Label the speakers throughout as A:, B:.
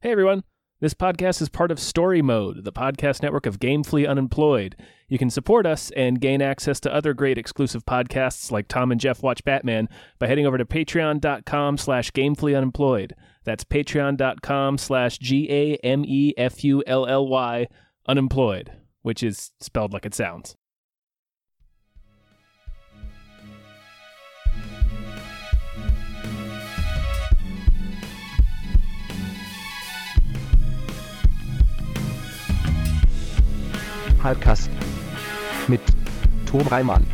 A: Hey everyone! This podcast is part of Story Mode, the podcast network of Gamefully Unemployed. You can support us and gain access to other great exclusive podcasts like Tom and Jeff Watch Batman by heading over to patreon.com slash gamefully unemployed. That's patreon.com slash E G-A-M-E-F-U-L-L-Y unemployed, which is spelled like it sounds.
B: Halbkast mit Tom Reimann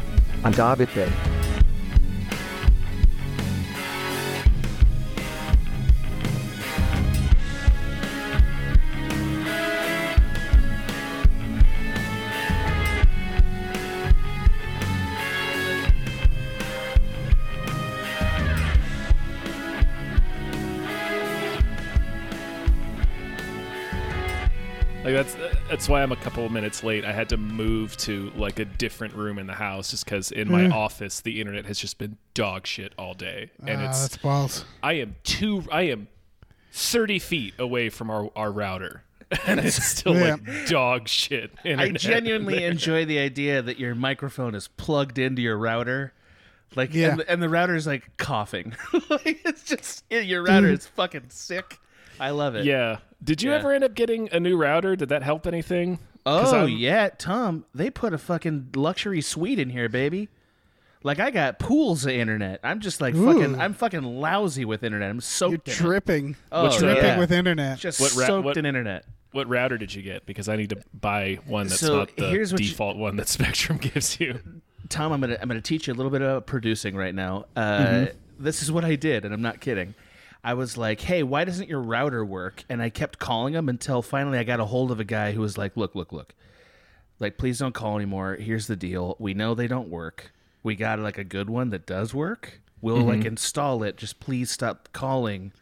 B: an David Bell.
A: Like that's that's why I'm a couple of minutes late. I had to move to like a different room in the house just because in
C: Hmm.
A: my office the internet has just been dog shit all day, and
C: Ah,
A: it's
C: that's balls.
A: I am two I am thirty feet away from our our router, and it's still like dog shit.
D: I
A: Internet.
D: genuinely enjoy the idea that your microphone is plugged into your router. Like
C: Yeah.
D: and, the, and the router is like coughing. like it's just yeah, your router is fucking sick. I love it.
A: yeah. Did you
D: Yeah.
A: ever end up getting a new router? Did that help anything? 'Cause
D: Oh
A: I'm-
D: yeah, Tom, they put a fucking luxury suite in here, baby. Like I got pools of internet. I'm just like fucking
C: Ooh.
D: I'm fucking lousy with internet. I'm
C: You're
D: soaked in it.
C: tripping.
D: Oh,
A: What's
C: tripping
D: yeah.
C: with internet.
D: just
A: What ra-
D: soaked
A: what-
D: in internet.
A: What router did you get? Because I need to buy one that's
D: So,
A: not the
D: here's what you-
A: default one that Spectrum gives you.
D: Tom, I'm gonna I'm gonna teach you a little bit about producing right now. Uh, This is what I did, and I'm not kidding. I was like, "Hey, why doesn't your router work?" And I kept calling him until finally I got a hold of a guy who was like, "Look, look, look, like please don't call anymore. Here's the deal: we know they don't work. We got like a good one that does work. We'll like install it. Just please stop calling."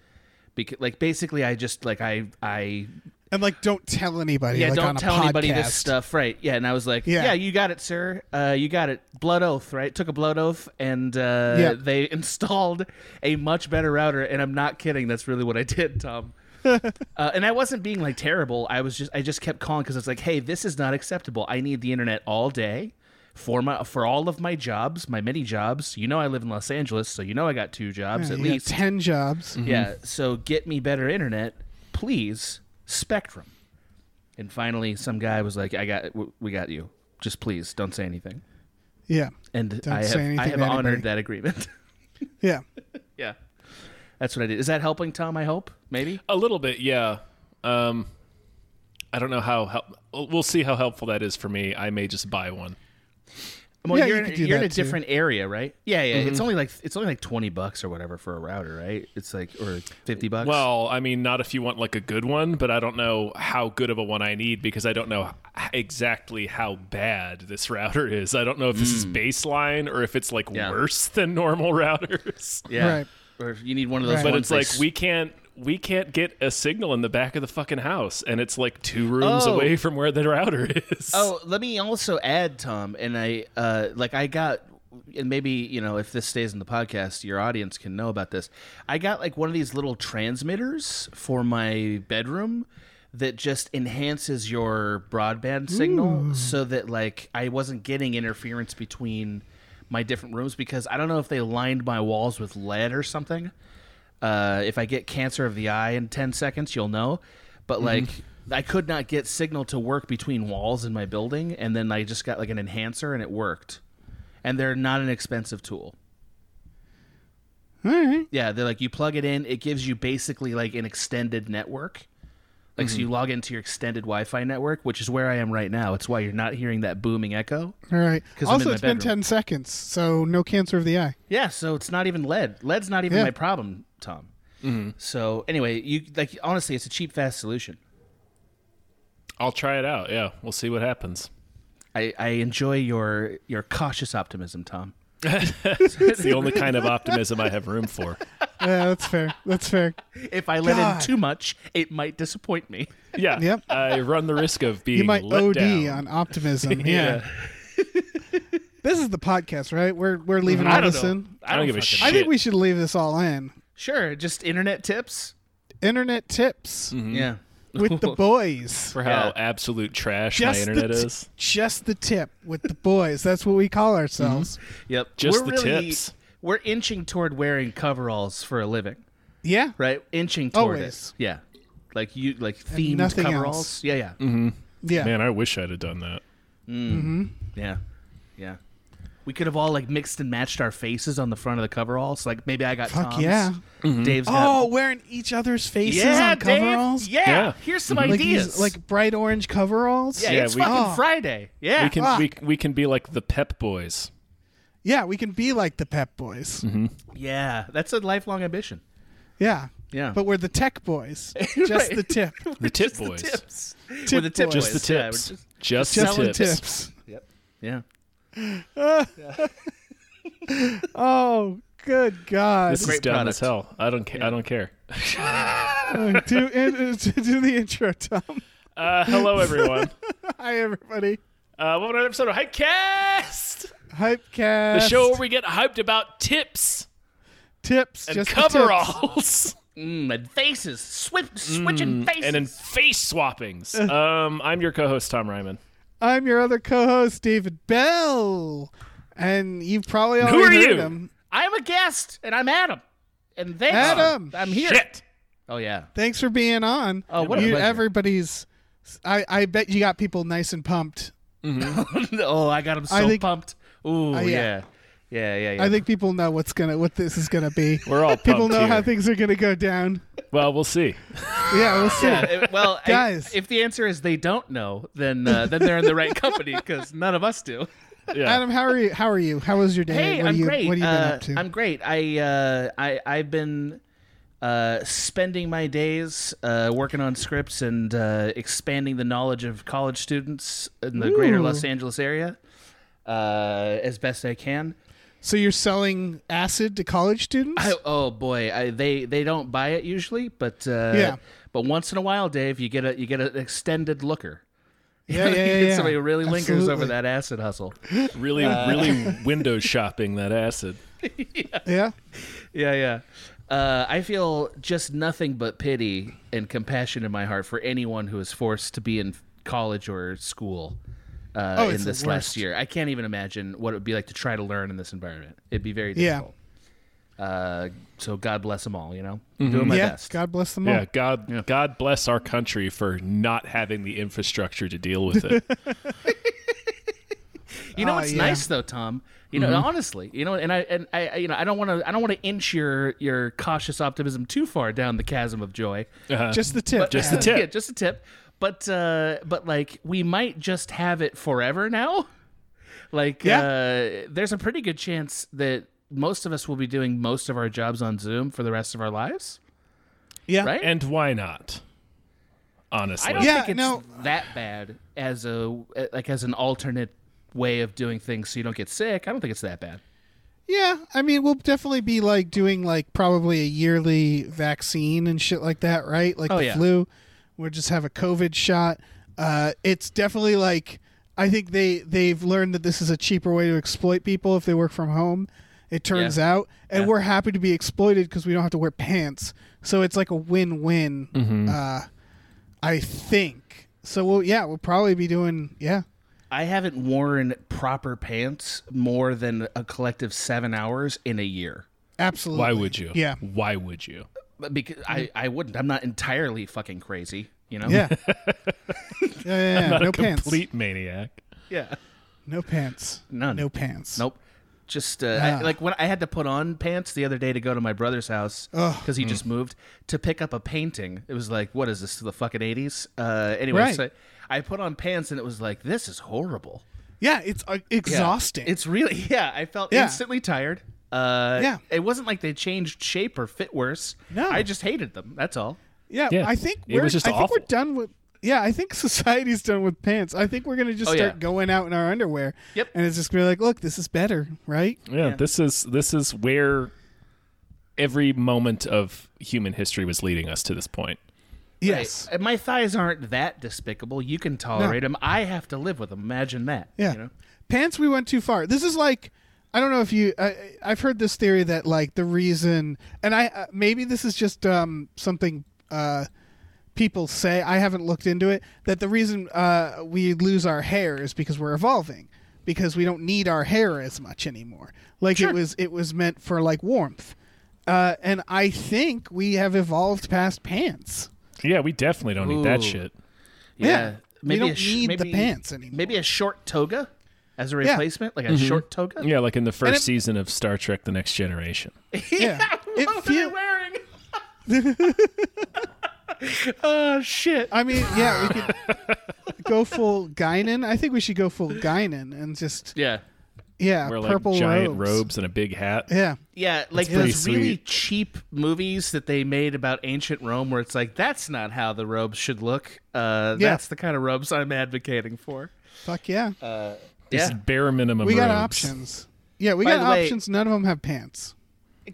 D: Because like basically, I just like I I
C: And like, don't tell anybody.
D: yeah,
C: like
D: don't
C: on a
D: tell
C: podcast.
D: anybody this stuff, right? Yeah, and I was like,
C: Yeah.
D: yeah, you got it, sir. Uh, you got it. Blood oath, right? Took a blood oath, and uh,
C: Yeah.
D: they installed a much better router. And I'm not kidding; that's really what I did, Tom. uh, and I wasn't being like terrible. I was just I just kept calling because I was like, hey, this is not acceptable. I need the internet all day for my for all of my jobs, my many jobs. You know, I live in Los Angeles, so you know I got two jobs
C: Yeah,
D: at
C: you got
D: least.
C: ten jobs.
D: Yeah, so get me better internet, please. Spectrum. And finally, some guy was like, "I got, w- we got you. Just please, don't say anything."
C: Yeah,
D: And
C: Don't
D: I
C: say
D: have,
C: anything
D: I have
C: to
D: honored
C: anybody.
D: that agreement.
C: yeah.
D: yeah, that's what I did. Is that helping, Tom? I hope. Maybe.
A: A little bit, yeah. Um, I don't know how help. We'll see how helpful that is for me. I may just buy one.
D: Well,
C: Yeah,
D: you're,
C: you
D: in,
C: could do
D: you're in
C: that
D: a
C: too. Mm-hmm.
D: different area, right? Yeah, yeah. It's only like it's only like twenty bucks or whatever for a router, right? It's like or fifty bucks.
A: Well, I mean, not if you want like a good one, but I don't know how good of a one I need because I don't know h- exactly how bad this router is. I don't know if this is baseline or if it's like
D: Yeah.
A: worse than normal routers.
D: yeah.
C: Right.
D: Or if you need one of those.
C: Right.
A: But
D: ones
A: it's
D: they
A: like
D: s-
A: we can't we can't get a signal in the back of the fucking house, and it's like two rooms
D: Oh.
A: away from where the router is.
D: Oh, let me also add, Tom, and I uh, like I got, and maybe you know if this stays in the podcast, your audience can know about this. I got like one of these little transmitters for my bedroom that just enhances your broadband signal, so that like I wasn't getting interference between my different rooms because I don't know if they lined my walls with lead or something uh, if I get cancer of the eye in 10 seconds, you'll know. But like, I could not get signal to work between walls in my building. And then I just got like an enhancer and it worked. And they're not an expensive tool.
C: All right.
D: Yeah, they're like, you plug it in, it gives you basically like an extended network. Like, so you log into your extended Wi Fi network, which is where I am right now. It's why you're not hearing that booming echo.
C: All right.
D: 'Cause I'm in
C: Also,
D: my
C: it's been
D: bedroom.
C: ten seconds, so no cancer of the eye.
D: Yeah, so it's not even E lead. Lead's not even
C: Yeah.
D: my problem, Tom. So anyway, you like honestly, it's a cheap, fast solution.
A: I'll try it out. Yeah, we'll see what happens.
D: I, I enjoy your your cautious optimism, Tom.
A: It's the only kind of optimism I have room for.
C: Yeah, Uh, that's fair. That's fair.
D: If I let
C: God.
D: in too much, it might disappoint me.
A: Yeah.
C: Yep.
A: I run the risk of being
C: You might
A: let
C: OD
A: down.
C: on optimism. yeah. this is the podcast, right? We're we're leaving all
D: Mm-hmm. I don't
C: this
D: know.
C: in.
A: I don't give a
D: fucking-
A: shit.
C: I think we should leave this all in.
D: Sure, just internet tips.
C: internet tips
D: Yeah.
C: with the boys.
A: for how
D: Yeah.
A: absolute trash
C: Just
A: my internet
C: the t-
A: is.
C: Just the tip with the boys. That's what we call ourselves.
D: Yep.
A: Just
D: We're
A: the
D: really-
A: tips.
D: We're inching toward wearing coveralls for a living,
C: Yeah.
D: right? Inching toward
C: Always.
D: it. Yeah. Like you like themed
C: nothing
D: coveralls.
C: else.
D: Yeah, yeah.
C: Yeah.
A: Man, I wish I'd have done that.
D: Yeah. Yeah. We could have all like mixed and matched our faces on the front of the coveralls. Like maybe I got
C: Fuck
D: Tom's.
C: yeah.
D: Dave's
C: Oh,
D: got
C: wearing each other's faces
D: yeah,
C: on coveralls.
D: Dave. Yeah.
A: Yeah.
D: Here's some
C: Like, these-
D: ideas.
C: like bright orange coveralls.
D: yeah,
A: Yeah,
D: it's
A: we-
D: fucking
C: Oh.
D: Friday. Yeah.
A: We can we, we can be like the Pep Boys.
C: Yeah, we can be like the Pep Boys.
A: Mm-hmm.
D: yeah. That's a lifelong ambition.
C: Yeah.
D: Yeah.
C: But we're the Tech Boys. Just
D: Right.
C: the tip.
A: The Tip
D: The
A: Boys.
D: tips. We're
C: Tip
D: the tip
C: boys.
A: Just the
D: boys. Yeah, we're
A: tips.
D: just-
A: just
C: Just
A: the
C: the
A: tips.
C: tips.
D: yeah.
C: Oh, good God.
A: This is
D: Great
A: dumb
D: product.
A: as hell. I don't ca- I don't care.
C: do, do, do uh, the intro, Tom.
A: Uh, hello everyone.
C: Hi, everybody.
A: uh, welcome to another episode of Hypecast,
C: Hypecast.
A: the show where we get hyped about tips
C: tips.
A: and
C: just the tips.
A: coveralls
D: Mm, and faces. Swip, switching faces.
A: Mm, and then face swappings. Um, I'm your co-host Tom Ryman.
C: I'm your other co-host, David Bell, and you've probably already
A: who are you?
C: heard him.
D: I'm a guest, and I'm Adam. And they
C: Adam!
D: I'm here.
A: Shit.
D: Oh yeah.
C: Thanks for being on.
D: Oh, what a
C: you,
D: pleasure.
C: Everybody's. I, I bet you got people nice and pumped.
D: oh, I got him so
C: I think-
D: pumped. Ooh,
C: Uh,
D: yeah.
C: yeah.
D: Yeah, yeah, yeah.
C: I think people know what's gonna what this is gonna be.
A: We're all
C: people
A: pumped
C: know how
A: here.
C: things are gonna go down.
A: Well, we'll see.
C: Yeah, we'll see.
D: Yeah, it- Eh, well, I-
C: Guys.
D: if the answer is they don't know, then uh, then they're in the right company because none of us do.
A: Yeah.
C: Adam, how are you? How are you? How was your day?
D: Hey,
C: what
D: I'm
C: are you,
D: great.
C: What have you been
D: Uh,
C: up to?
D: I'm great. I uh, I I've been uh, spending my days uh, working on scripts and uh, expanding the knowledge of college students in the greater
C: Ooh.
D: Los Angeles area uh, as best I can.
C: so you're selling acid to college students?
D: I- oh boy, I, they they don't buy it usually, but uh,
C: Yeah.
D: But once in a while, Dave, you get a you get an extended looker.
C: yeah, yeah,
D: You
C: yeah.
D: get
C: yeah.
D: Somebody who really lingers over
C: Absolutely.
D: that acid hustle.
A: Really, really window shopping that acid.
C: Yeah.
D: yeah, yeah. Uh, I feel just nothing but pity and compassion in my heart for anyone who is forced to be in college or school uh,
C: Oh,
D: in
C: it's the
D: this last
C: worst.
D: year. I can't even imagine what it would be like to try to learn in this environment. It'd be very
C: Yeah.
D: difficult. Uh, so God bless them all. You know, doing my
C: yeah.
D: best.
C: God bless them all.
A: Yeah, God, God bless our country for not having the infrastructure to deal with it.
D: You know
C: Oh,
D: what's
C: yeah.
D: nice though, Tom. You know, honestly, you know, and I and I, I- you know, I don't want to, I don't want to inch your your cautious optimism too far down the chasm of joy.
C: Just the tip.
A: Just
C: man.
A: the tip.
D: Yeah, just a tip. But uh, but like we might just have it forever now. Like
C: Yeah.
D: uh, there's a pretty good chance that most of us will be doing most of our jobs on Zoom for the rest of our lives,
C: Yeah.
D: right?
A: And why not? Honestly,
D: I don't
C: Yeah,
D: think it's
C: no.
D: that bad as a eh, like as an alternate way of doing things so you don't get sick. I don't think it's that bad.
C: Yeah, I mean, we'll definitely be like doing like probably a yearly vaccine and shit like that, right? Like
D: Oh,
C: the
D: yeah.
C: flu. We'll just have a COVID shot. Uh, it's definitely like I think they they've learned that this is a cheaper way to exploit people if they work from home. It turns
D: Yeah.
C: out, and
D: Yeah.
C: we're happy to be exploited because we don't have to wear pants. So it's like a win-win.
D: Mm-hmm.
C: Uh, I think. So we'll yeah, we'll probably be doing yeah.
D: I haven't worn proper pants more than a collective seven hours in a year.
C: Absolutely.
A: why would you?
C: Yeah.
A: Why would you?
D: But because I, I wouldn't. I'm not entirely fucking crazy, you know?
C: Yeah. yeah, yeah, yeah. No pants.
A: Complete maniac.
D: Yeah.
C: No pants.
D: None.
C: No pants.
D: Nope. Just uh, I, like when I had to put on pants the other day to go to my brother's house because he just moved to pick up a painting. It was like, what is this, the fucking 80s? Uh, anyway,
C: Right.
D: so I put on pants and it was like, this is horrible.
C: Yeah, it's uh,
D: Yeah.
C: exhausting.
D: It's really yeah. I felt
C: Yeah.
D: instantly tired. Uh,
C: Yeah.
D: It wasn't like they changed shape or fit worse.
C: No.
D: I just hated them. That's all.
C: yeah,
A: Yeah.
C: I think
A: It
C: we're
A: was just
C: I think
A: awful.
C: we're done with yeah, I think society's done with pants. I think we're gonna just
D: Oh,
C: start
D: yeah.
C: going out in our underwear.
D: Yep.
C: And it's just gonna be like, look, this is better, right?
A: Yeah, This is this is where every moment of human history was leading us to this point.
C: Yes.
D: Right. And My thighs aren't that despicable. You can tolerate them. I have to live with them. Imagine that.
C: Yeah.
D: You know?
C: Pants we went too far. This is like I don't know if you I I've heard this theory that like the reason and I uh, maybe this is just um something uh, people say I haven't looked into it that the reason uh, we lose our hair is because we're evolving because we don't need our hair as much anymore. Like it was it was meant for like warmth, uh, and I think we have evolved past pants.
A: Yeah, we definitely don't need that
D: Ooh.
A: shit.
D: Yeah.
C: Yeah. We
D: Maybe
C: don't
D: a sh-
C: need the
D: maybe,
C: pants anymore.
D: Maybe a short toga as a
C: Yeah.
D: replacement, like a short toga.
A: Yeah, like in the first
C: it-
A: season of Star Trek: The Next Generation.
C: Yeah, it
D: what are
C: feel-
D: they wearing? oh shit!
C: I mean, yeah, we could go full Guinan. I think we should go full Guinan and just
D: Yeah,
C: yeah,
A: Wear like
C: purple
A: giant
C: robes.
A: robes. and a big hat.
C: Yeah,
D: yeah, like
A: pretty
D: those really
A: sweet.
D: cheap movies that they made about ancient Rome, where it's like that's not how the robes should look. Uh,
C: Yeah.
D: That's the kind of robes I'm advocating for.
C: fuck yeah.
D: Uh, Yeah.
A: Just bare minimum.
C: we got
A: robes.
C: options. Yeah, we
D: By
C: got
D: the way-
C: options. None of them have pants.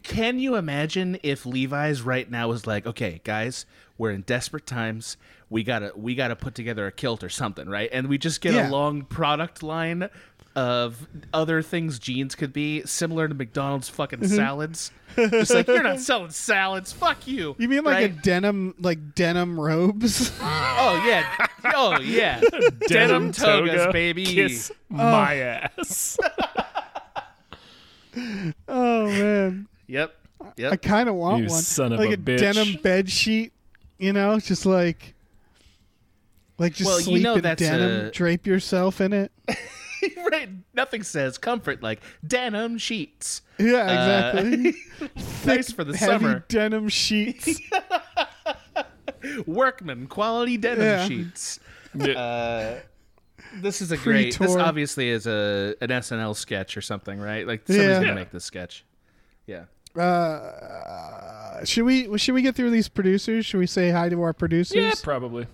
D: Can you imagine if Levi's right now was like, okay, guys, we're in desperate times. We gotta we gotta put together a kilt or something, right? And we just get
C: Yeah.
D: a long product line of other things jeans could be, similar to McDonald's fucking
C: Mm-hmm.
D: salads. Just like you're not selling salads, fuck you.
C: You mean like
D: right?
C: a denim, like denim robes?
D: Oh yeah. Oh yeah.
A: Denim
D: Denim togas,
A: toga,
D: baby.
A: Kiss my ass.
C: oh man,
D: Yep. Yep.
C: I kind of want
A: You
C: one.
A: son of
C: like
A: a
C: a,
A: bitch.
C: denim bed sheet, you know, just like, like just
D: Well, you
C: sleep
D: know
C: in
D: that's
C: denim,
D: a- Uh,
C: drape yourself in it.
D: right. Nothing says comfort like denim sheets.
C: Yeah,
D: Uh,
C: exactly.
D: Nice for the
C: Heavy
D: summer.
C: denim sheets.
D: Workman quality denim
C: Yeah.
D: sheets. Uh,
A: Yeah.
D: This is a great. This
C: tour.
D: obviously is a an SNL sketch or something, right? Like somebody's
C: Yeah.
D: gonna
A: Yeah.
D: make this sketch. Yeah.
C: Uh, should we? Should we get through these producers? Should we say hi to our producers?
A: yeah, probably.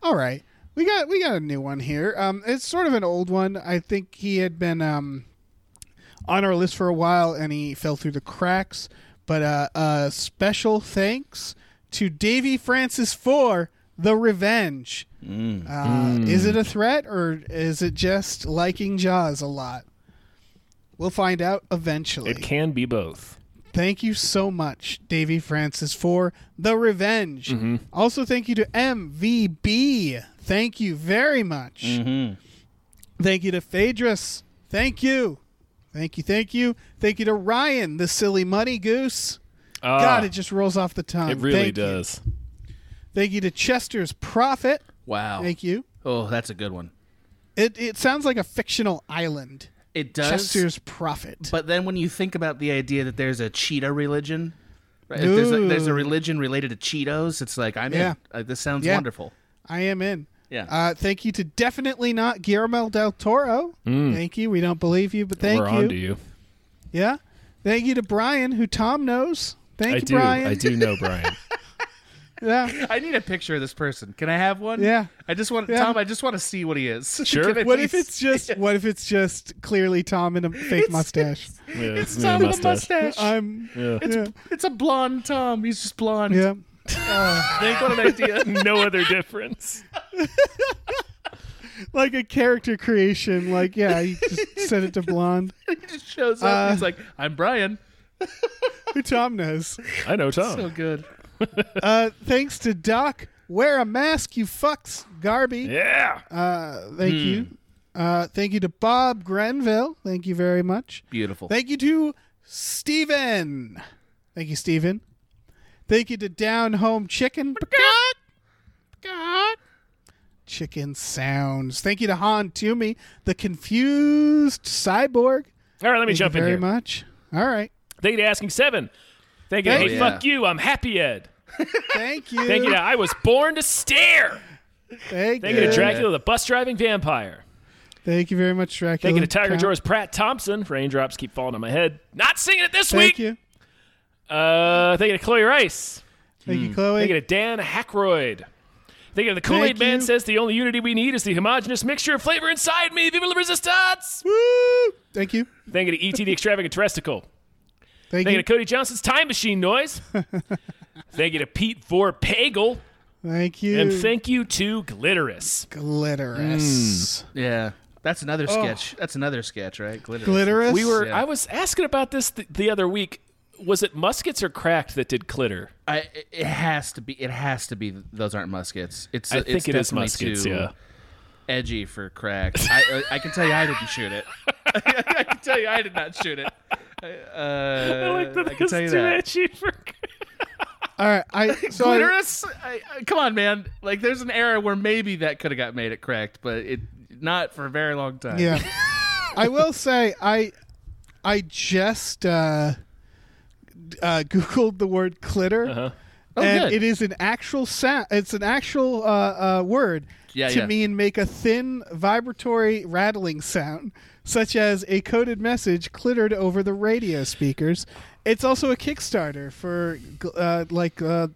C: All right. We got we got a new one here. Um, it's sort of an old one. I think he had been um, on our list for a while, and he fell through the cracks. But uh, uh, special thanks to Davy Francis for the revenge. Uh, Is it a threat or is it just liking Jaws a lot? We'll find out eventually.
A: It can be both.
C: Thank you so much, Davy Francis, for the revenge.
A: Mm-hmm.
C: Also, thank you to MVB. Thank you very much.
A: Mm-hmm.
C: Thank you to Phaedrus. Thank you. Thank you. Thank you. Thank you to Ryan, the silly money goose.
A: Ah,
C: God, it just rolls off the tongue.
A: it really
C: Thank you.
A: does.
C: Thank you to Chester's Prophet.
D: Wow.
C: Thank you.
D: Oh, that's a good one.
C: It, it sounds like a fictional island.
D: It does.
C: Chester's Prophet.
D: But then when you think about the idea that there's a cheetah religion, right? If there's, a, there's a
C: Ooh.
D: religion related to Cheetos. It's like I'm
C: Yeah.
D: in. Uh, this sounds
C: Yeah.
D: wonderful.
C: I am in.
D: Yeah.
C: Uh, thank you to definitely not Guillermo del Toro. Thank you. We don't believe you, but thank
A: Hmm. We're
C: you.
A: on to you.
C: Yeah. Thank you to Brian, who Tom knows. Thank
A: I
C: you,
A: do.
C: Brian.
A: I do know Brian.
C: Yeah.
D: I need a picture of this person. Can I have one?
C: Yeah.
D: I just want
C: Yeah.
D: Tom. I just want to see what he is.
A: Sure.
D: Can I
C: What if
D: please-
C: it's just what if it's just clearly Tom in a fake mustache?
A: Yeah,
D: It's
A: me,
D: Tom with a mustache.
C: I'm
A: Yeah.
D: It's
C: Yeah.
D: it's a blonde Tom. He's just blonde.
C: yeah.
D: They've got an idea.
A: no other difference.
C: Like a character creation. Like yeah, you just sent it to blonde.
D: he just shows up.
C: Uh,
D: he's like, "I'm Brian."
C: Who Tom knows.
A: I know
C: oh.
A: Tom.
D: So good.
C: Uh, thanks to Doc. Wear a mask, you fucks, Garby.
A: yeah.
C: Uh, thank you.
A: Hmm.
C: Uh, thank you to Bob Grenville. Thank you very much.
D: Beautiful.
C: Thank you to Steven. Thank you, Steven. Thank you to Down Home Chicken. Chicken sounds. Thank you to Han Toomey, the confused cyborg.
A: All right, let me
C: Thank
A: jump
C: you
A: in
C: very
A: here.
C: much. All right.
A: Thank you to Asking Seven. Thank you. to
C: Thank
A: hey,
D: you.
A: fuck you. I'm happy Ed.
C: Thank you.
A: Thank you. to I was born to stare. Thank
C: Thank, you.
A: you to
D: Yeah.
A: Dracula, the bus driving vampire.
C: Thank you very much, Dracula.
A: Thank you to Tiger
C: Count.
A: Jaws Pratt Thompson. Raindrops keep falling on my head. Not singing it this week.
C: Thank you.
A: Uh, thank you to Chloe Rice.
C: Thank you, Chloe.
A: Hmm. Thank you to Dan Hackroyd. Thank you to the Kool Aid
C: Thank
A: Man
C: you.
A: says the only unity we need is the homogenous mixture of flavor inside me. Viva la resistance!
C: Woo! Thank you.
A: Thank you to E.T. the Extravagant Terresticle.
C: Thank,
A: Thank
C: you.
A: you to Cody Johnson's Time Machine Noise. thank you to Pete Vorpagel.
C: Thank you.
A: And thank you to Glitterus.
C: Glitterous.
A: Hmm.
D: Yeah, that's another
C: Oh.
D: sketch. That's another sketch, right? Glitter.
C: Glitterous.
A: We were.
D: Yeah.
A: I was asking about this th- the other week. was it muskets or cracked that did clitter?
D: I, it has to be. It has to be. Those aren't muskets. It's.
A: I
D: it's
A: think it is
D: definitely
A: muskets,
D: too
A: yeah.
D: Edgy for crack. I, uh, I, I can tell you, I didn't shoot it. I can tell you, I did not shoot it. Uh, I can tell you that.
C: All right, I so I-
D: Clitoris? I, I, come on, man. Like, there's an era where maybe that could have got made it cracked, but it not for a very long time.
C: Yeah. I will say I I just uh, d- uh, googled the word clitter.
D: Oh,
C: and
D: good.
C: it is an actual sound. It's an actual uh, uh, word
D: Yeah,
C: to
D: yeah.
C: mean make a thin vibratory rattling sound, such as a coded message clittered over the radio speakers. It's also a Kickstarter for gl- uh, like uh,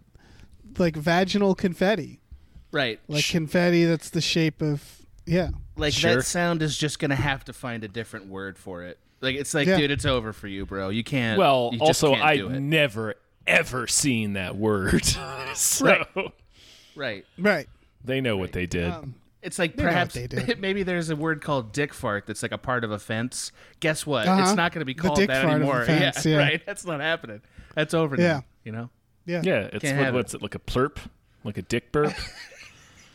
C: like vaginal confetti,
D: Right.
C: like confetti that's the shape of yeah.
D: like
A: Sure.
D: that sound is just gonna have to find a different word for it. Like it's like,
C: Yeah.
D: dude, it's over for you, bro. You can't.
A: Well,
D: you just
A: also
D: can't
A: I
D: do it.
A: never ever seen that word, so
D: right.
C: Right.
A: they know what they did.
D: It's like
C: know what
D: perhaps
C: they do.
D: maybe there's a word called dick fart that's like a part of a fence. Guess what?
C: Uh-huh.
D: It's not gonna be
C: The
D: called
C: dick
D: that
C: fart of a
D: anymore.
C: fence, yeah.
D: Right. That's not happening. That's over.
C: Yeah.
D: Now, you know.
C: Yeah.
A: yeah, it's
D: Can't
A: what,
D: have it.
A: what's it like a plurp, like a dick burp?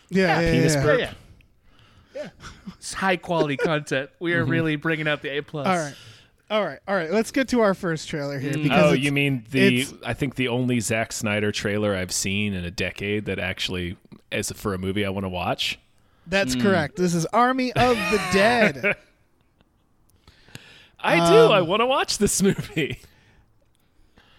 C: Yeah. yeah,
A: penis
C: yeah.
A: burp.
D: Yeah. Yeah. It's high quality content. We are really bringing out the A plus.
C: All right. All right. All right. Let's get to our first trailer here because
A: oh,
C: it's-
A: you mean the?
C: it's-
A: I think the only Zack Snyder trailer I've seen in a decade that actually is for a movie I want to watch.
C: that's
A: Mm.
C: correct. This is Army of the Dead.
A: I
D: Um,
A: do. I want to watch this movie.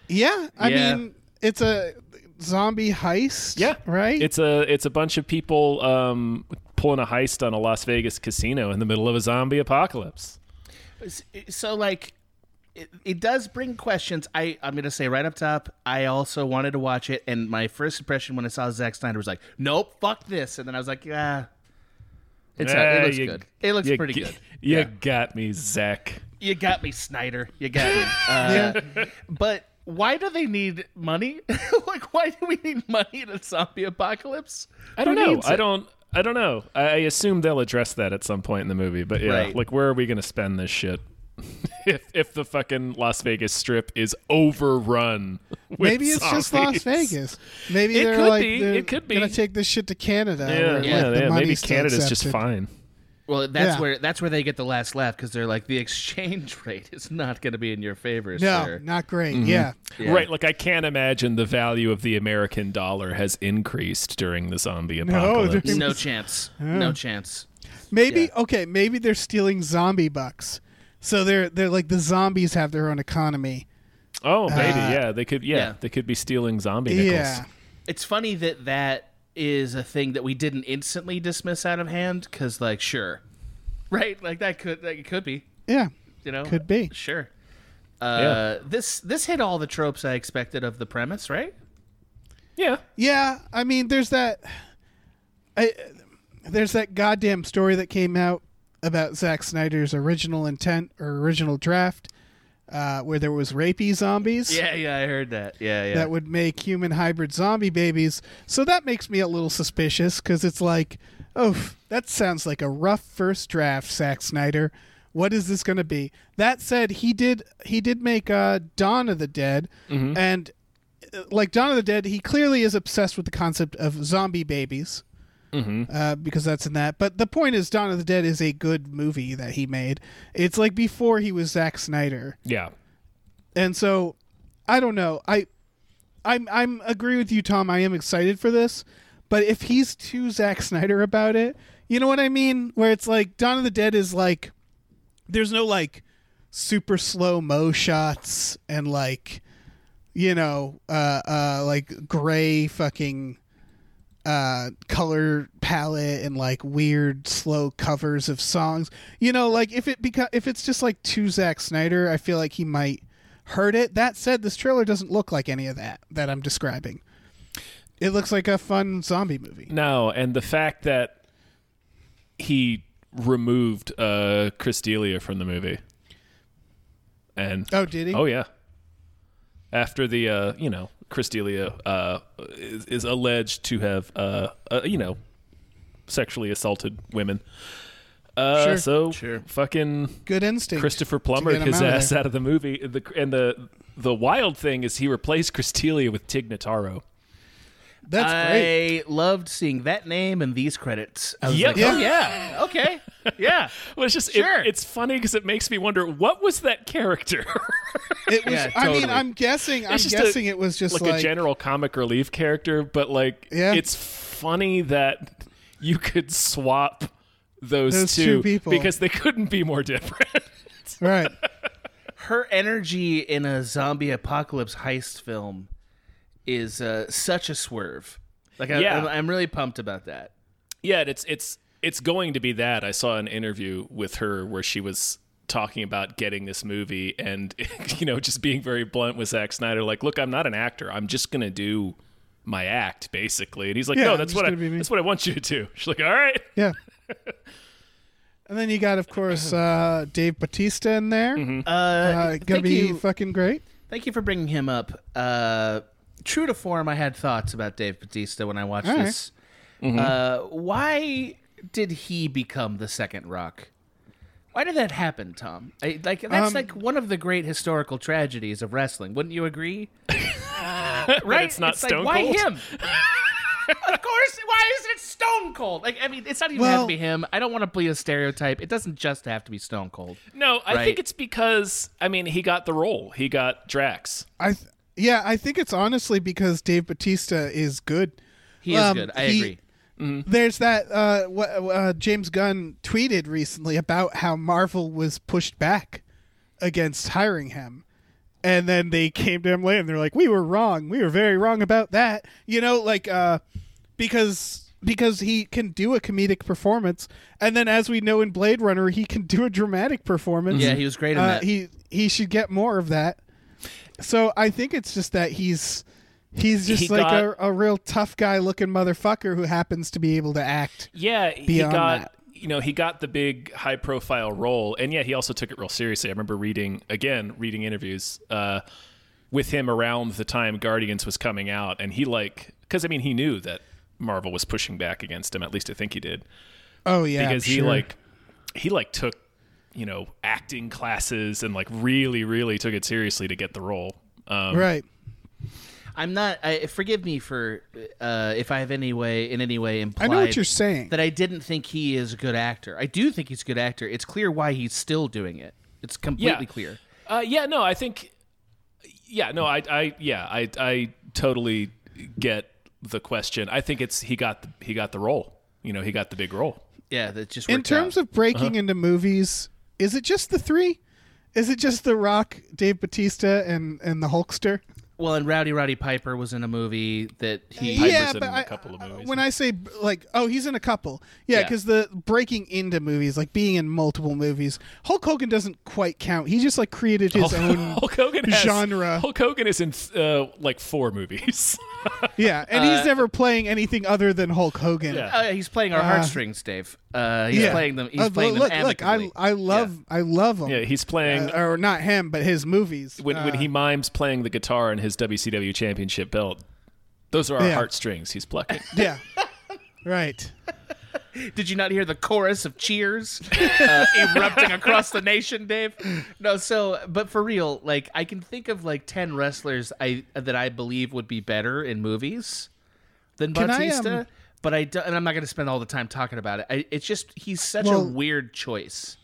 C: yeah. I
D: Yeah.
C: mean, it's a zombie heist.
A: Yeah,
C: Right?
A: It's a it's a bunch of people um, pulling a heist on a Las Vegas casino in the middle of a zombie apocalypse.
D: S- so like it, it does bring questions i i'm gonna say right up top i also wanted to watch it and my first impression when i saw Zack snyder was like nope fuck this and then i was like yeah it's uh,
A: Ah,
D: it looks
A: you-
D: good it looks
A: you
D: pretty
A: g-
D: good
A: You
D: Yeah.
A: got me, Zach.
D: you got me snyder you got me
C: yeah.
D: uh, but why do they need money like why do we need money in a zombie apocalypse
A: I don't know. I don't. I don't know. I I assume they'll address that at some point in the movie. But yeah,
D: Right.
A: like where are we going to spend this shit? if if the fucking Las Vegas Strip is overrun, with
C: Maybe it's just Las
A: zombies.
C: Vegas. Maybe
A: It
C: they're
A: could
C: like
A: be.
C: they're
A: It could be.
C: gonna take this shit to Canada.
A: Yeah, yeah,
C: where, like, the
A: yeah.
C: money's
A: Maybe
C: still
A: Canada's just
C: accepted.
A: fine.
D: well that's
C: Yeah.
D: where that's where they get the last laugh because they're like the exchange rate is not going to be in your favor
C: No,
D: sir.
C: not great.
A: Mm-hmm.
C: Yeah.
D: Yeah.
A: Right, like I can't imagine the value of the American dollar has increased during the zombie
C: No,
A: apocalypse.
C: there's-
D: No chance. No chance.
C: Maybe
D: Yeah.
C: okay, maybe they're stealing zombie bucks. So they're they're like the zombies have their own economy.
A: oh, maybe yeah, they could yeah,
D: yeah.
A: they could be stealing zombie nickels.
C: Uh, Yeah.
D: It's funny that that is a thing that we didn't instantly dismiss out of hand because, like, sure, right? Like that could that could be,
C: Yeah.
D: you know,
C: Could be.
D: Sure. Uh, This this hit all the tropes I expected of the premise, right?
A: Yeah,
C: Yeah, I mean, there's that. I, there's that goddamn story that came out about Zack Snyder's original intent or original draft, uh, where there was rapey zombies
D: Yeah, yeah, I heard that. Yeah, yeah.
C: that would make human hybrid zombie babies. So that makes me a little suspicious because it's like, oh, that sounds like a rough first draft, Zack Snyder. What is this going to be? That said, he did he did make uh, Dawn of the Dead, and uh, like Dawn of the Dead, he clearly is obsessed with the concept of zombie babies. Uh, because that's in that. But the point is, Dawn of the Dead is a good movie that he made. It's like before he was Zack Snyder
A: yeah.
C: and so I don't know. I I'm I'm agree with you, Tom. I am excited for this, but if he's too Zack Snyder about it, you know what I mean? Where it's like Dawn of the Dead is like there's no like super slow mo shots and like you know uh uh like gray fucking uh color palette and like weird slow covers of songs you know like if it beca- if it's just like two Zack Snyder I feel like he might hurt it that said this trailer doesn't look like any of that that I'm describing it looks like a fun zombie movie
A: No, and the fact that he removed uh, Chris D'Elia from the movie, and
C: oh did he
A: Oh yeah. After the uh, you know, Chris D'Elia uh, is, is alleged to have uh, uh, you know, sexually assaulted women. Uh,
C: Sure.
A: so
D: Sure.
A: fucking
C: good instinct
A: Christopher
C: get
A: Plummer
C: him
A: his
C: out of
A: ass
C: there.
A: out of the movie. The, and the the wild thing is he replaced Cristelia with Tignataro.
C: That's great.
D: I loved seeing that name and these credits. I was
A: Yep.
D: like,
A: Yeah.
D: oh yeah, okay, yeah.
A: Well, it's just it-
D: Sure.
A: it's funny because it makes me wonder what was that character?
C: It was.
D: Yeah,
C: I mean,
D: totally.
C: I'm guessing. I'm
A: It's just a-
C: guessing it was just
A: like,
C: like,
A: a general comic relief character, but like
C: Yeah.
A: it's funny that you could swap those,
C: Those two people.
A: because they couldn't be more different.
C: right.
D: Her energy in a zombie apocalypse heist film is uh, such a swerve. Like, I,
A: Yeah.
D: I'm, I'm really pumped about that.
A: Yeah, and it's it's it's going to be that. I saw an interview with her where she was talking about getting this movie and you know just being very blunt with Zack Snyder like, "Look, I'm not an actor. I'm just going to do my act basically." And he's like,
C: Yeah,
A: "No,
C: I'm
A: that's
C: just
A: what I
C: gonna be me."
A: that's what I want you to do." She's like, "All right."
C: Yeah. And then you got, of course, uh, Dave Batista in there.
D: Uh,
C: Uh, gonna
D: thank
C: be
D: you,
C: fucking great.
D: thank you for bringing him up. Uh, true to form, I had thoughts about Dave Batista when I watched
C: All right. Mm-hmm.
D: this. Uh, why did he become the second Rock? Why did that happen, Tom? I, like that's
C: Um,
D: like one of the great historical tragedies of wrestling. Wouldn't you agree? right?
A: it's not Stone
D: like,
A: Cold?
D: Why him? of course. Why isn't it Stone Cold? Like, I mean, it's not even have
C: Well-
D: to be him. I don't want to be a stereotype. It doesn't just have to be Stone Cold.
A: No, I think
D: Right.
A: it's because I mean, he got the role. He got Drax.
C: I th- yeah, I think it's honestly because Dave Batista is good.
D: He is
C: Um,
D: good. I
C: he-
D: agree.
C: There's that uh, what uh, James Gunn tweeted recently about how Marvel was pushed back against hiring him, and then they came to him later and they're like, "We were wrong. We were very wrong about that." You know, like uh, because because he can do a comedic performance, and then as we know in Blade Runner, he can do a dramatic performance.
D: Yeah, he was great in
C: Uh,
D: that.
C: he he should get more of that. So I think it's just that he's he's just
A: He
C: like
A: got-
C: a, a real tough guy looking motherfucker who happens to be able to act.
A: Yeah, he
C: Beyond
A: got
C: that.
A: you know he got the big high profile role, and yeah, he also took it real seriously. I remember reading again reading interviews uh, with him around the time Guardians was coming out, and he like because I mean he knew that Marvel was pushing back against him. At least I think he did
C: Oh yeah,
A: because he
C: sure.
A: like he like took you know acting classes and like really really took it seriously to get the role. Um,
C: right.
D: I'm not. I, forgive me for uh, if I have any way in any way
C: I
D: implied.
C: know what you're saying.
D: That I didn't think he is a good actor. I do think he's a good actor. It's clear why he's still doing it. It's completely clear.
A: Uh, yeah, no, I think, yeah, no, I, I, yeah, I, I totally get the question. I think it's he got the, he got the role. You know, he got the big role.
D: Yeah, that just
C: in terms of breaking
A: Uh-huh.
C: into movies, is it just the three? Is it just The Rock, Dave Batista, and and the Hulkster?
D: well, and Rowdy Roddy Piper was in a movie that he.
A: Piper's in a couple of movies.
C: when I say like, oh, he's in a couple, yeah,
D: Yeah.
C: because the breaking into movies, like being in multiple movies, Hulk Hogan doesn't quite count. He just like created his own
A: Hulk Hogan has,
C: genre.
A: Hulk Hogan is in uh, like four movies.
C: Yeah, and he's never playing anything other than Hulk
A: Uh,
C: Hogan.
A: Yeah.
D: Uh, he's playing our heartstrings, Dave. Uh, he's
C: Yeah.
D: playing them. He's
C: Uh,
D: playing
C: look,
D: them
C: look,
D: amicably.
C: I I love I love him.
A: yeah, he's playing
C: Uh, or not him, but his movies. Uh,
A: when when he mimes playing the guitar in his WCW championship belt. Those are our
C: Yeah.
A: heartstrings he's plucking.
C: yeah, right.
D: Did you not hear the chorus of cheers uh, erupting across the nation, Dave? No, so but for real, like I can think of like ten wrestlers I that I believe would be better in movies than
C: Can I,
D: Batista.
C: um,
D: But I don't, and I'm not going to spend all the time talking about it. I, it's just he's such a
C: Well-
D: weird choice,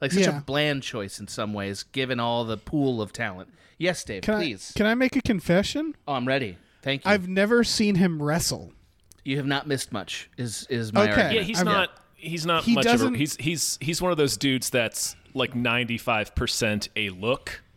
D: like such
C: Yeah.
D: a bland choice in some ways, given all the pool of talent. Yes, Dave,
C: Can
D: please.
C: I can I make a confession?
D: oh, I'm ready. Thank you.
C: I've never seen him wrestle.
D: you have not missed much. Is is my
C: Okay.
D: argument.
A: Yeah, he's
C: I'm-
A: not. He's not
C: He
A: much of
C: doesn't-
A: a. He's he's he's one of those dudes that's like ninety five percent a look.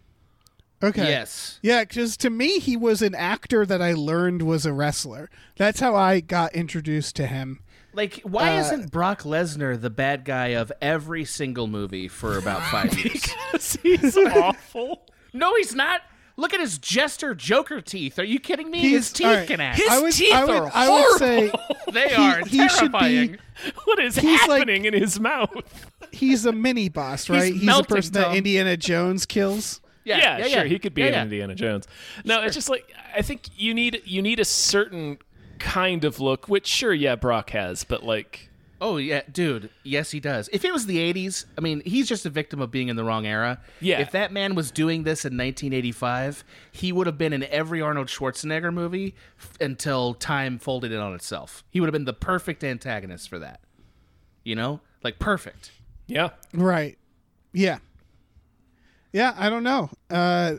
C: Okay.
D: Yes.
C: Yeah, because to me, he was an actor that I learned was a wrestler. That's how I got introduced to him.
D: Like,
C: Uh,
D: why isn't Brock Lesnar the bad guy of every single movie for about five years?
A: he's awful.
D: No, he's not. Look at his jester Joker teeth. Are you kidding me?
C: He's-
D: his teeth
C: all right.
D: can act.
A: His
C: I would,
A: teeth
C: I would,
A: are
C: I would say
D: they
C: he-
D: are
C: he should be-
D: terrifying.
A: What is
C: He's like-
A: happening in his mouth?
C: he's a mini boss, right? He's, the
D: melting,
C: person that
D: Tom.
C: Indiana Jones kills.
A: Yeah, sure. He could be
D: Yeah,
A: an
D: yeah.
A: Indiana Jones. No, it's just like I think you need you need a certain kind of look, which sure, yeah, Brock has, but like
D: Oh yeah, dude. Yes, he does. If it was the '80s, I mean, he's just a victim of being in the wrong era.
A: Yeah.
D: If that man was doing this in 1985, he would have been in every Arnold Schwarzenegger movie f- until time folded in on itself. He would have been the perfect antagonist for that. You know, like perfect.
A: Yeah.
C: Right. Yeah. Yeah, I don't know. Uh,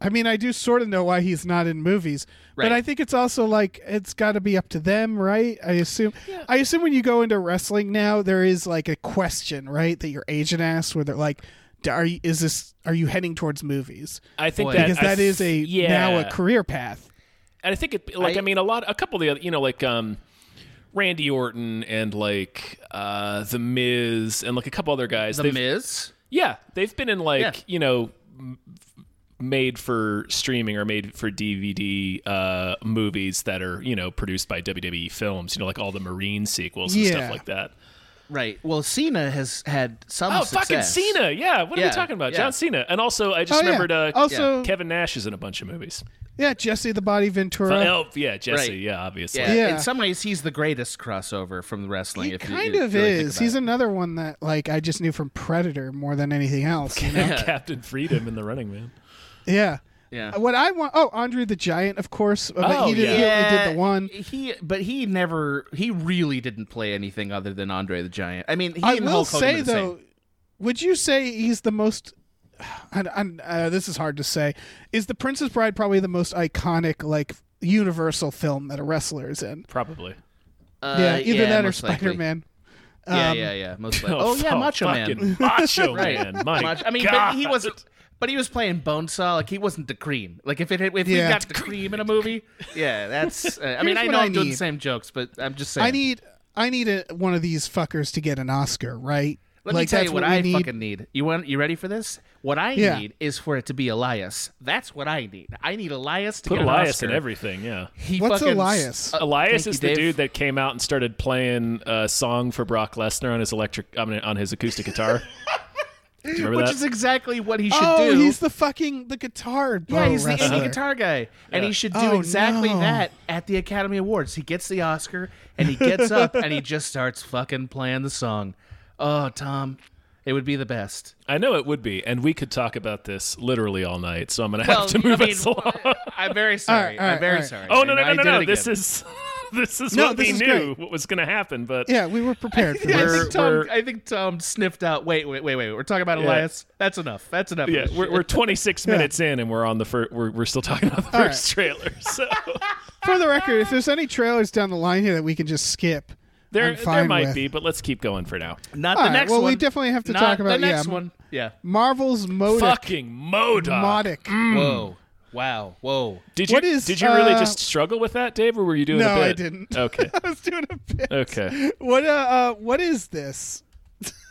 C: I mean, I do sort of know why he's not in movies,
D: Right.
C: but I think it's also like it's got to be up to them, right? I assume. I assume when you go into wrestling now, there is like a question, right, that your agent asks, where they're like, "D- "Are you, is this are you heading towards movies?"
A: I think
D: Oh, Boy.
A: that
C: Because
A: I
C: that
A: th-
C: is a
A: yeah.
C: now a career path.
A: and I think it like I,
D: I-
A: mean a lot a couple of the other you know like um Randy Orton and like uh the Miz and like a couple other guys
D: The
A: they've-
D: Miz.
A: yeah they've been in like
D: Yeah.
A: you know m- made for streaming or made for DVD uh movies that are you know produced by WWE films you know like all the Marine sequels and
C: Yeah.
A: stuff like that
D: Right. Well, Cena has had some.
A: oh
D: success.
A: fucking Cena yeah what are
D: Yeah,
A: we talking about
D: yeah.
A: John Cena and also I just
C: Oh, yeah.
A: remembered uh
C: Also-
A: yeah, Kevin Nash is in a bunch of movies
C: Yeah, Jesse the Body Ventura.
A: oh yeah Jesse
D: Right.
A: yeah obviously
D: Yeah.
C: Yeah.
D: In some ways, he's the greatest crossover from the wrestling.
C: He
D: if you-
C: kind
D: if you
C: of
D: really think
C: is.
D: about
C: He's
D: it.
C: another one that like I just knew from Predator more than anything else. You know?
A: Captain Freedom in the Running Man.
C: yeah.
D: Yeah.
C: What I want? Oh, Andre the Giant, of course. But
A: Oh,
C: he, did,
A: yeah.
C: he only did the one.
D: He, but he never. He really didn't play anything other than Andre the Giant. I mean, he
C: I
D: and
C: will
D: Hulk Hogan
C: say
D: are the same.
C: though, would you say he's the most? And, and, uh, this is hard to say. Is the Princess Bride probably the most iconic, like universal film that a wrestler is in?
A: Probably.
D: Uh,
C: yeah, either that or um,
D: most likely.
C: Spider Man.
D: Yeah, yeah, yeah. Most likely. Oh, yeah,
A: fuck,
D: Macho Man.
A: fucking Macho
D: Right.
A: Man. My
D: Macho- I mean,
A: God.
D: but he wasn't. But he was playing Bonesaw. Like he wasn't the cream. Like if it had, if
C: Yeah.
D: we got the cream in a movie, yeah, that's. Uh, I mean,
C: Here's
D: I
C: what
D: know
C: I
D: I'm doing the
C: need.
D: same jokes, but I'm just saying.
C: I need, I need a, one of these fuckers to get an Oscar, right?
D: Let me
C: like,
D: tell
C: that's
D: you what,
C: we
D: I
C: need.
D: fucking need. You want? You ready for this? What I
C: Yeah.
D: need is for it to be Elias. That's what I need. I need Elias to
A: Put
D: get an
A: Elias
D: Oscar.
A: in everything, yeah.
D: He
C: What's
D: fucking, uh,
C: Elias?
A: Elias
D: thank
A: is the
D: you, Dave.
A: dude that came out and started playing a song for Brock Lesnar on his electric I mean, on his acoustic guitar. Do you remember
D: which
A: that?
D: is exactly what he should
C: oh,
D: do.
C: he's the fucking the guitar.
D: yeah,
C: bro
D: he's the
C: wrestler.
D: indie guitar guy, and he should do
C: Oh,
D: exactly
C: no.
D: that at the Academy Awards. He gets the Oscar, and he gets up, and he just starts fucking playing the song. Oh, Tom, it would be the best.
A: I know it would be, and we could talk about this literally all night. So I'm gonna have
D: Well,
A: to move
D: I mean,
A: us along.
D: I'm very sorry.
C: All right, all right,
D: I'm very
C: all right.
D: sorry.
A: Oh no no
D: I know
A: no
D: I
A: no!
D: did
A: no.
D: it
A: This
D: again.
A: is this is
C: No,
A: what
C: this
A: we
C: is
A: knew
C: great.
A: what was gonna happen, but
C: Yeah, we were prepared for
D: I
C: this.
A: We're-
D: think, Tom,
A: we're-
D: I think Tom sniffed out. Wait, wait, wait, wait. We're talking about
A: Yeah.
D: Elias. That's enough. That's enough. of
A: yeah,
D: this
A: we're,
D: shit.
A: we're 26 minutes in, and we're on the first. We're, we're still talking about the
C: All
A: first trailer. So
C: For the record, if there's any trailers down the line here that we can just skip,
A: there
C: I'm fine
A: there might
C: with.
A: be, but let's keep going for now.
D: not
C: All
D: the
C: right,
D: next
C: well,
D: one.
C: we definitely have to
D: Not
C: talk about
D: the next
C: yeah,
D: one. Yeah. Mm.
C: Marvel's Modic.
A: Fucking Modoc.
C: Modic.
A: Mm.
D: Whoa. Wow. Whoa.
A: Did you
C: What is,
A: did you really
C: uh,
A: just struggle with that, Dave, or were you doing a
C: No,
A: bit?
C: I didn't.
A: Okay.
C: I was doing a bit.
A: Okay.
C: What uh, uh what is this?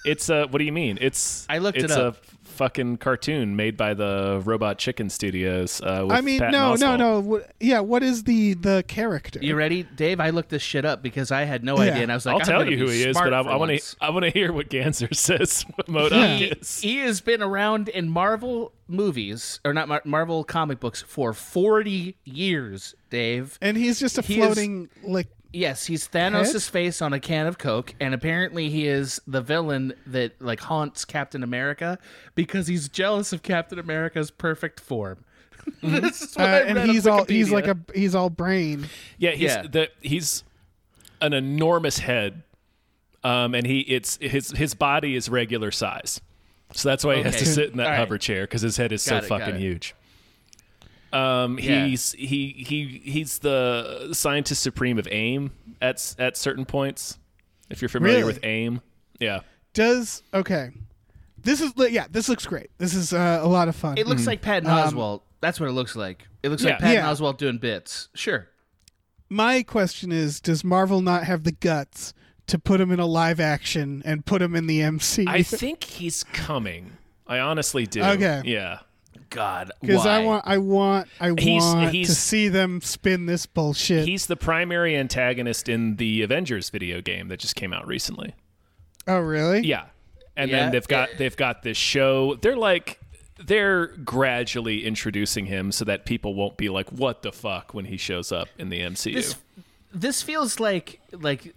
A: It's uh what do you mean? It's
D: I looked it
A: it's
D: up.
A: a f- fucking cartoon made by the Robot Chicken Studios uh with
C: I mean,
A: Patton
C: no, no,
A: Oswalt.
C: no. What, yeah, what is the the character?
D: You ready, Dave? I looked this shit up because I had no
C: Yeah.
D: idea, and I was like,
A: I'll
D: I'm
A: tell
D: gonna
A: you who
D: be
A: he is,
D: smart
A: but I,
D: for
A: I want
D: once.
A: to I want to hear what Ganser says what Modoc
C: Yeah.
A: is.
D: He has been around in Marvel movies or not Mar- Marvel comic books for 40 years, Dave.
C: and he's just a
D: He is-
C: floating like
D: Yes, he's Thanos' face on a can of Coke, and apparently he is the villain that like haunts Captain America because he's jealous of Captain America's perfect form. this is
C: uh,
D: what I read
C: and
D: on
C: he's all he's
D: Wikipedia.
C: like a he's all brain.
A: Yeah, he's
D: Yeah.
A: the he's an enormous head. Um and he it's his his body is regular size. So that's why he has
D: Okay.
A: to sit in that
D: All right.
A: hover chair cuz his head is
D: Got
A: so
D: it, got
A: fucking
D: it.
A: huge. Um
D: Yeah.
A: he's he he he's the scientist supreme of AIM at s- at certain points. If you're familiar
C: Really?
A: with AIM. Yeah.
C: Does okay. This is yeah. This looks great. This is uh, a lot of fun.
D: It looks like Patton Oswalt. That's what it looks like. It looks
A: Yeah.
D: like Patton
C: Yeah.
D: Oswalt doing bits. Sure.
C: My question is, does Marvel not have the guts to put him in a live action and put him in the MCU?
A: I think he's coming. I honestly do.
C: Okay.
A: Yeah.
D: God,
C: Because I
D: why?
C: want, I want, I
A: He's-
C: want to
A: he's-
C: see them spin this bullshit.
A: He's the primary antagonist in the Avengers video game that just came out recently.
C: oh, really?
A: Yeah. And
D: Yeah.
A: then they've got they've got this show. They're like they're gradually introducing him so that people won't be like, "What the fuck?" when he shows up in the MCU.
D: this. this feels like like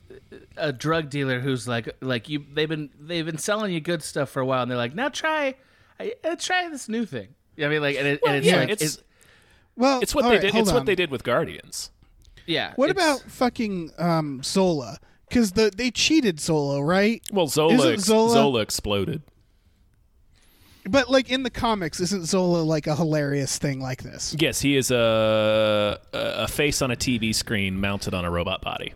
D: a drug dealer who's like like you they've been they've been selling you good stuff for a while and they're like now try I, I try this new thing You know what i mean like and, it, and it's
A: yeah,
D: like
A: it's-
D: it's-
C: Well,
A: It's what
C: all
A: they
C: right,
A: did.
C: hold
A: It's
C: on.
A: what they did with Guardians.
D: yeah
C: What
D: it's-
C: about fucking um, Zola? Because the they cheated Zola, right?
A: Well, Zola,
C: Isn't
A: ex-
C: Zola-
A: Zola exploded.
C: But like in the comics, isn't Zola like a hilarious thing like this?
A: Yes, he is a a face on a TV screen mounted on a robot body.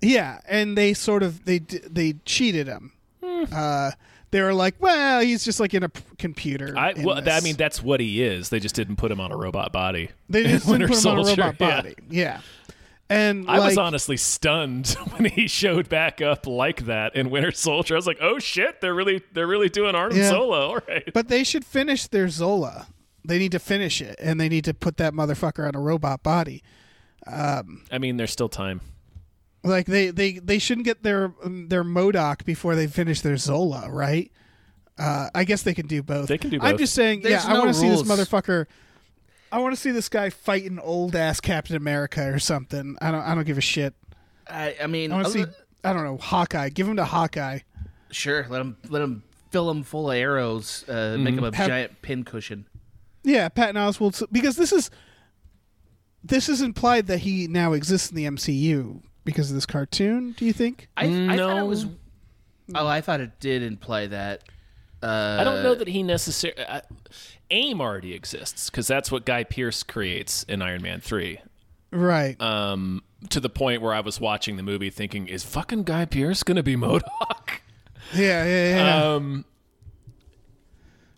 C: Yeah, and they sort of they d- they cheated him.
A: Hmm.
C: Uh, they were like, well, he's just like in a p- computer.
A: I
C: in
A: well, I
C: this.
A: mean, that's what he is. They just didn't put him on a robot body.
C: they just didn't
A: Winter
C: put him on a
A: Soldier,
C: robot
A: yeah.
C: body. Yeah, and
A: I was
C: like-
A: honestly stunned when he showed back up like that in Winter Soldier. I was like, "Oh shit, they're really they're really doing Arnim
C: Yeah.
A: Solo." All right.
C: But they should finish their Zola. They need to finish it, and they need to put that motherfucker on a robot body.
A: I mean, there's still time.
C: Like they they they shouldn't get their um, their Modoc before they finish their Zola, right? Uh, I guess they can do both.
A: They can do
C: I'm
A: both.
C: just saying,
D: There's
C: yeah, I
D: no
C: want to see this
D: rules.
C: motherfucker. I want to see this guy fighting old ass Captain America or something. I don't I don't give a shit.
D: I, I mean
C: I want to
D: other-
C: see I don't know Hawkeye. Give him to Hawkeye.
D: sure let him let him fill him full of arrows uh,
A: Mm-hmm.
D: make him a
C: Have-
D: giant pincushion
C: Yeah, Patton Oswald because this is this is implied that he now exists in the MCU because of this cartoon. Do you think?
D: I, I thought it was
A: No.
D: oh I thought it did imply that uh,
A: I don't know that he necessarily. AIM already exists because that's what Guy Pierce creates in Iron Man 3.
D: Uh,
C: Right.
A: Um, to the point where I was watching the movie thinking, is fucking Guy Pierce going to be Modoc?
C: yeah, yeah, yeah.
D: uh,
A: Um,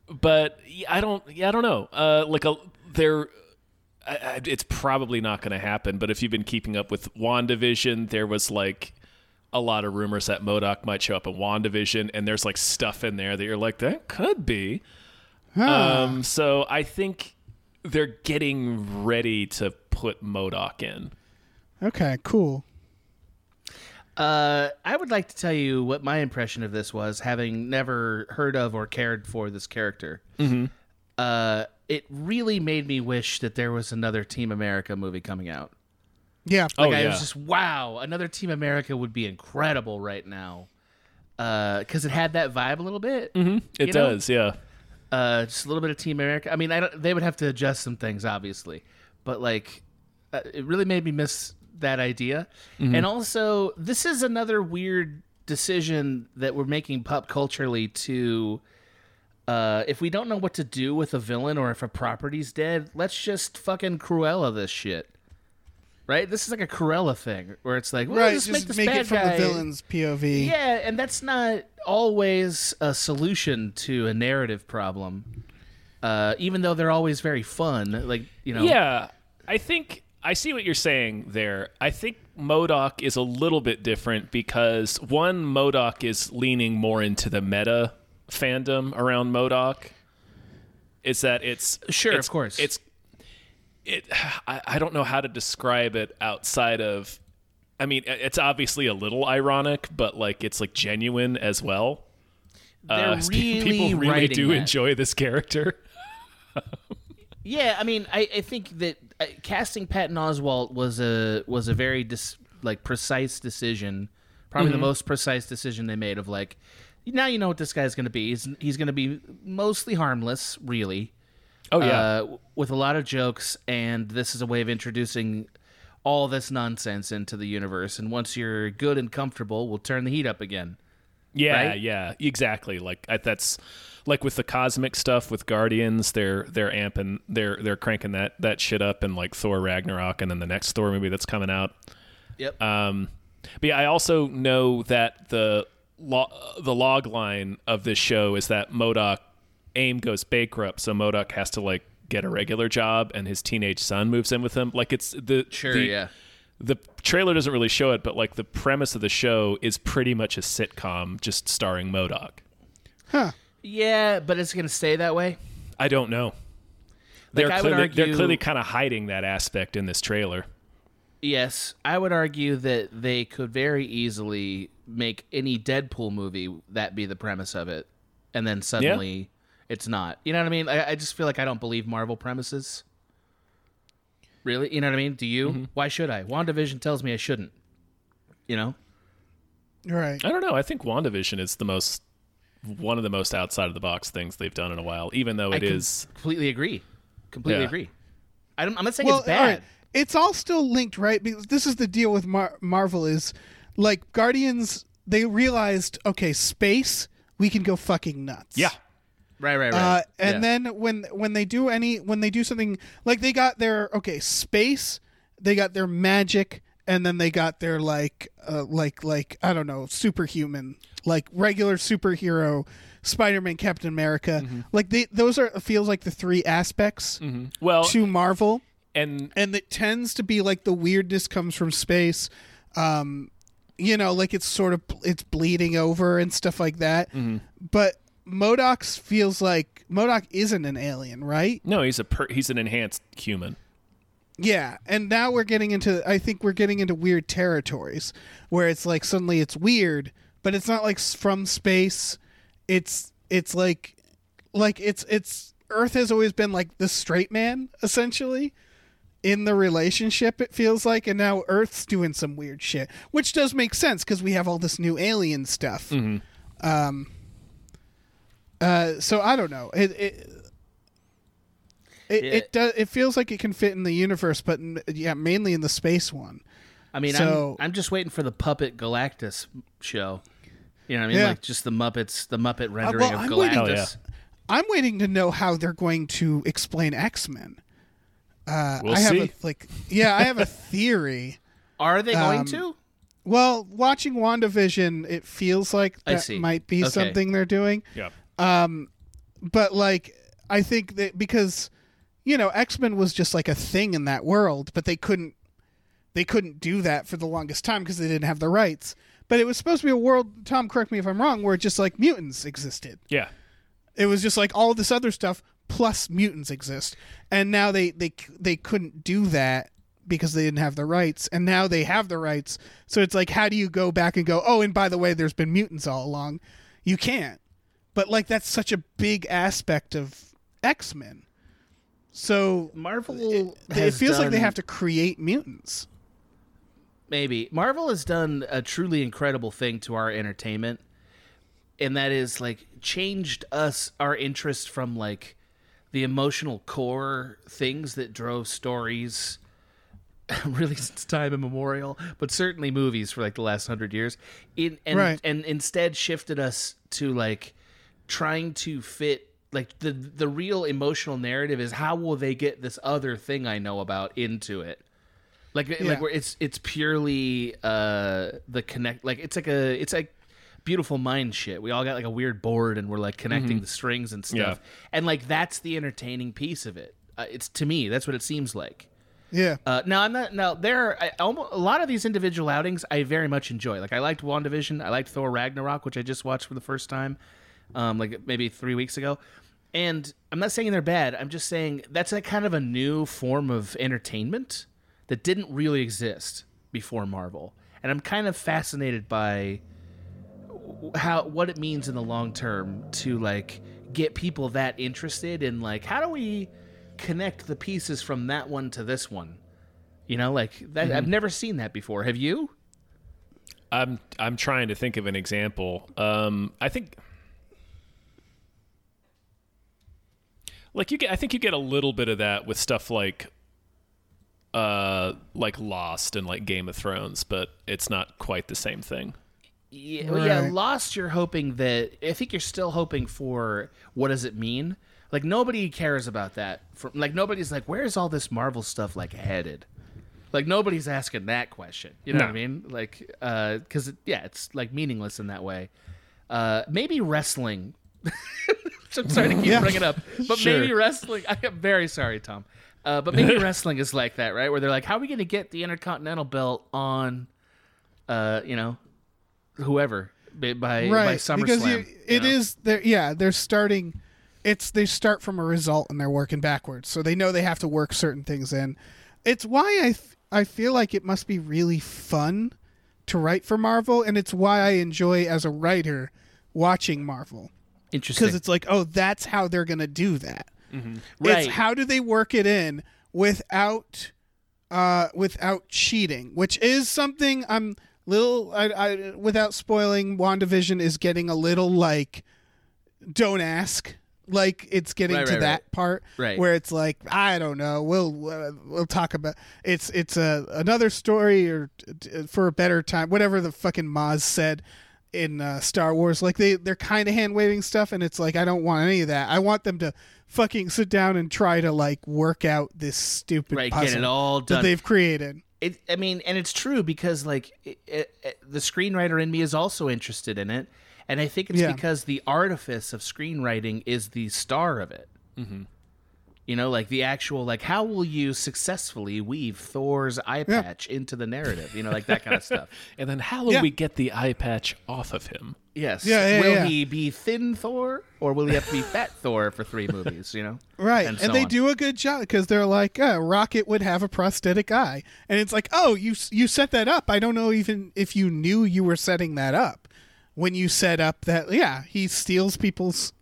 A: but yeah, I don't. Yeah, I don't know. Uh, like a there. I, I, it's probably not going to happen. But if you've been keeping up with Wandavision, there was like a lot of rumors that Modoc might show up in Wandavision, and there's like stuff in there that you're like, that could be. Um, so I think they're getting ready to put Modoc in.
C: okay, cool.
D: Uh, I would like to tell you what my impression of this was, having never heard of or cared for this character.
A: Mm-hmm.
D: Uh, it really made me wish that there was another Team America movie coming out.
C: Yeah.
A: Oh
D: Like, I
A: yeah,
D: was just wow, another Team America would be incredible right now. Because it had that vibe a little bit.
A: it
D: you know?
A: does. Yeah.
D: Uh, just a little bit of Team America. I mean, I don't, they would have to adjust some things, obviously, but like, uh, it really made me miss that idea.
C: Mm-hmm.
D: And also, this is another weird decision that we're making pop culturally to, uh, if we don't know what to do with a villain or if a property's dead, let's just fucking Cruella this shit. Right, this is like a Cruella thing where it's like, well,
C: right.
D: just,
C: Just
D: make this bad
C: it from
D: guy.
C: the villain's POV.
D: Yeah, and that's not always a solution to a narrative problem. Uh, even though they're always very fun, like you know,
A: Yeah, I think I see what you're saying there. I think Modoc is a little bit different because one Modoc is leaning more into the meta fandom around Modoc. Is that it's
D: Sure, of
A: it's-
D: course.
A: it's it. I, I don't know how to describe it outside of. I mean, it's obviously a little ironic, but like it's like genuine as well.
D: they're
A: Uh,
D: really
A: people really
D: writing
A: do
D: that.
A: enjoy this character.
D: Yeah, I mean, I, I think that uh, casting Patton Oswalt was a was a very dis, like precise decision, probably the most precise decision they made of like, now you know what this guy's going to be. He's he's going to be mostly harmless, really.
A: Oh
D: uh, w- with a lot of jokes, and this is a way of introducing all this nonsense into the universe. And once you're good and comfortable, we'll turn the heat up again.
A: Yeah,
D: right?
A: yeah, exactly. Like I, that's like with the cosmic stuff with Guardians, they're they're amping, they're they're cranking that that shit up, and like Thor Ragnarok, and then the next Thor movie that's coming out.
D: Yep.
A: Um, but yeah, I also know that the lo- the log line of this show is that Modoc AIM goes bankrupt, so Modoc has to like get a regular job, and his teenage son moves in with him. Like it's the
D: sure.
A: the-
D: yeah.
A: the trailer doesn't really show it, but like the premise of the show is pretty much a sitcom, just starring Modoc.
C: Huh.
D: Yeah, but it's going to stay that way.
A: I don't know. They're
D: I would
A: clearly they're
D: argue-
A: clearly kind of hiding that aspect in this trailer.
D: Yes, I would argue that they could very easily make any Deadpool movie that be the premise of it, and then suddenly it's not. You know what I mean? I, I just feel like I don't believe Marvel premises. really? You know what I mean? Do you? Why should I? WandaVision tells me I shouldn't. You know?
C: Right.
A: I don't know. I think WandaVision is the most one of the most outside of the box things they've done in a while, even though it
D: I com-
A: is
D: completely agree. Completely
A: Yeah.
D: agree. I don't, I'm not saying
C: Well,
D: it's bad.
C: all right. It's all still linked, right? Because this is the deal with Mar- Marvel is like Guardians. They realized, okay, space, we can go fucking nuts.
A: Yeah.
D: Right, right, right.
C: Uh, and
D: Yeah.
C: then when when they do any when they do something like they got their okay space, they got their magic, and then they got their like uh, like like I don't know superhuman like regular superhero, Spider Man, Captain America.
D: Mm-hmm.
C: Like they those are feels like the three aspects
A: Well
C: to Marvel
A: and
C: and it tends to be like the weirdness comes from space um you know like it's sort of it's bleeding over and stuff like that but modoc feels like modoc isn't an alien right
A: no, he's a per- he's an enhanced human.
C: yeah and now we're getting into i think we're getting into weird territories where it's like suddenly it's weird but it's not like s- from space it's it's like like it's it's earth has always been like the straight man essentially in the relationship it feels like and now earth's doing some weird shit which does make sense because we have all this new alien stuff um uh so i don't know it it it,
D: Yeah.
C: it does. It feels like it can fit in the universe, but n- yeah, mainly in the space one.
D: I mean,
C: so-
D: I'm, I'm just waiting for the Puppet Galactus show. You know what I mean?
C: Yeah, Uh,
D: Like just the Muppets, the Muppet rendering of
C: I'm waiting-
A: Hell yeah.
D: Galactus.
C: I'm waiting to know how they're going to explain X Men. Uh,
A: We'll
C: I have
A: see.
C: a, like, yeah, I have a theory.
D: Are they going
C: Um,
D: to?
C: Well, watching WandaVision, it feels like
D: I
C: that
D: see.
C: might be
D: Okay.
C: something they're doing. Um,
A: Yeah.
C: But like, I think that because you know X Men was just like a thing in that world, but they couldn't they couldn't do that for the longest time because they didn't have the rights. But it was supposed to be a world. Tom, correct me if I'm wrong. Where just like mutants existed.
A: Yeah.
C: It was just like all this other stuff plus mutants exist, and now they they they couldn't do that because they didn't have the rights, and now they have the rights. So it's like, how do you go back and go? Oh, and by the way, there's been mutants all along. You can't. But like that's such a big aspect of X Men. So
D: Marvel.
C: it
D: has
C: feels like they
D: done-
C: have to create mutants.
D: maybe Marvel has done a truly incredible thing to our entertainment, and that is like changed us our interest from like the emotional core things that drove stories really since time immemorial, but certainly movies for like the last hundred years, in and
C: Right.
D: and instead shifted us to like trying to fit like the the real emotional narrative is how will they get this other thing I know about into it like like where it's it's purely uh the connect like it's like a it's like beautiful mind shit we all got like a weird board and we're like connecting the strings and stuff and like that's the entertaining piece of it uh, it's to me that's what it seems like
C: Yeah.
D: uh, now I'm not. Now there are I, almost, a lot of these individual outings I very much enjoy. Like I liked Wandavision. I liked Thor Ragnarok, which I just watched for the first time, um, like maybe three weeks ago. And I'm not saying they're bad. I'm just saying that's a kind of a new form of entertainment that didn't really exist before Marvel. And I'm kind of fascinated by how what it means in the long term to like get people that interested in like how do we connect the pieces from that one to this one you know like that i've never seen that before have you
A: I'm I'm trying to think of an example. Um, I think like you get I think you get a little bit of that with stuff like uh like Lost and like Game of Thrones, but it's not quite the same thing.
D: yeah, well, yeah
C: Right.
D: lost you're hoping that i think you're still hoping for what does it mean like nobody cares about that from like nobody's like where's all this marvel stuff like headed like nobody's asking that question you know what i mean like uh because yeah it's like meaningless in that way uh maybe wrestling i'm sorry to keep bringing it up but maybe wrestling i am very sorry tom uh, but maybe wrestling is like that right where they're like how are we going to get the intercontinental belt on uh you know whoever by by, by SummerSlam.
C: because you,
D: you
C: it
D: know?
C: is they're yeah they're starting it's they start from a result and they're working backwards so they know they have to work certain things in it's why i f- i feel like it must be really fun to write for marvel and it's why i enjoy as a writer watching marvel
D: interesting. Mm-hmm.
C: because it's like oh that's how they're gonna do that
D: Right.
C: it's how do they work it in without uh, without cheating, which is something I'm little. I, I without spoiling, Wandavision is getting a little like, don't ask. Like it's getting
D: Right,
C: to
D: right,
C: that
D: right.
C: part
D: Right.
C: where it's like I don't know. We'll we'll we'll talk about it's it's a another story or t- for a better time. Whatever the fucking Maz said in uh, Star Wars, like they they're kind of hand waving stuff, and it's like I don't want any of that. I want them to fucking sit down and try to like work out this stupid
D: Right, get
C: puzzle
D: it all
C: that
D: done.
C: they've created.
D: It, I mean, and it's true because like it, it, the screenwriter in me is also interested in it, and I think it's
C: Yeah.
D: because the artifice of screenwriting is the star of it. Mm-hmm. You know, like the actual like how will you successfully weave Thor's eye patch into the narrative? You know, like that kind of stuff.
A: And then how will
C: Yeah.
A: we get the eye patch off of him?
D: Yes.
C: Yeah, yeah,
D: will
C: yeah.
D: he be thin Thor or will he have to be fat Thor for three movies? You know.
C: Right, and,
D: so
C: they
D: on.
C: do a good job because they're like, uh, Rocket would have a prosthetic eye, and it's like, oh, you you set that up. I don't know even if you knew you were setting that up when you set up that. Yeah, he steals people's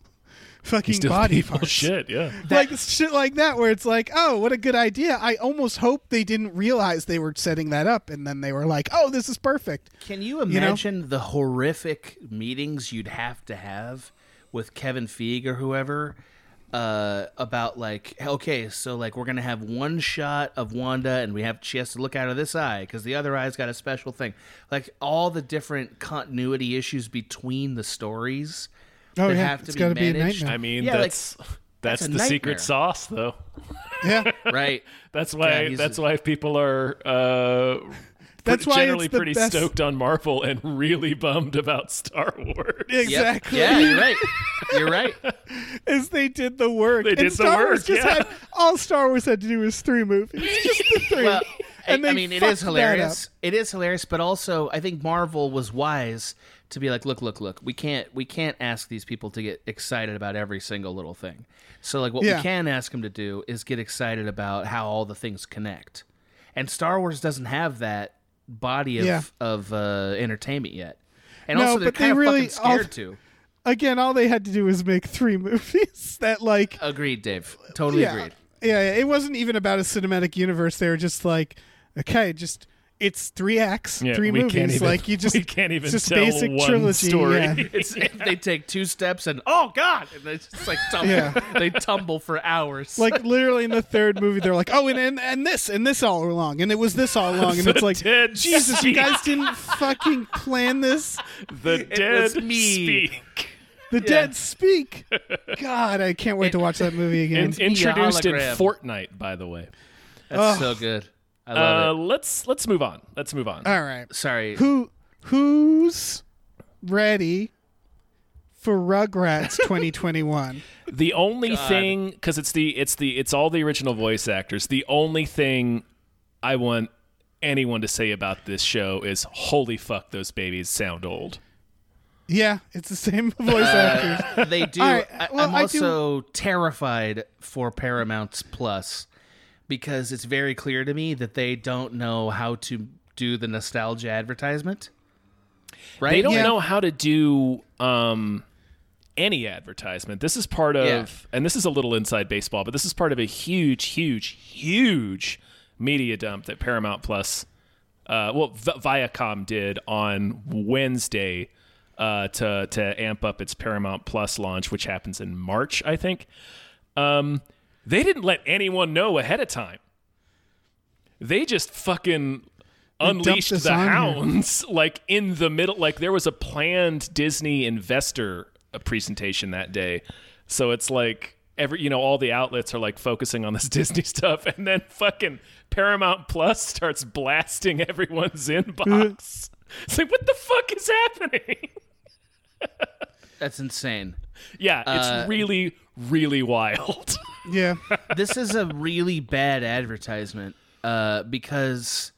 C: fucking
A: Still
C: body
A: people
C: parts.
A: shit, yeah.
C: Like shit like that, where it's like, oh, what a good idea. I almost hope they didn't realize they were setting that up, and then they were like, oh, this is perfect.
D: Can you
C: know?
D: imagine the horrific meetings you'd have to have with Kevin Feige or whoever uh, about like, okay, so like we're gonna have one shot of Wanda, and we have she has to look out of this eye because the other eye's got a special thing. Like all the different continuity issues between the stories
C: Oh,
D: that
C: yeah,
D: have to
C: it's
D: be
C: gotta be a
D: managed.
C: nightmare.
A: I mean,
D: Yeah, like,
A: that's that's,
D: that's a
A: the
D: nightmare.
A: secret sauce, though.
C: Yeah,
D: right.
A: That's why
D: Yeah, he's
A: that's
D: a-
A: why people are uh,
C: That's
A: pre-
C: why it's
A: generally
C: the
A: pretty
C: best-
A: stoked on Marvel and really bummed about Star Wars.
D: Yep.
C: exactly.
D: Yeah, you're right. You're right.
C: is they did the work.
A: They
C: and
A: did the
C: Star Wars
A: work,
C: just
A: yeah.
C: had all Star Wars had to do was three movies, just the three.
D: well,
C: and
D: I, I
C: they
D: mean, it
C: fucked
D: is
C: that
D: hilarious. It is hilarious, but also I think Marvel was wise to be like, look, look, look. We can't, we can't ask these people to get excited about every single little thing. So like, what
C: Yeah.
D: we can ask them to do is get excited about how all the things connect. And Star Wars doesn't have that body of
C: Yeah.
D: of uh, entertainment yet. And
C: No,
D: also, they're
C: but they
D: kind of
C: really
D: fucking scared
C: all-
D: to.
C: Again, all they had to do was make three movies that like
D: Agreed, Dave. Totally
C: yeah,
D: agreed.
C: yeah, yeah, it wasn't even about a cinematic universe. They were just like, okay, just it's three acts,
A: Yeah,
C: three
A: we
C: movies.
A: can't even-
C: like you just
A: we can't even
C: it's just
A: tell
C: basic
A: one
C: trilogy.
A: story.
C: Yeah.
D: It's they take two steps and oh god, and they just like tumble.
C: Yeah.
D: They tumble for hours.
C: Like literally in the third movie, they're like, "Oh, and and, and this and this all along, and it was this all along," and
A: The
C: it's like,
A: dead
C: "Jesus, you
A: speak.
C: guys didn't fucking plan this."
A: The
D: was
A: dead
D: me.
A: speak.
C: The dead speak. God, I can't wait to watch that movie again.
A: And introduced in
D: hologram.
A: Fortnite, by the way.
D: That's so good. I love
A: Uh, let's let's move on. Let's move on.
C: All right.
D: it. Sorry.
C: Who who's ready for Rugrats 2021?
A: The only thing, because it's the it's the it's all the original voice actors. The only thing I want anyone to say about this show is, "Holy fuck, those babies sound old."
C: yeah, it's the same voice
A: Uh.
C: actors.
D: they do.
C: All right,
D: I,
C: well,
D: I'm
C: I do-
D: also terrified for Paramount's Plus because it's very clear to me that they don't know how to do the nostalgia advertisement. Right?
A: They don't
C: Yeah.
A: know how to do um, any advertisement. This is part of,
D: Yeah.
A: and this is a little inside baseball, but this is part of a huge, huge, huge media dump that Paramount Plus, uh, well, v- Viacom did on Wednesday uh, to to amp up its Paramount Plus launch, which happens in March, I think. Um, they didn't let anyone know ahead of time. They just fucking
C: dumped
A: unleashed
C: this
A: the
C: on you.
A: hounds like in the middle. Like there was a planned Disney investor uh, presentation that day, so it's like every you know all the outlets are like focusing on this Disney stuff, and then fucking Paramount Plus starts blasting everyone's inbox. It's like what the fuck is happening?
D: That's insane.
A: yeah, it's
D: Uh,
A: really really wild.
C: Yeah.
D: this is a really bad advertisement uh, because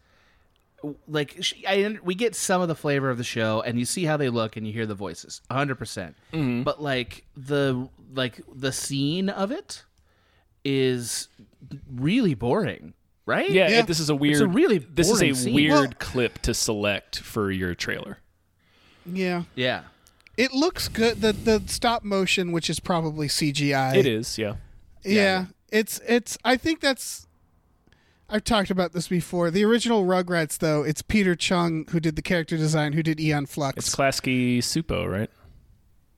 D: like sh- I, we get some of the flavor of the show and you see how they look and you hear the voices 100% percent but like the like the scene of it is really boring right
A: Yeah,
C: Yeah.
A: It, this is a weird.
D: a really
A: this is a
D: boring scene.
A: weird
C: Well-
A: clip to select for your trailer.
C: Yeah.
D: yeah
C: It looks good. The the stop motion, which is probably CGI.
A: It is, yeah.
C: Yeah. It's it's I think that's I've talked about this before. The original Rugrats, though, it's Peter Chung who did the character design, who did Eon Flux.
A: It's Klasky Supo, right?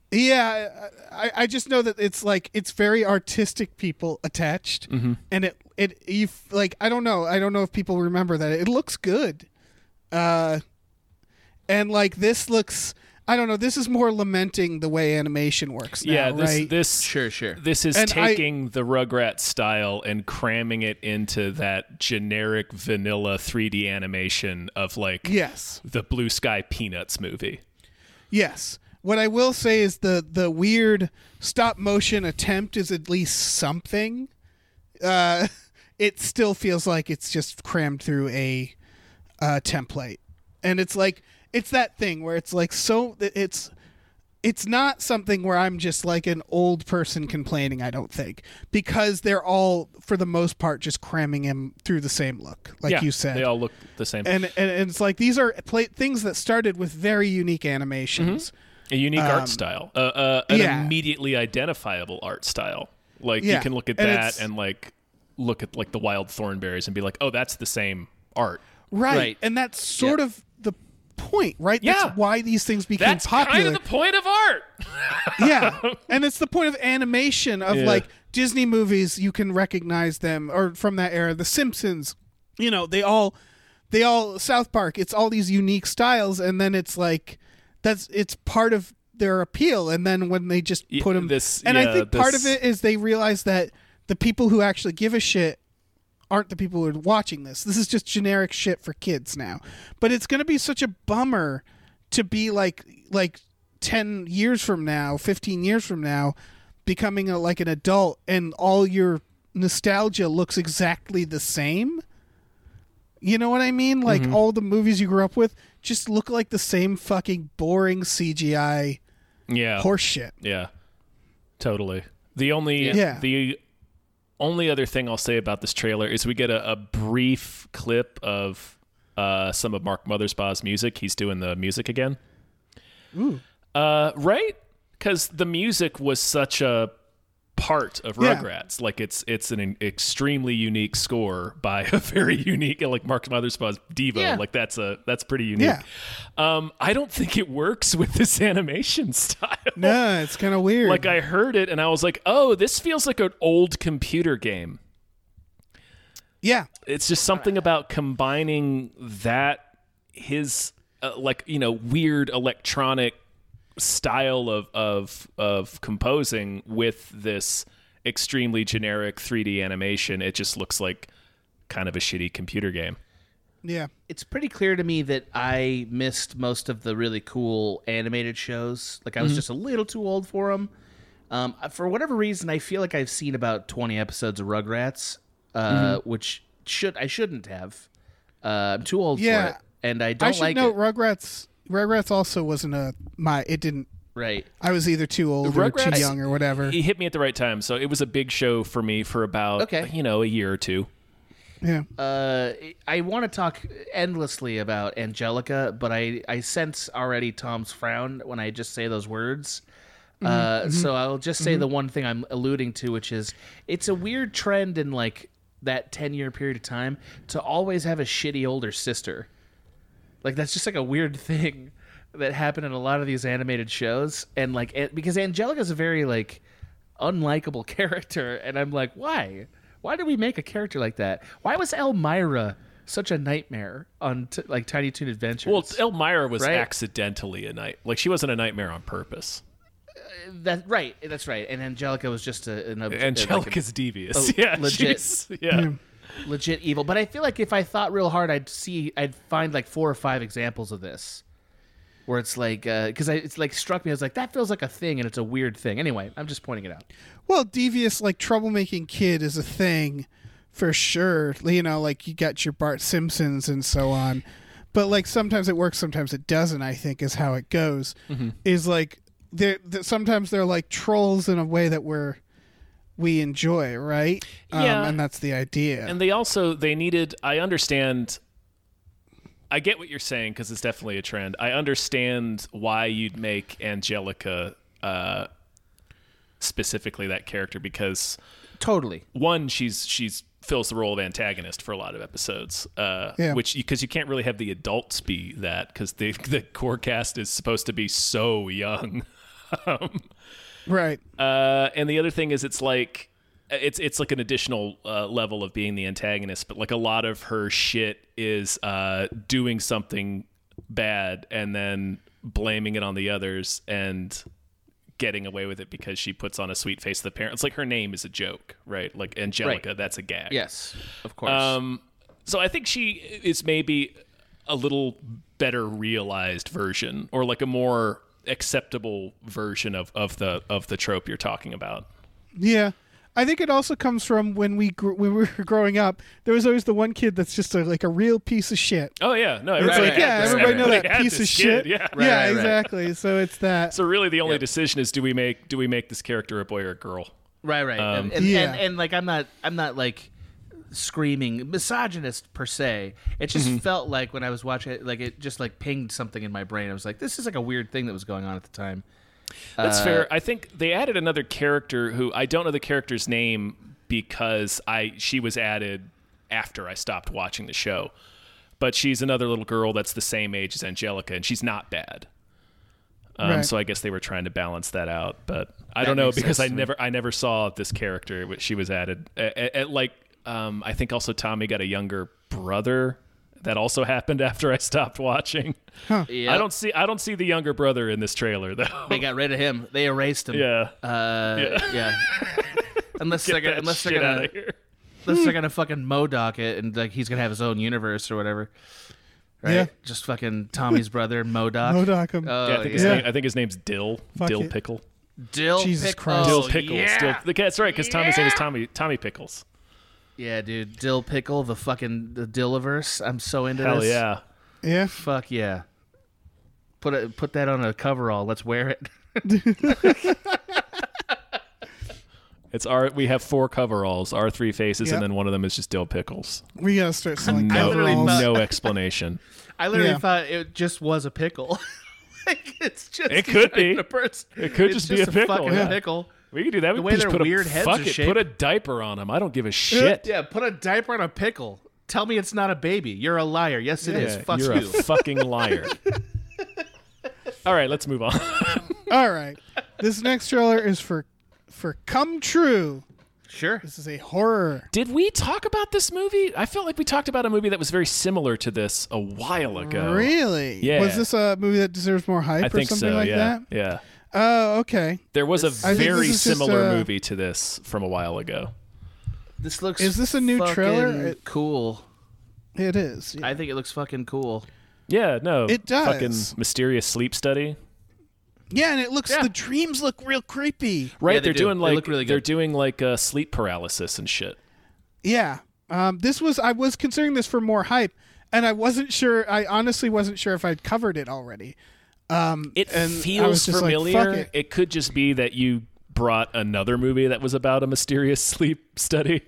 C: Yeah, I, I just know that it's like it's very artistic people attached,
A: Mm-hmm.
C: and it it you f- like I don't know I don't know if people remember that it looks good, uh, and like this looks I don't know this is more lamenting the way animation works. Now,
A: yeah, this
C: right?
A: this
D: Sure, sure.
A: This is
C: And I-
A: taking the Rugrats style and cramming it into that generic vanilla 3D animation of like
C: yes,
A: the Blue Sky Peanuts movie.
C: yes. What I will say is the the weird stop motion attempt is at least something. Uh, it still feels like it's just crammed through a uh, template, and it's like it's that thing where it's like so it's it's not something where I'm just like an old person complaining. I don't think because they're all for the most part just cramming him through the same look, like
A: yeah,
C: you said.
A: they all look the same.
C: and, and and it's like these are pla things that started with very unique animations.
A: A unique art style, uh, uh, an
C: um, yeah.
A: immediately identifiable art style. Like you
C: Yeah,
A: can look at
C: and
A: that
C: it's-
A: and like look at like the wild thornberries and be like, oh, that's the same art.
C: Right.
D: Right.
C: And that's sort of the point, right?
A: Yeah.
C: That's why these things became
A: That's
C: popular.
A: kind of the point of art.
C: yeah. And it's the point of animation of
A: Yeah.
C: like Disney movies, you can recognize them or from that era, The Simpsons, you know, they all they all South Park, it's all these unique styles and then it's like that's it's part of their appeal and then when they just
A: Yeah,
C: put them
A: this-
C: and
A: yeah,
C: I think part
A: this-
C: of it is they realize that the people who actually give a shit aren't the people who are watching this. This is just generic shit for kids now. But it's going to be such a bummer to be like like 10 years from now, 15 years from now becoming a, like an adult and all your nostalgia looks exactly the same. You know what I mean? Like
A: Mm-hmm.
C: all the movies you grew up with just look like the same fucking boring CGI
A: yeah.
C: horse shit.
A: Yeah. Totally. The only
C: Yeah.
A: the only other thing I'll say about this trailer is we get a, a brief clip of uh, some of Mark Mothersbaugh's music. He's doing the music again. Ooh. Uh, right? Because the music was such a part of
C: Yeah.
A: Rugrats. Like it's it's an extremely unique score by a very unique like Mark Mothersbaugh's Devo.
D: Yeah.
A: Like that's a that's pretty unique.
C: Yeah.
A: Um, I don't think it works with this animation style.
C: No, it's kind of weird.
A: Like I heard it and I was like, "Oh, this feels like an old computer game."
C: yeah.
A: It's just something about combining that his uh, like, you know, weird electronic style of of of composing with this extremely generic 3D animation. It just looks like kind of a shitty computer game.
C: Yeah.
D: it's pretty clear to me that I missed most of the really cool animated shows. Like I
C: Mm-hmm.
D: was just a little too old for them. Um, for whatever reason, I feel like I've seen about twenty episodes of Rugrats, uh,
C: Mm-hmm.
D: which should I shouldn't have. Uh, I'm too old
C: Yeah.
D: for it, and I don't
C: I should
D: like
C: know
D: it.
C: Rugrats. Rugrats also wasn't a my. It didn't.
D: right?
C: I was either too old or
A: Rugrats-
C: too young or whatever.
A: He hit me at the right time, so it was a big show for me for about
D: Okay.
A: you know, a year or two.
C: Yeah.
D: Uh, I want to talk endlessly about Angelica, but I, I sense already Tom's frown when I just say those words. Uh, So I'll just say the one thing I'm alluding to, which is it's a weird trend in like that 10 year period of time to always have a shitty older sister. Like that's just like a weird thing that happened in a lot of these animated shows, and like a- because Angelica's a very like unlikable character, and I'm like, why? Why did we make a character like that? Why was Elmira such a nightmare on t- like Tiny Toon Adventures?
A: Well, Elmira was
D: Right.
A: accidentally a night. Like she wasn't a nightmare on purpose.
D: that right, that's right. And Angelica was just a, an ob-
A: Angelica's devious.
D: Oh,
A: yeah,
D: legit.
A: she's- Yeah.
D: like a legit evil. But I feel like if I thought real hard, I'd see, I'd find like four or five examples of this. Where it's like, because I it's like struck me, I was like, that feels like a thing, and it's a weird thing. Anyway, I'm just pointing it out.
C: Well, devious like troublemaking kid is a thing, for sure. You know, like you got your Bart Simpsons and so on, but like sometimes it works, sometimes it doesn't. I think is how it goes.
A: Mm-hmm.
C: Is like they're, th- sometimes they're like trolls in a way that we're we enjoy, right? Um,
A: Yeah.
C: and that's the idea.
A: And they also they needed I understand I get what you're saying cuz it's definitely a trend. I understand why you'd make Angelica uh specifically that character because
D: Totally.
A: one she's she's fills the role of antagonist for a lot of episodes. Uh,
C: Yeah.
A: Which because you can't really have the adults be that because the the core cast is supposed to be so young. um,
C: Right.
A: uh, and the other thing is, it's like it's it's like an additional uh, level of being the antagonist, but like a lot of her shit is uh, doing something bad and then blaming it on the others and getting away with it because she puts on a sweet face to the parents. Like her name is a joke, right? Like Angelica, that's a gag.
D: Yes, of course.
A: Um, so I think she is maybe a little better realized version, or like a more acceptable version of, of the of the trope you're talking about.
C: Yeah. I think it also comes from when we grew, when we were growing up. There was always the one kid that's just a, like a real piece of shit.
A: Oh yeah, no,
C: It's
A: everybody
C: like,
A: had
C: yeah,
A: this-
C: everybody know that
A: had
C: piece of
A: this
C: shit.
A: kid, Yeah.
D: Right,
C: yeah,
D: right, right.
C: exactly. So it's that.
A: So really, the only decision is do we make do we make this character a boy or a girl?
D: Right, right,
A: um,
D: and, and,
C: Yeah.
D: and, and like I'm not, I'm not like screaming misogynist per se. It just
A: Mm-hmm.
D: felt like when I was watching it, like it just like pinged something in my brain. I was like, this is like a weird thing that was going on at the time.
A: That's
D: Uh,
A: fair. I think they added another character who I don't know the character's name because I she was added after I stopped watching the show. But she's another little girl that's the same age as Angelica, and she's not bad. Um,
C: Right.
A: So I guess they were trying to balance that out, but I don't know
D: makes
A: because
D: sense
A: I
D: to me.
A: never I never saw this character. which She was added at, at, at, like um, I think also Tommy got a younger brother. That also happened after I stopped watching.
D: Yeah,
A: I don't see I don't see the younger brother in this trailer though.
D: They got rid of him. They erased him.
A: yeah.
D: Uh, yeah.
A: Yeah.
D: unless
A: Get
D: they're gonna,
A: that
D: unless they're
A: shit
D: gonna,
A: outta here.
D: unless they're gonna fucking Modoc it, and like he's gonna have his own universe or whatever. Right?
C: Yeah.
D: Just fucking Tommy's brother Modoc.
C: Modoc him.
D: Oh,
A: yeah, I think, his
C: yeah.
A: Name, I think his name's Dill.
C: Fuck
A: Dill
C: it.
A: Pickle.
D: Dill
C: Jesus
D: Pickle.
C: Christ.
A: Dill Pickles.
D: Yeah.
A: Dill, the, that's right, because Tommy's name is Tommy Tommy Pickles.
D: Yeah, dude, dill pickle, the fucking the dilliverse. I'm so into
A: Hell
D: this.
A: yeah.
C: yeah.
D: Fuck yeah. Put a, put that on a coverall. Let's wear it.
A: It's our we have four coveralls, our three faces,
C: Yep.
A: and then one of them is just Dill Pickles.
C: We gotta start selling
A: No,
D: literally thought-
C: coveralls.
A: no explanation.
D: I literally
C: Yeah.
D: thought it just was a pickle. like it's just
A: It could be.
D: a person.
A: It could
D: It's
A: just be a pickle,
D: fucking
A: yeah.
D: pickle.
A: We could do that. We
D: The
A: could
D: way
A: just
D: their
A: put
D: weird
A: a
D: heads
A: fuck
D: are
A: it,
D: shaped.
A: put a diaper on them. I don't give a shit.
D: Yeah, put a diaper on a pickle. Tell me it's not a baby. You're a liar. Yes, it
A: Yeah,
D: is. Fuck
A: you're
D: you.
A: a fucking liar. All right, let's move on.
C: All right. This next trailer is for for Come True.
D: sure.
C: This is a horror.
A: Did we talk about this movie? I felt like we talked about a movie that was very similar to this a while ago.
C: Really?
A: Yeah.
C: Was this a movie that deserves more hype
A: I
C: or
A: think
C: something
A: so.
C: like
A: yeah,
C: that?
A: yeah.
C: Oh, okay.
A: There was a
C: I think this
A: very
C: is just,
A: similar
C: uh,
A: movie to this from a while ago.
D: This looks.
C: Is this a new
D: fucking
C: trailer? It-
D: Cool.
C: It is. yeah.
D: I think it looks fucking cool.
A: Yeah, no,
C: It does.
A: Fucking mysterious sleep study.
C: Yeah, and it looks
A: Yeah.
C: the dreams look real creepy.
A: Right,
D: they
A: are
D: do.
A: doing
D: They
A: like
D: look really good.
A: are doing like uh, sleep paralysis and shit.
C: Yeah. Um, this was I was considering this for more hype, and I wasn't sure. I honestly wasn't sure if I'd covered it already.
A: It
C: And I was
A: feels
C: just like,
A: familiar.
C: fuck it.
A: could just be that you brought another movie that was about a mysterious sleep study.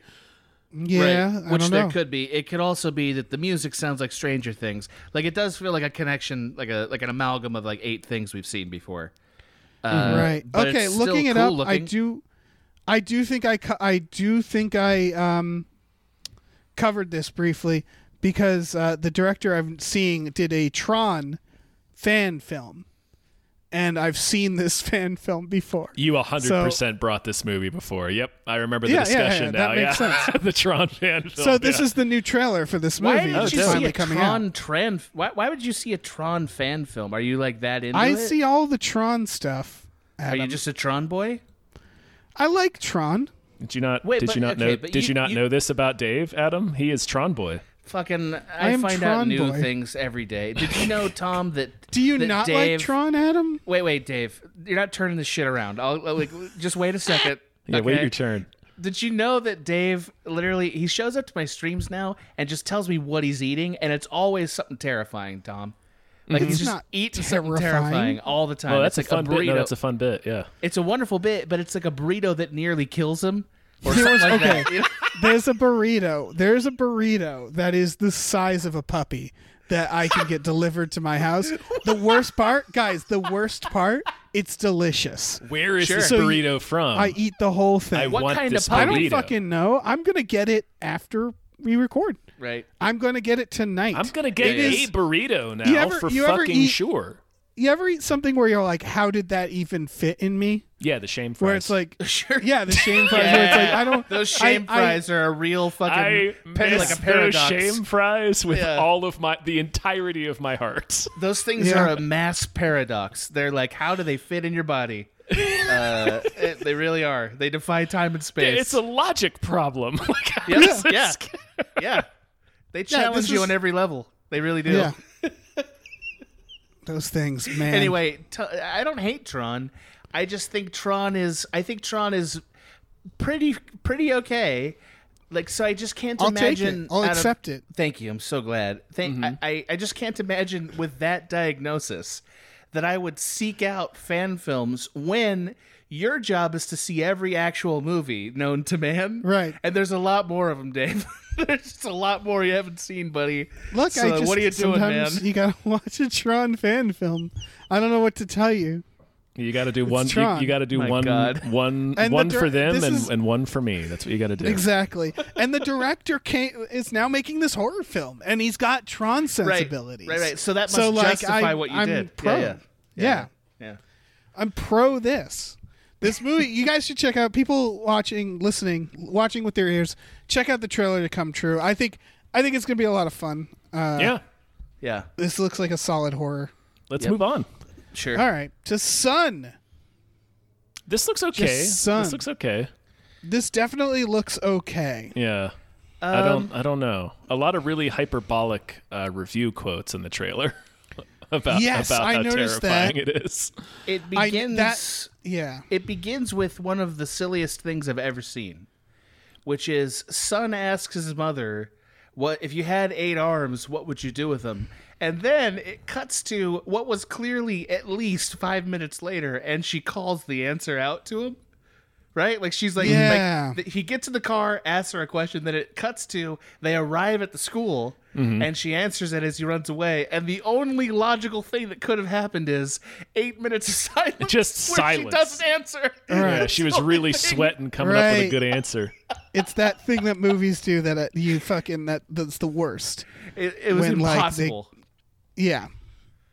C: Yeah,
D: right?
C: I
D: which
C: don't
D: there
C: know.
D: could be. It could also be that the music sounds like Stranger Things. Like it does feel like a connection, like a like an amalgam of like eight things we've seen before. Uh,
C: Mm-hmm. right.
D: but
C: Okay.
D: it's still
C: Looking it
D: cool
C: up, I
D: looking.
C: do. I do think I co- I do think I um, covered this briefly because uh, the director I'm seeing did a Tron fan film, and I've seen this fan film before.
A: You hundred percent brought this movie before. Yep, I remember the
C: Yeah, yeah,
A: discussion
C: yeah,
A: now.
C: that makes
A: yeah, the Tron fan. Film,
C: So this
A: yeah.
C: is the new trailer for this
D: Why
C: movie.
D: did
C: that's
D: you see
C: finally
D: a
C: coming out.
D: Tron Tran? Why, why would you see a Tron fan film? Are you like that into
C: I
D: it?
C: see all the Tron stuff.
D: Are
C: Adam.
D: you just a Tron boy?
C: I like Tron.
A: Did you not?
D: Wait,
A: did
D: but-
A: you not
D: okay,
A: know?
D: but
A: Did
D: you-
A: you, not
D: you-
A: know this about Dave? Adam, he is Tron boy.
D: Fucking, I,
C: am
D: find out
C: Tron
D: new
C: boy.
D: things every day. Did you know, Tom, that
C: Do you
D: that
C: not like
D: Dave-
C: Tron, Adam?
D: Wait, wait, Dave, you're not turning this shit around. I'll like, just wait a second.
A: Yeah, wait
D: okay?
A: your turn.
D: Did you know that Dave literally he shows up to my streams now and just tells me what he's eating, and it's always something terrifying, Tom. Like he's just
C: Mm-hmm. not
D: eating something
C: terrifying.
D: terrifying all the time.
A: Oh, that's
D: it's
A: a
D: like
A: fun
D: a burrito.
A: bit. No, that's a fun bit. Yeah.
D: It's a wonderful bit, but it's like a burrito that nearly kills him. Or
C: There
D: something
C: was-
D: like
C: okay.
D: that. you know?
C: There's a burrito. There's a burrito that is the size of a puppy that I can get delivered to my house. The worst part, guys, the worst part, it's delicious.
A: Where is this
C: So you-
A: burrito from?
C: I eat the whole thing.
A: I
D: What
A: want
D: kind
A: this
D: of pie?
C: I
A: burrito.
C: don't fucking know. I'm gonna get it after we record.
D: right?
C: I'm gonna get it tonight.
A: I'm gonna get
D: It
A: a
D: is-
A: burrito now
C: You ever-
A: for
C: you ever
A: fucking
C: eat-
A: sure.
C: you ever eat something where you're like, how did that even fit in me?
A: Yeah, the shame fries.
C: Where it's like,
D: Sure.
C: yeah, the shame fries. Where it's like, I don't.
D: Those
C: I-
D: shame
C: I-
D: fries are a real
A: I
D: fucking penny,
A: miss
D: like a
A: those
D: paradox.
A: shame fries with
D: Yeah.
A: all of my the entirety of my heart.
D: Those things
C: Yeah.
D: are a mass paradox. They're like, how do they fit in your body? Uh, it- they really are. They defy time and space.
A: It's a logic problem. Like, how
D: yeah,
A: does
D: yeah,
A: this-
D: yeah. They challenge
C: this
D: you
C: is-
D: on every level. They really do.
C: yeah. Those things, man.
D: Anyway, t- I don't hate Tron. I just think Tron is. I think Tron is pretty pretty okay. Like so, I just can't
C: I'll take
D: imagine.
C: it. I'll
D: out of-
C: accept it.
D: Thank you. I'm so glad. Thank.
C: Mm-hmm.
D: I, I I just can't imagine with that diagnosis that I would seek out fan films when your job is to see every actual movie known to man.
C: Right.
D: And there's a lot more of them, Dave. there's just a lot more you haven't seen, buddy.
C: Look,
D: so
C: I just
D: what are you doing, man?
C: sometimes You gotta watch a Tron fan film. I don't know what to tell you.
A: You got to do one. You,
C: Tron.
A: got to do
D: My
A: one,
D: God.
A: one,
C: And the
A: one
C: dir-
A: for them
C: this
A: and,
C: is-
A: and one for me. That's what you got to do.
C: Exactly. and the director came, is now making this horror film, and he's got Tron sensibilities.
D: Right, right. So that must
C: so, like,
D: justify
C: I,
D: what you
C: I'm
D: did.
C: Pro.
D: Yeah, yeah.
C: Yeah.
D: Yeah.
C: I'm pro this. This movie, you guys should check out. People watching, listening, watching with their ears, check out the trailer to come true. I think, I think it's gonna be a lot of fun. Uh,
A: Yeah.
D: Yeah.
C: This looks like a solid horror.
A: Let's
D: Yep.
A: move on.
D: Sure.
C: All right, to Sun.
A: This looks okay.
C: sun.
A: This looks okay.
C: This definitely looks okay.
A: Yeah. I
D: Um,
A: don't. I don't know. A lot of really hyperbolic uh, review quotes in the trailer about
C: Yes,
A: about
C: I
A: how
C: noticed
A: terrifying it is.
D: It
C: I-
D: begins
C: that- Yeah.
D: it begins with one of the silliest things I've ever seen, which is son asks his mother, "What if you had eight arms? What would you do with them?" And then it cuts to what was clearly at least five minutes later, and she calls the answer out to him. Right, like she's like, like,
C: Yeah.
D: th- he gets in the car, asks her a question, then it cuts to they arrive at the school,
C: Mm-hmm.
D: and she answers it as he runs away. And the only logical thing that could have happened is eight minutes of silence,
A: Just
D: where
A: silence.
D: She doesn't answer.
A: Yeah, she was really sweating coming up with a
C: Right.
A: good answer.
C: It's that thing that movies do that uh, you fucking that that's the worst.
D: It, it was
C: When, like, they-
D: impossible.
C: Yeah.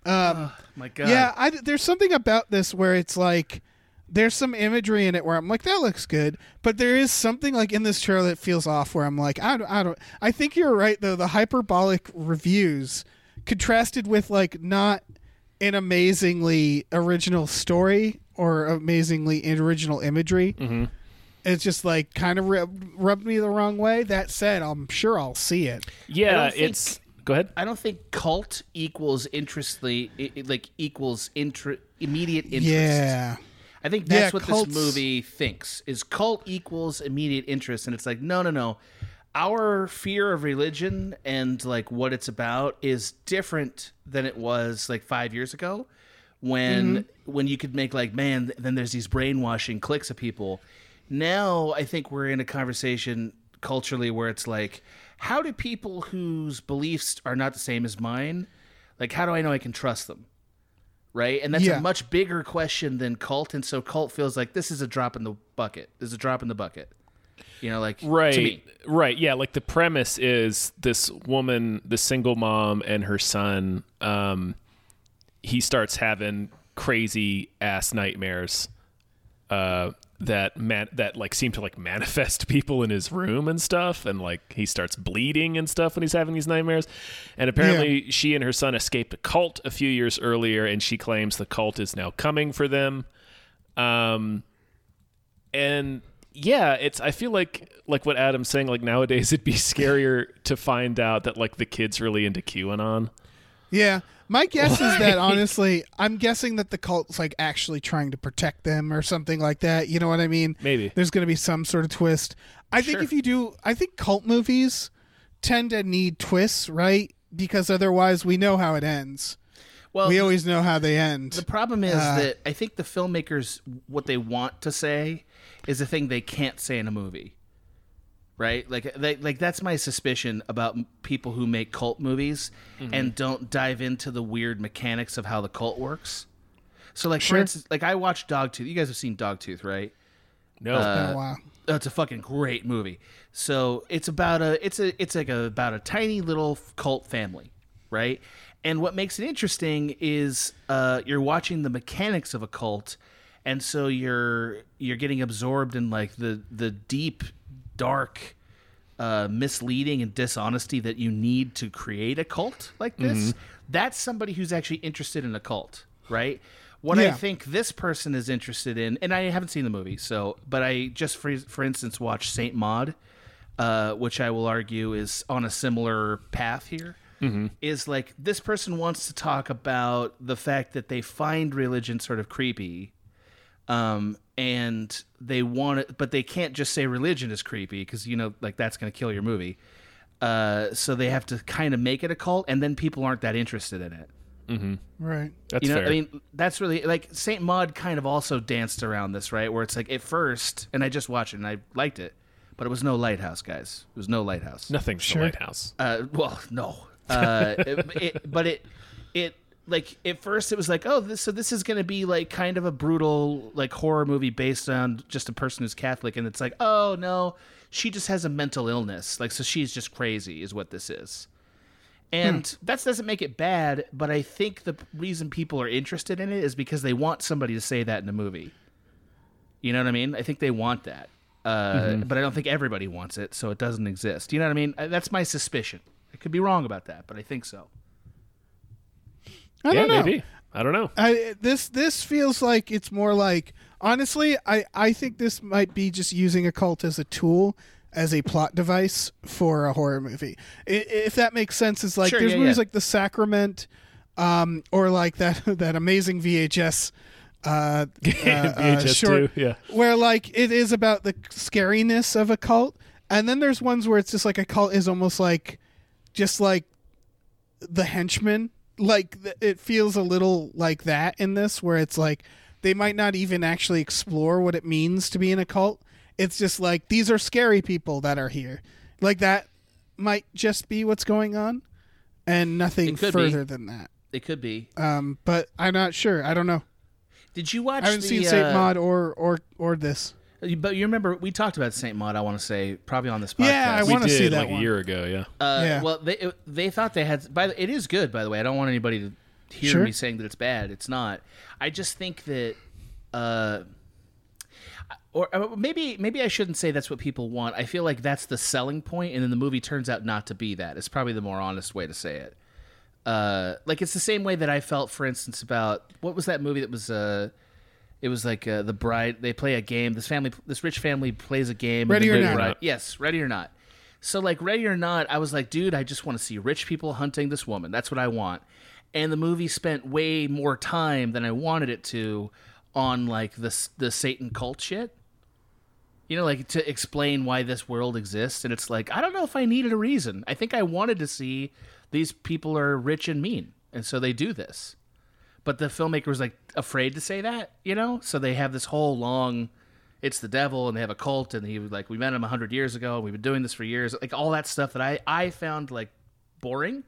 D: My God.
C: Yeah, I, there's something about this where it's like there's some imagery in it where I'm like that looks good, but there is something like in this trailer that feels off where I'm like I don't I don't I think you're right though the hyperbolic reviews contrasted with like not an amazingly original story or amazingly original imagery. It's just like kind of rubbed, rubbed me the wrong way. That said, I'm sure I'll see it.
A: Yeah,
D: don't think-
A: it's. Go ahead.
D: I don't think cult equals interestly i- i- like equals inter- immediate interest.
C: Yeah.
D: I think that's
C: Yeah,
D: what
C: cults-
D: this movie thinks is cult equals immediate interest, and it's like no, no, no. Our fear of religion and like what it's about is different than it was like five years ago, when
C: Mm-hmm.
D: when you could make like man, then there's these brainwashing cliques of people. Now I think we're in a conversation culturally where it's like, how do people whose beliefs are not the same as mine, like how do I know I can trust them? right? And that's
C: Yeah.
D: a much bigger question than cult, and so cult feels like this is a drop in the bucket. This is a drop in the bucket. You know, like
A: right
D: to me.
A: right yeah like the premise is this woman the single mom and her son um he starts having crazy ass nightmares uh that man that like seem to like manifest people in his room and stuff and like he starts bleeding and stuff when he's having these nightmares and apparently she and her son escaped a cult a few years earlier and she claims the cult is now coming for them um and yeah it's i feel like like what adam's saying like nowadays it'd be scarier to find out that like the kid's really into qanon
C: Yeah. My guess is that honestly, I'm guessing that the cult's like actually trying to protect them or something like that. You know what I mean?
A: Maybe.
C: There's going to be some sort of twist. I think if you do, I think cult movies tend to need twists, right? Because otherwise, we know how it ends.
D: Well,
C: We always uh, know how they end.
D: the problem is that I think the filmmakers what they want to say is the thing they can't say in a movie. right? Like, like, like that's my suspicion about m- people who make cult movies and don't dive into the weird mechanics of how the cult works. So, like,
C: Sure.
D: for instance, like I watched Dogtooth. You guys have seen Dogtooth, right?
A: No.
C: been a while.
D: That's a fucking great movie. So it's about a it's a it's like a, about a tiny little f- cult family, right? And what makes it interesting is uh, you're watching the mechanics of a cult, and so you're you're getting absorbed in like the the deep, dark, uh, misleading and dishonesty that you need to create a cult like this. That's somebody who's actually interested in a cult, right? What I
C: Yeah.
D: think think this person is interested in, and I haven't seen the movie, so, but I just, for, for instance, watched Saint Maud, uh, which I will argue is on a similar path here. Is like this person wants to talk about the fact that they find religion sort of creepy, um, and they want it, but they can't just say religion is creepy because you know, like that's going to kill your movie. Uh, so they have to kind of make it a cult, and then people aren't that interested in it
C: Right.
A: That's
D: you know,
A: fair.
D: I mean, that's really like Saint Maud kind of also danced around this, right? Where it's like at first, and I just watched it and I liked it, but it was no lighthouse, guys. It was no lighthouse.
A: Nothing's
C: Sure.
A: the lighthouse.
D: Uh, well, no. Uh, it, it, but it, it like at first it was like, oh, this so this is gonna be like kind of a brutal like horror movie based on just a person who's Catholic, and it's like, oh no, she just has a mental illness, like so she's just crazy, is what this is. And that doesn't make it bad, but I think the p- reason people are interested in it is because they want somebody to say that in a movie. You know what I mean? I think they want that. Uh,
C: Mm-hmm.
D: But I don't think everybody wants it, so it doesn't exist. You know what I mean? Uh, That's my suspicion. I could be wrong about that, but I think so.
C: I
A: yeah,
C: don't know.
A: maybe. I don't know.
C: I, this this feels like it's more like honestly, I I think this might be just using a cult as a tool, as a plot device for a horror movie. I- If that makes sense, it's like
D: Sure,
C: there's
D: yeah,
C: movies
D: yeah.
C: like The Sacrament, um, or like that that amazing VHS. Uh, uh, uh,
A: VHS
C: short,
A: too, yeah.
C: where like it is about the scariness of a cult, and then there's ones where it's just like a cult is almost like, just like the henchmen. Like th- it feels a little like that in this, where it's like they might not even actually explore what it means to be in a cult. It's just like these are scary people that are here. Like that might just be what's going on, and nothing
D: It could
C: further than that.
D: It could be.
C: Um, but I'm not sure. I don't know.
D: Did you watch?
C: I haven't
D: the,
C: seen
D: uh,
C: Saint Maud or or or this.
D: you- But you remember we talked about Saint Maud. I want to say probably on this podcast.
C: Yeah, I
A: We
C: wanna
A: did
C: see that
A: like a
C: one.
A: year ago. Yeah.
D: Uh,
C: Yeah.
D: Well, they it- they thought they had. By the, it is good, by the way. I don't want anybody to hear
C: Sure.
D: me saying that it's bad. It's not. I just think that, uh, or uh, maybe maybe I shouldn't say that's what people want. I feel like that's the selling point, and then the movie turns out not to be that. It's probably the more honest way to say it. Uh, like it's the same way that I felt, for instance, about what was that movie that was uh. It was like uh, the bride. They play a game. This family, this rich family, plays a game. and
C: Ready
D: the
C: or
D: big
C: Not.
D: bride- Yes, Ready or Not. So like Ready or Not, I was like, dude, I just want to see rich people hunting this woman. That's what I want. And the movie spent way more time than I wanted it to on like the s- the Satan cult shit. You know, like to explain why this world exists, and it's like I don't know if I needed a reason. I think I wanted to see these people are rich and mean, and so they do this. But the filmmaker was like afraid to say that, you know. So they have this whole long, it's the devil, and they have a cult, and he was like, we met him hundred years ago, and we've been doing this for years, like all that stuff that I I found like boring.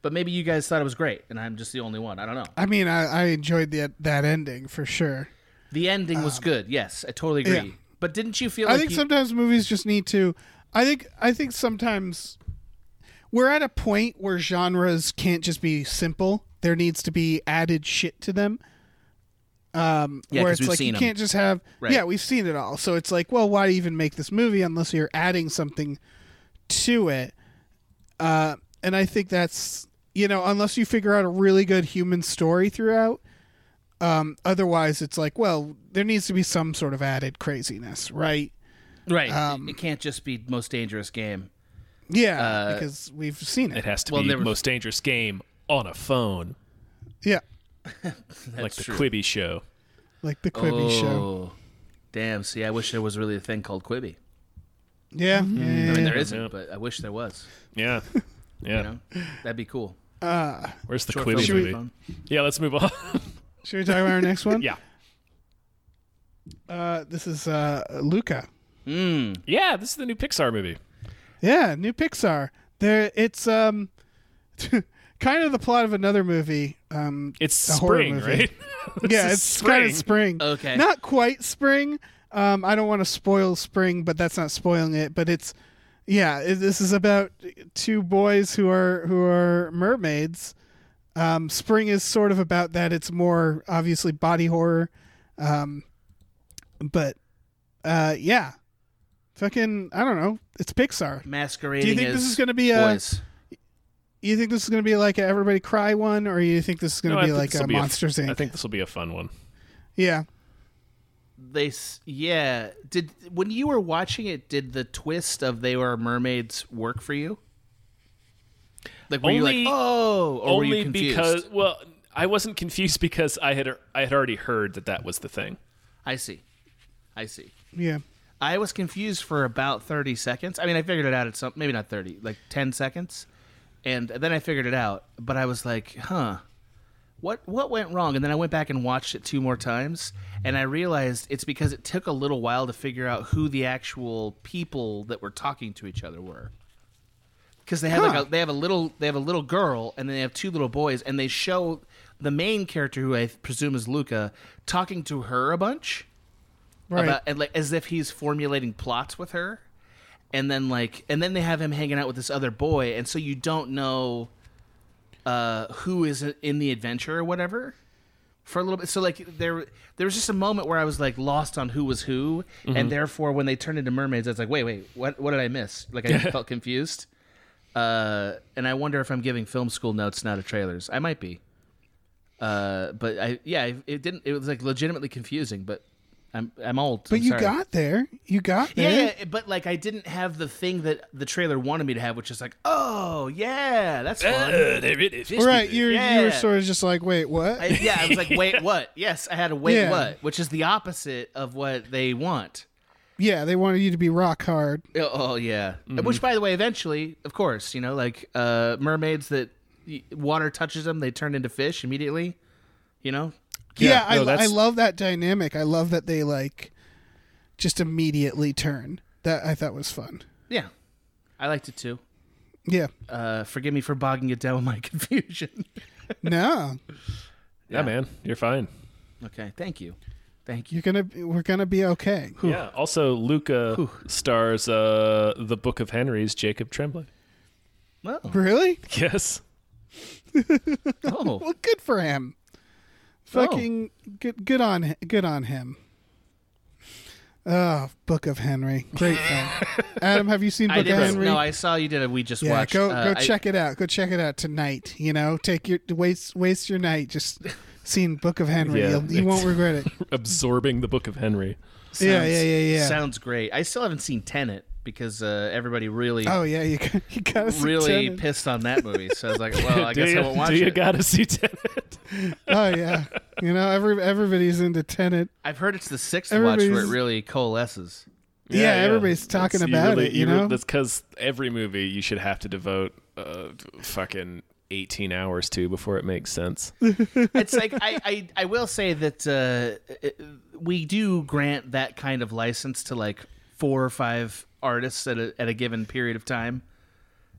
D: But maybe you guys thought it was great, and I'm just the only one. I don't know.
C: I mean, I, I enjoyed the, that ending for sure.
D: The ending was good. Yes, I totally agree.
C: Um, yeah.
D: But didn't you feel?
C: I
D: like
C: think
D: you-
C: sometimes movies just need to. I think I think sometimes we're at a point where genres can't just be simple. There needs to be added shit to them. Um,
D: Yeah,
C: where
D: 'cause
C: it's
D: we've
C: like
D: seen
C: you
D: 'em.
C: can't just have.
D: Right.
C: Yeah, we've seen it all, so it's like, well, why even make this movie unless you're adding something to it? Uh, and I think that's you know unless you figure out a really good human story throughout. Um, otherwise, it's like, well, there needs to be some sort of added craziness, right?
D: Right.
C: Um,
D: it can't just be most dangerous game.
C: Yeah, because we've seen it.
A: It has to
D: Well,
A: be
D: there
A: the
D: was-
A: most dangerous game on a phone,
C: Yeah,
A: like the
D: true.
A: Quibi show.
C: like the Quibi
D: Oh.
C: show.
D: Damn. See, I wish there was really a thing called Quibi.
C: Yeah, yeah, yeah,
D: I mean,
C: yeah.
D: there isn't,
A: Yeah.
D: but I wish there was.
A: Yeah. Yeah.
D: You know, that'd be cool.
A: Where's the
D: Short
A: Quibi
D: film
A: movie?
D: phone.
A: Yeah, let's move on.
C: Should we talk about our next one?
A: yeah.
C: Uh, this is uh, Luca.
D: Hmm,
A: Yeah, this is the new Pixar movie.
C: Yeah, new Pixar. There, it's um, kind of the plot of another movie. Um,
A: It's
C: a horror
A: spring,
C: movie.
A: right? This
C: yeah,
A: is
C: it's kind of spring.
D: Okay.
C: not quite spring. Um, I don't want to spoil spring, but that's not spoiling it. But it's yeah, it, this is about two boys who are who are mermaids. Um, spring is sort of about that. It's more obviously body horror, um, but uh, yeah, fucking I don't know. It's Pixar.
D: masquerading.
C: Do you think
D: as
C: this is gonna be uh, a-
D: boys.
C: You think this is gonna be like a Everybody Cry one, or you think this is gonna
A: No, I
C: be
A: think
C: like
A: this'll
C: a
A: be
C: Monsters
A: I
C: Inc?
A: think this will be a fun one.
C: yeah,
D: They s- yeah. Did when you were watching it, did the twist of they were mermaids work for you? Like were
A: Only-
D: you like oh, or were
A: Only
D: you confused?
A: because well, I wasn't confused because I had I had already heard that that was the thing.
D: I see, I see.
C: yeah.
D: I was confused for about 30 seconds. I mean, I figured it out at some, maybe not 30, like 10 seconds. And then I figured it out, but I was like, huh, what, what went wrong? And then I went back and watched it two more times. And I realized it's because it took a little while to figure out who the actual people that were talking to each other were. Because they have
C: Huh.
D: like a, they have a little they have a little girl and then they have two little boys and they show the main character who I presume is Luca talking to her a bunch
C: Right.
D: about and like as if he's formulating plots with her and then like and then they have him hanging out with this other boy and so you don't know uh who is in the adventure or whatever for a little bit so like there there was just a moment where i was like lost on who was who and therefore when they turned into mermaids i was like wait wait what what did i miss like i felt confused uh and i wonder if i'm giving film school notes now to trailers i might be uh but i yeah it- it didn't it was like legitimately confusing but i'm i'm old
C: but you got there. You got
D: yeah,
C: there.
D: yeah, but like I didn't have the thing that the trailer wanted me to have, which is like, oh yeah, that's fun.
A: Oh,
C: Right, you you were
D: Yeah.
C: sort of just like, wait, what?
D: I, yeah, I was like, wait, what? Yes, I had a wait,
C: Yeah.
D: what? Which is the opposite of what they want.
C: yeah, they wanted you to be rock hard.
D: Oh, oh, yeah. Which, by the way, eventually, of course, you know, like uh, mermaids that y- water touches them, they turn into fish immediately. You know,
C: Yeah,
A: Yeah,
C: I,
A: no,
C: lo- I
A: that's-
C: love that dynamic. I love that they like just immediately turn. That I thought was fun.
D: yeah, I liked it too.
C: Yeah,
D: Uh, forgive me for bogging it down with my confusion.
C: no,
A: Yeah, man, you're fine.
D: okay, thank you, thank you.
C: you're gonna we're gonna be okay.
A: Yeah. Also, Luca stars uh, the Book of Henry's Jacob Tremblay.
D: Well,
C: Really?
A: Yes.
D: oh.
C: Well, good for him. Fucking good, good on h- good on him. Oh, Book of Henry, great film. Adam, have you seen Book
D: I
C: of
D: did.
C: Henry?
D: No, I saw you did it. We just
C: Yeah,
D: watched.
C: go
D: uh,
C: go
D: I-
C: check it out. Go check it out tonight. You know, take your waste waste your night just seeing Book of Henry.
A: Yeah.
C: You'll- you won't regret it.
A: Absorbing the Book of Henry.
D: sounds-
C: yeah, yeah, yeah, yeah.
D: Sounds great. I still haven't seen Tenet because uh, everybody really,
C: Oh yeah, you got, you gotta see
D: really
C: Tenet.
D: pissed on that movie. So I was like, well, I
A: do
D: guess
A: you,
D: I won't watch
A: do you
D: it.
A: gotta see Tenet?
C: Oh yeah, you know every everybody's into Tenet.
D: I've heard it's the sixth watch where it
C: Everybody's-
D: really coalesces.
C: Yeah, everybody's talking
A: That's-
C: about
A: really-
C: it. You,
A: re-
C: know,
A: that's because every movie you should have to devote uh, fucking 18 hours to before it makes sense.
D: It's like I, I, I will say that uh, it- we do grant that kind of license to like four or five artists at a, at a given period of time.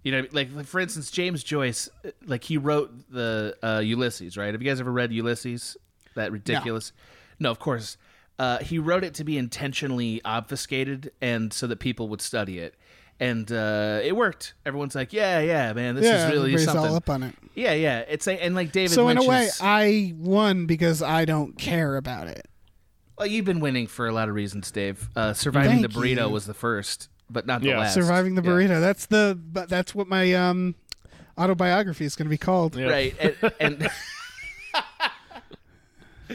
D: You know, like, like for instance, James Joyce, uh, like he wrote the uh, Ulysses, right? Have you guys ever read Ulysses? That ridiculous. No, of course. Uh, he wrote it to be intentionally obfuscated, and so that people would study it, and uh, it worked. Everyone's like, "Yeah, yeah, man, this
C: yeah,
D: is really
C: everybody's
D: something."
C: all up on it.
D: Yeah, yeah. It's a, and like David.
C: So in
D: Lynch
C: a way,
D: is-
C: I won because I don't care about it.
D: Well, you've been winning for a lot of reasons, Dave. Uh, surviving the
C: Thank
D: burrito
C: you.
D: was the first, but not the
A: Yeah.
D: last.
C: Surviving the
D: Yeah.
C: burrito. That's the but that's what my um autobiography is going to be called.
A: Yeah.
D: right? And, and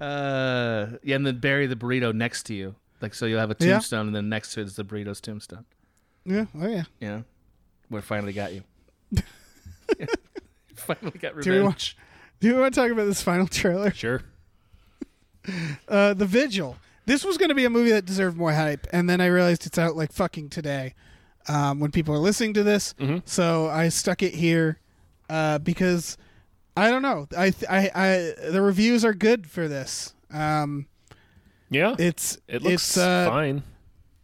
D: uh, yeah, and then bury the burrito next to you, like so you'll have a
C: Yeah.
D: tombstone, and then next to it is the burrito's tombstone.
C: Yeah, oh yeah.
D: You know, we finally got you. finally got
C: Do we
D: revenge.
C: want do we want to talk about this final trailer?
A: Sure.
C: Uh, the Vigil. This was going to be a movie that deserved more hype, and then I realized it's out like fucking today, um, when people are listening to this.
A: Mm-hmm.
C: So I stuck it here uh, because I don't know. I, th- I I the reviews are good for this. Um,
A: Yeah.
C: it's
A: it looks
C: it's, uh,
A: fine.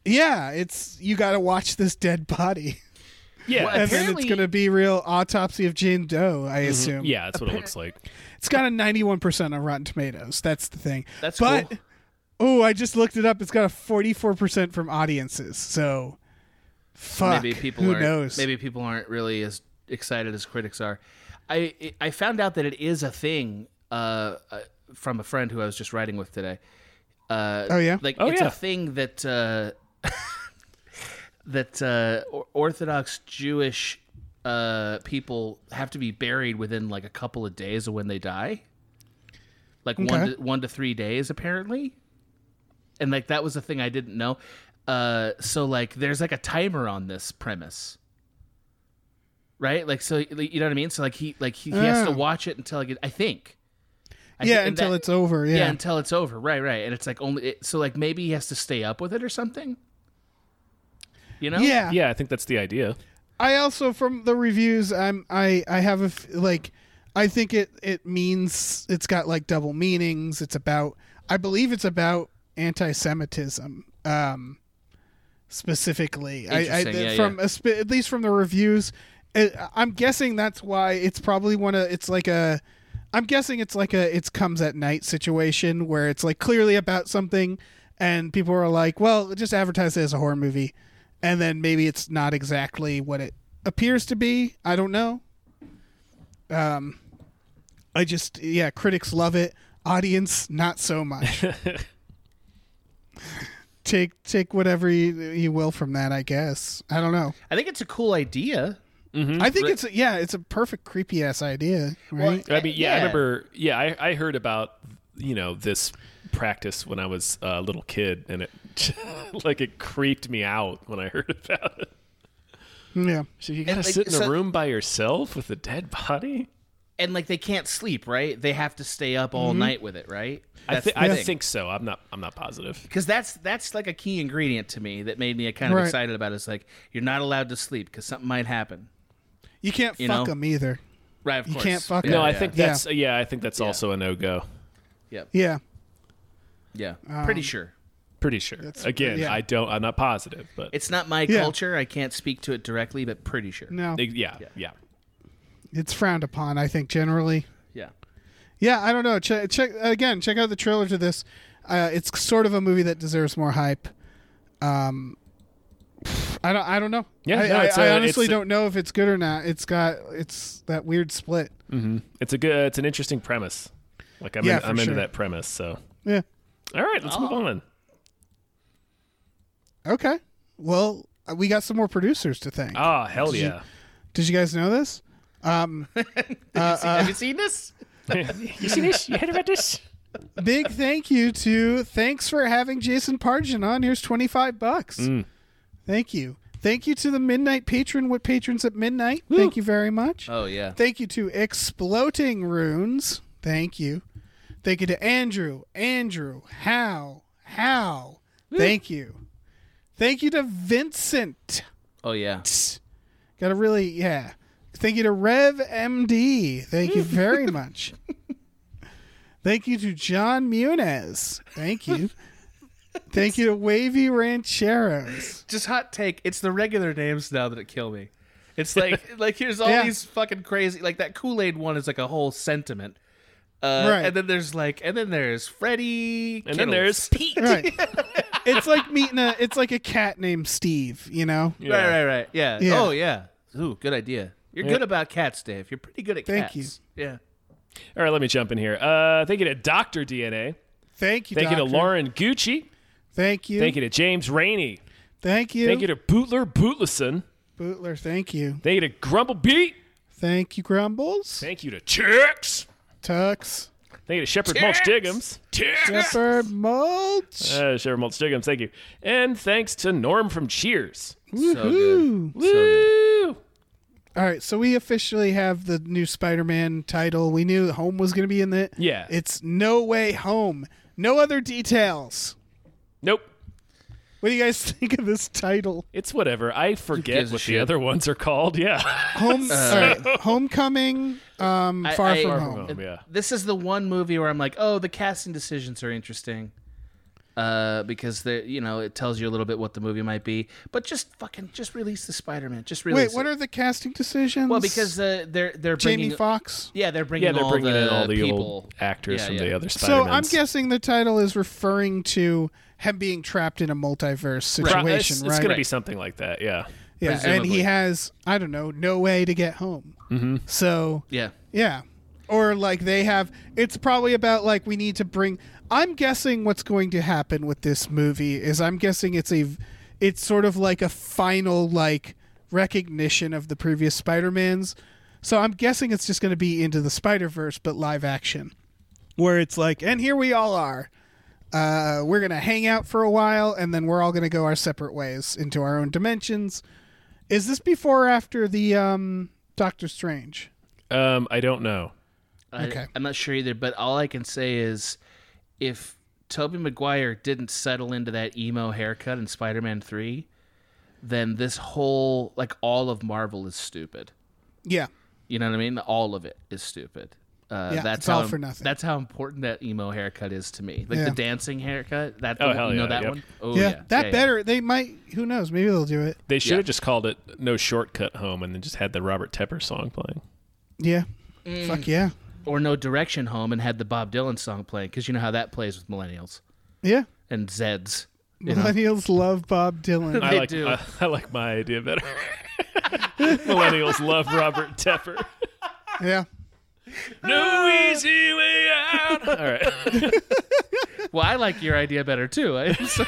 C: yeah, it's you got to watch this dead body,
A: Yeah,
D: Well,
C: and
A: it's-
C: then it's
D: Apparently-
C: gonna be real autopsy of Jane Doe. I assume.
A: Mm-hmm. yeah, that's what it looks like.
C: It's got a 91% on Rotten Tomatoes. That's the thing.
D: That's
C: but,
D: cool.
C: Oh, I just looked it up. It's got a 44% from audiences. So fuck.
D: maybe people
C: Who
D: aren't,
C: knows?
D: Maybe people aren't really as excited as critics are. I I found out that it is a thing uh, uh, from a friend who I was just writing with today. Uh,
C: Oh, yeah?
D: like
A: Oh,
D: it's
A: yeah.
D: a thing that uh, that uh, or- Orthodox Jewish uh, people have to be buried within like a couple of days of when they die, like one
C: Okay.
D: to, one to three days apparently and like that was the thing I didn't know. Uh, so like, there's like a timer on this premise, right? Like, so you know what I mean? So like, he like he, he has to
C: Yeah.
D: watch it until like it, I think, I
C: Oh. yeah,
D: thi- and
C: until
D: that-
C: it's over. Yeah.
D: yeah. until it's over, right? Right, and it's like only it, so like maybe he has to stay up with it or something. You know?
C: yeah.
A: Yeah, I think that's the idea.
C: I also from the reviews, I'm I I have a f- like I think it it means it's got like double meanings. It's about I believe it's about anti-Semitism. Um specifically I, I
D: Interesting, yeah,
C: from
D: yeah.
C: a sp- at least from the reviews it, i'm guessing that's why it's probably one of it's like a i'm guessing it's like a it's comes at night situation where it's like clearly about something and people are like well just advertise it as a horror movie and then maybe it's not exactly what it appears to be i don't know um i just yeah critics love it audience not so much take take whatever you, you will from that i guess i don't know
D: I think it's a cool idea.
C: I think
D: Right.
C: it's a, yeah, it's a perfect creepy ass idea,
D: Well,
C: right?
A: I mean, yeah, I
D: Yeah.
A: remember. Yeah, I, I heard about you know this practice when I was a little kid, and it like it creeped me out when I heard about it.
C: yeah.
A: So you got to
D: like,
A: sit in a
D: so-
A: room by yourself with a dead body.
D: And like they can't sleep, right? They have to stay up
C: Mm-hmm.
D: all night with it, right?
A: I,
D: That's
A: thi-
D: the
A: I
D: thing.
A: think so. I'm not. I'm not positive.
D: because that's that's like a key ingredient to me that made me kind of
C: Right.
D: excited about it. It's like you're not allowed to sleep because something might happen.
C: You can't
D: You
C: fuck
D: know?
C: them either.
D: Right, of
C: You
D: course.
C: can't fuck
D: yeah,
A: no, I
D: yeah,
A: think
C: Yeah.
A: that's. Yeah, I think that's
D: Yeah.
A: also a no go.
C: Yeah.
D: yeah, pretty sure.
A: Pretty sure. Again,
C: yeah.
A: I don't. I'm not positive, but
D: It's not my
C: Yeah.
D: culture. I can't speak to it directly, but pretty sure.
C: No.
A: it- yeah, yeah,
C: It's frowned upon, I think generally.
D: Yeah,
C: Yeah, I don't know. Check, check again, check out the trailer to this. Uh, it's sort of a movie that deserves more hype. Um I don't I don't know.
A: Yeah,
C: I,
A: no,
C: I-
A: it's
C: I
A: a-
C: honestly
A: it's a-
C: don't know if it's good or not. It's got it's that weird split.
A: Mm. It's a good. It's an interesting premise. Like I'm.
C: Yeah,
A: in,
C: for
A: I'm into
C: sure.
A: that premise. So
C: Yeah.
A: all right, let's
D: Oh.
A: move on.
C: Okay. Well, uh, we got some more producers to thank.
A: Ah, hell yeah.
C: Did you guys know this?
D: Uh, have you seen this?
A: you see this? You heard about this?
C: Big thank you to thanks for having Jason Pargin on. Here's 25 bucks. Thank you. Thank you to the Midnight Patron with patrons at midnight. Thank you very much.
D: Oh yeah,
C: Thank you to Exploding Runes. Thank you. Thank you to Andrew, Andrew, How, How. Thank you. Thank you to Vincent.
D: oh yeah.
C: Got to really, yeah. Thank you to Rev MD. Thank you very much. Thank you to John Munez. Thank you. Thank you to Wavy Rancheros.
D: Just hot take. It's the regular names now that kill me. It's like like here's all
C: Yeah.
D: these fucking crazy like that Kool Aid one is like a whole sentiment. Uh,
C: Right.
D: And then there's like, and then there's Freddie,
A: And then there's Pete.
C: Right. It's like meeting a. It's like a cat named Steve. You know.
A: Yeah.
D: Right, right, right. Yeah.
C: Yeah.
D: Oh, yeah. Ooh, good idea. You're good about cats, Dave. You're pretty good at
C: Thank
D: cats. You. Yeah.
A: All right, let me jump in here. Uh, thank you to Doctor DNA.
C: Thank you.
A: Thank you to
C: Doctor.
A: Lauren Gucci.
C: Thank you.
A: Thank you to James Rainey.
C: Thank you.
A: Thank you to Bootler Bootlesson.
C: Bootler. Thank you.
A: Thank you to Grumble Beat.
C: Thank you, Grumbles.
A: Thank you to Chicks.
C: Tux.
A: Thank you to Shepherd Mulch Diggums.
C: Shepherd Mulch.
A: Uh, Shepherd Mulch Diggums, thank you. And thanks to Norm from Cheers.
D: So good. So good.
A: Woo!
C: All right, so we officially have the new Spider-Man title. We knew Home was going to be in it.
A: Yeah.
C: It's No Way Home. No other details.
A: Nope.
C: What do you guys think of this title?
A: It's whatever. I forget
D: gives a
A: what the
D: shit?
A: other ones are called. Yeah.
C: Home, all right, Homecoming, um,
D: Uh, I-
C: Far
D: I-
C: From
D: Far From
C: Home.
A: Oh, yeah.
D: This is the one movie where I'm like, oh, the casting decisions are interesting. uh, because they you know it tells you a little bit what the movie might be. But just fucking just release the Spider Man. Just release.
C: Wait, what
D: it.
C: are the casting decisions?
D: well because uh, they're they're
C: Jamie
D: bringing
C: Fox.
D: yeah they're bringing
A: Yeah, they're
D: all
A: bringing
D: the
A: in all the
D: people.
A: old actors
D: Yeah,
A: from
D: yeah.
A: the other
C: So
A: Spider-Man.
C: I'm guessing the title is referring to him being trapped in a multiverse situation, right?
A: It's, it's going to be something like that. Yeah.
C: yeah, and
D: presumably.
C: he has I don't know no way to get home. Mm-hmm. So
D: Yeah.
C: Yeah. Or like they have it's probably about like we need to bring I'm guessing what's going to happen with this movie is I'm guessing it's a it's sort of like a final like recognition of the previous Spider-Mans. So I'm guessing it's just going to be into the Spider-Verse but live action. Where it's like and here we all are. Uh, we're going to hang out for a while and then we're all going to go our separate ways into our own dimensions. Is this before or after the um Doctor Strange?
A: Um, I don't know.
D: I,
C: Okay.
D: I'm not sure either, but all I can say is if Toby Maguire didn't settle into that emo haircut in Spider-Man 3, then this whole like all of Marvel is stupid.
C: Yeah.
D: You know what I mean? All of it is stupid. Uh,
C: Yeah,
D: that's
C: it's
D: how
C: all for nothing.
D: That's how important that emo haircut is to me. Like
C: Yeah.
D: the dancing haircut. That
A: Oh,
D: the-
A: hell
D: you know
A: yeah,
D: that
A: yep.
D: one. Oh
C: yeah,
D: yeah,
C: that
D: yeah, yeah.
C: better. They might. Who knows? Maybe they'll do it.
A: They should
D: Yeah.
A: have just called it "No Shortcut Home" and then just had the Robert Tepper song playing.
C: Yeah. Fuck yeah.
D: Or no direction home and had the Bob Dylan song playing because you know how that plays with millennials
C: Yeah.
D: and Zeds. You know?
C: Millennials love Bob Dylan.
A: I
D: They
A: like
D: do.
A: I, I like my idea better. Millennials love Robert Tepper.
C: yeah.
A: No easy way out. All right.
D: Well, I like your idea better too. I- so-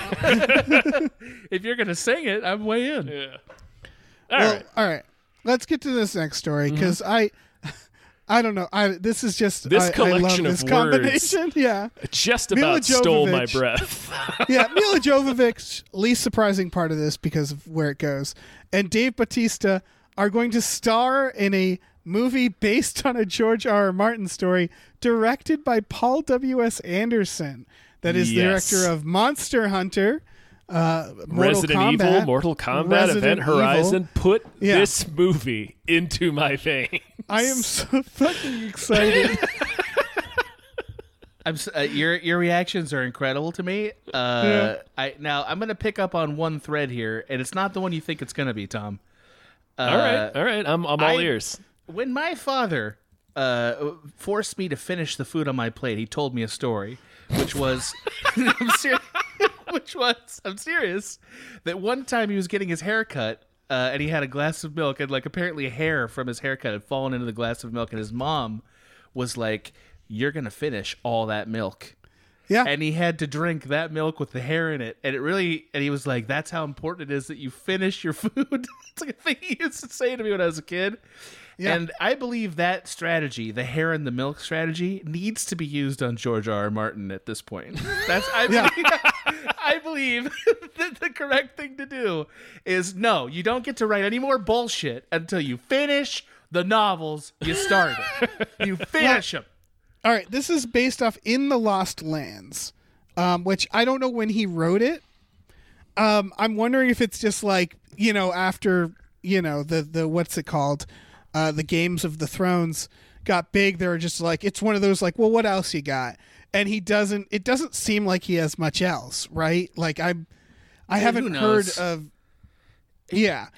D: if you're gonna sing it, I'm way in.
A: Yeah.
C: well, all right. Let's get to this next story because I, I don't know. I this is just
A: This
C: I, I love
A: collection of
C: this
A: words.
C: combination. Yeah.
A: Just
C: Mila
A: about stole my
C: Jovovich.
A: breath.
C: yeah, Mila Jovovich, least surprising part of this because of where it goes, and Dave Batista are going to star in a movie based on a George R. R. Martin story directed by Paul W. S. Anderson. That is
A: Yes.
C: the director of Monster Hunter, uh, Mortal
A: Resident
C: Kombat,
A: Evil, Mortal Kombat,
C: Resident
A: Event
C: Evil.
A: Horizon. Put
C: Yeah.
A: this movie into my veins.
C: I am so fucking excited.
D: I'm s- uh, your your reactions are incredible to me. Uh, I now I'm gonna pick up on one thread here, and it's not the one you think it's gonna be, Tom. Uh,
A: All right, all right. I'm I'm all
D: I-
A: ears.
D: When my father uh, forced me to finish the food on my plate, he told me a story, which was, I'm serious, which was, I'm serious, that one time he was getting his hair cut. Uh, and he had a glass of milk, and like apparently hair from his haircut had fallen into the glass of milk. And his mom was like, "You're gonna finish all that milk."
C: yeah,
D: and he had to drink that milk with the hair in it and it really and he was like that's how important it is that you finish your food it's like a thing he used to say to me when i was a kid
C: Yeah.
D: and i believe that strategy the hair and the milk strategy needs to be used on george r r martin at this point that's i
C: Yeah.
D: believe, I believe that the correct thing to do is no you don't get to write any more bullshit until you finish the novels you started you finish them
C: All right, this is based off In the Lost Lands, um, which I don't know when he wrote it. Um, I'm wondering if it's just like you know after you know the the what's it called, uh, the Games of the Thrones got big. They're just like it's one of those like well what else you got? And he doesn't. It doesn't seem like he has much else, right? Like I'm, I haven't heard
D: knows?
C: of. Yeah.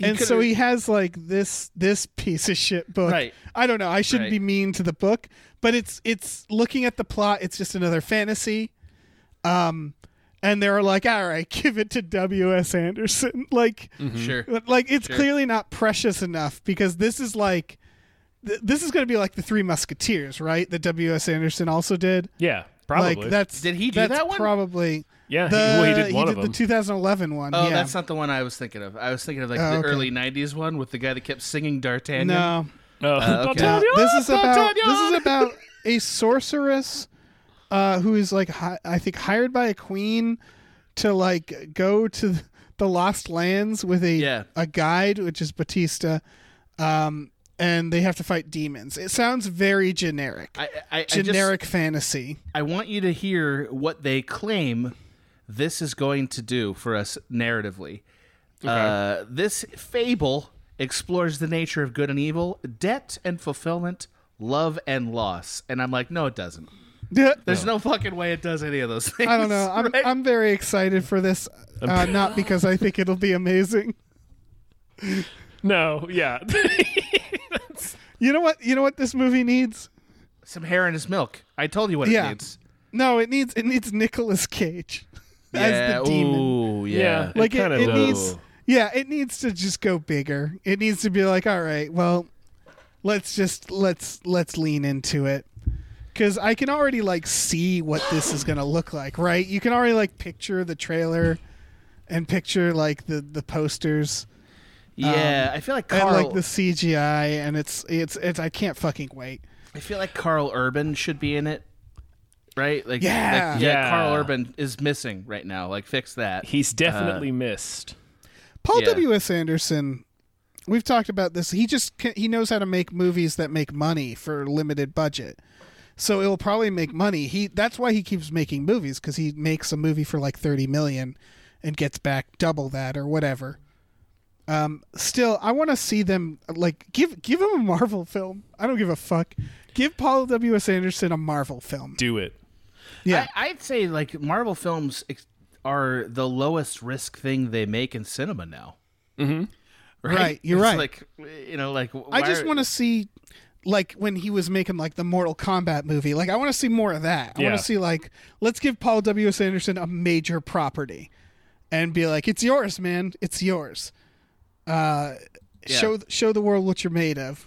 C: and
D: could've-
C: so he has like this this piece of shit book.
D: Right.
C: I don't know. I shouldn't
D: Right.
C: be mean to the book, but it's it's looking at the plot. It's just another fantasy. Um, and they're like, all right, give it to W. S. Anderson. Like,
D: Mm. sure
C: like it's clearly not precious enough because this is like, th- this is going to be like the Three Musketeers, right? That W. S. Anderson also did.
A: Yeah, probably.
C: Like that's
D: Did he do
C: that's
D: that one?
C: Probably.
A: yeah,
C: The,
A: he, well, he did one of
C: the
A: them.
C: 2011 one.
D: Oh,
C: yeah.
D: that's not the one I was thinking of. I was thinking of like
C: Oh,
D: the
C: okay.
D: early '90s one with the guy that kept singing D'Artagnan.
C: no.
A: Oh,
D: Uh, okay.
C: No,
A: D'Artagnan,
C: this is about
A: D'Artagnan!
C: this is about a sorceress uh, who is like hi- I think hired by a queen to like go to the Lost Lands with a
D: Yeah.
C: a guide, which is Batista, um, and they have to fight demons. It sounds very generic,
D: I, I, I
C: generic fantasy.
D: Just, I want you to hear what they claim this is going to do for us narratively. Uh, this fable explores the nature of good and evil, debt and fulfillment, love and loss, and I'm like, no, it doesn't.
C: Yeah.
D: There's no fucking way it does any of those things.
C: I don't know. I'm,
D: right?
C: I'm very excited for this, uh, not because I think it'll be amazing.
A: No, yeah.
C: You know what? You know what this movie needs?
D: Some hair in his milk. I told you what
C: Yeah.
D: it needs.
C: No, it needs it needs Nicolas Cage as the demon.
D: Ooh, yeah.
A: Yeah.
C: Like it,
A: kind of
C: it
A: does.
C: needs. Yeah, it needs to just go bigger. It needs to be like, all right, well, let's just let's let's lean into it. Cause I can already like see what this is gonna look like, right? You can already like picture the trailer and picture like the the posters.
D: Yeah, I feel like
C: Um, and
D: Carl.
C: like the CGI, and it's it's it's I can't fucking wait.
D: I feel like Carl Urban should be in it, right? Like,
C: Yeah.
D: like,
A: Yeah.
D: Carl Urban is missing right now. Like, fix that.
A: He's
D: Uh,
A: definitely missed.
C: Paul
D: Yeah.
C: W. S. Anderson, we've talked about this. He just can, he knows how to make movies that make money for limited budget. So it'll probably make money. He that's why he keeps making movies because he makes a movie for like thirty million, and gets back double that or whatever. Um, still, I want to see them like give give him a Marvel film. I don't give a fuck. Give Paul W. S. Anderson a Marvel film.
A: Do it.
C: Yeah,
D: I, I'd say like Marvel films ex- are the lowest risk thing they make in cinema now. Mm-hmm.
C: Right, you're
D: It's
C: right.
D: Like you know, like
C: I just want to see like when he was making like the Mortal Kombat movie. Like I want to see more of that. I
A: Yeah.
C: want to see like let's give Paul W. S. Anderson a major property and be like it's yours, man. It's yours. Uh
D: Yeah.
C: show show the world what you're made of.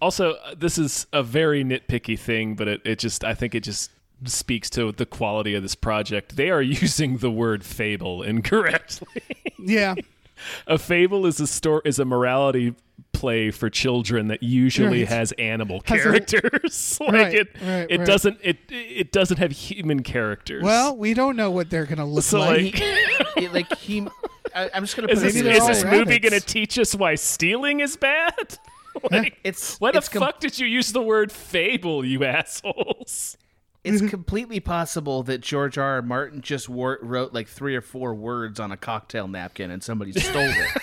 A: Also, uh, this is a very nitpicky thing, but it, it just I think it just speaks to the quality of this project. They are using the word fable incorrectly.
C: Yeah.
A: a fable is a story is a morality play for children that usually
C: Right.
A: has animal
C: Has a-
A: characters. like
C: Right,
A: it
C: right,
A: it
C: right.
A: doesn't it it doesn't have human characters.
C: well, we don't know what they're going to look
A: so
C: like.
A: like
D: like he. I, I'm just gonna put
A: is this,
D: it
A: is
C: maybe they're all
A: this movie
C: rabbits.
A: going to teach us why stealing is bad? like,
D: It's
A: why the
D: it's com-
A: fuck did you use the word fable, you assholes?
C: Mm-hmm.
D: It's completely possible that George R. R. Martin just wor- wrote like three or four words on a cocktail napkin and somebody stole it.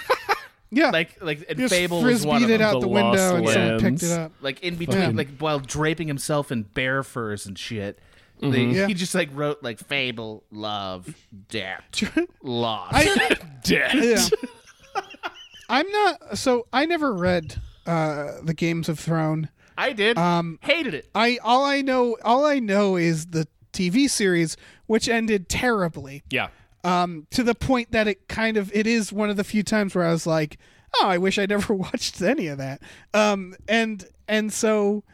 C: yeah.
D: like like and
C: just
D: Fable was one of
C: frisbeed it
D: them.
C: out
A: The
C: the, window
A: Lost
C: and someone picked
A: Lands.
C: it up.
D: like in between,
C: Fucking-
D: like while draping himself in bear furs and shit. They,
C: Mm-hmm. Yeah.
D: He just like wrote like fable, love, debt, loss.
C: I,
A: Dead.
C: Yeah. I'm not so I never read uh the Games of Throne.
D: I did. Um, hated it.
C: I all I know all I know is the TV series which ended terribly.
A: Yeah.
C: Um to the point that it kind of it is one of the few times where I was like, "Oh, I wish I never watched any of that." Um and and so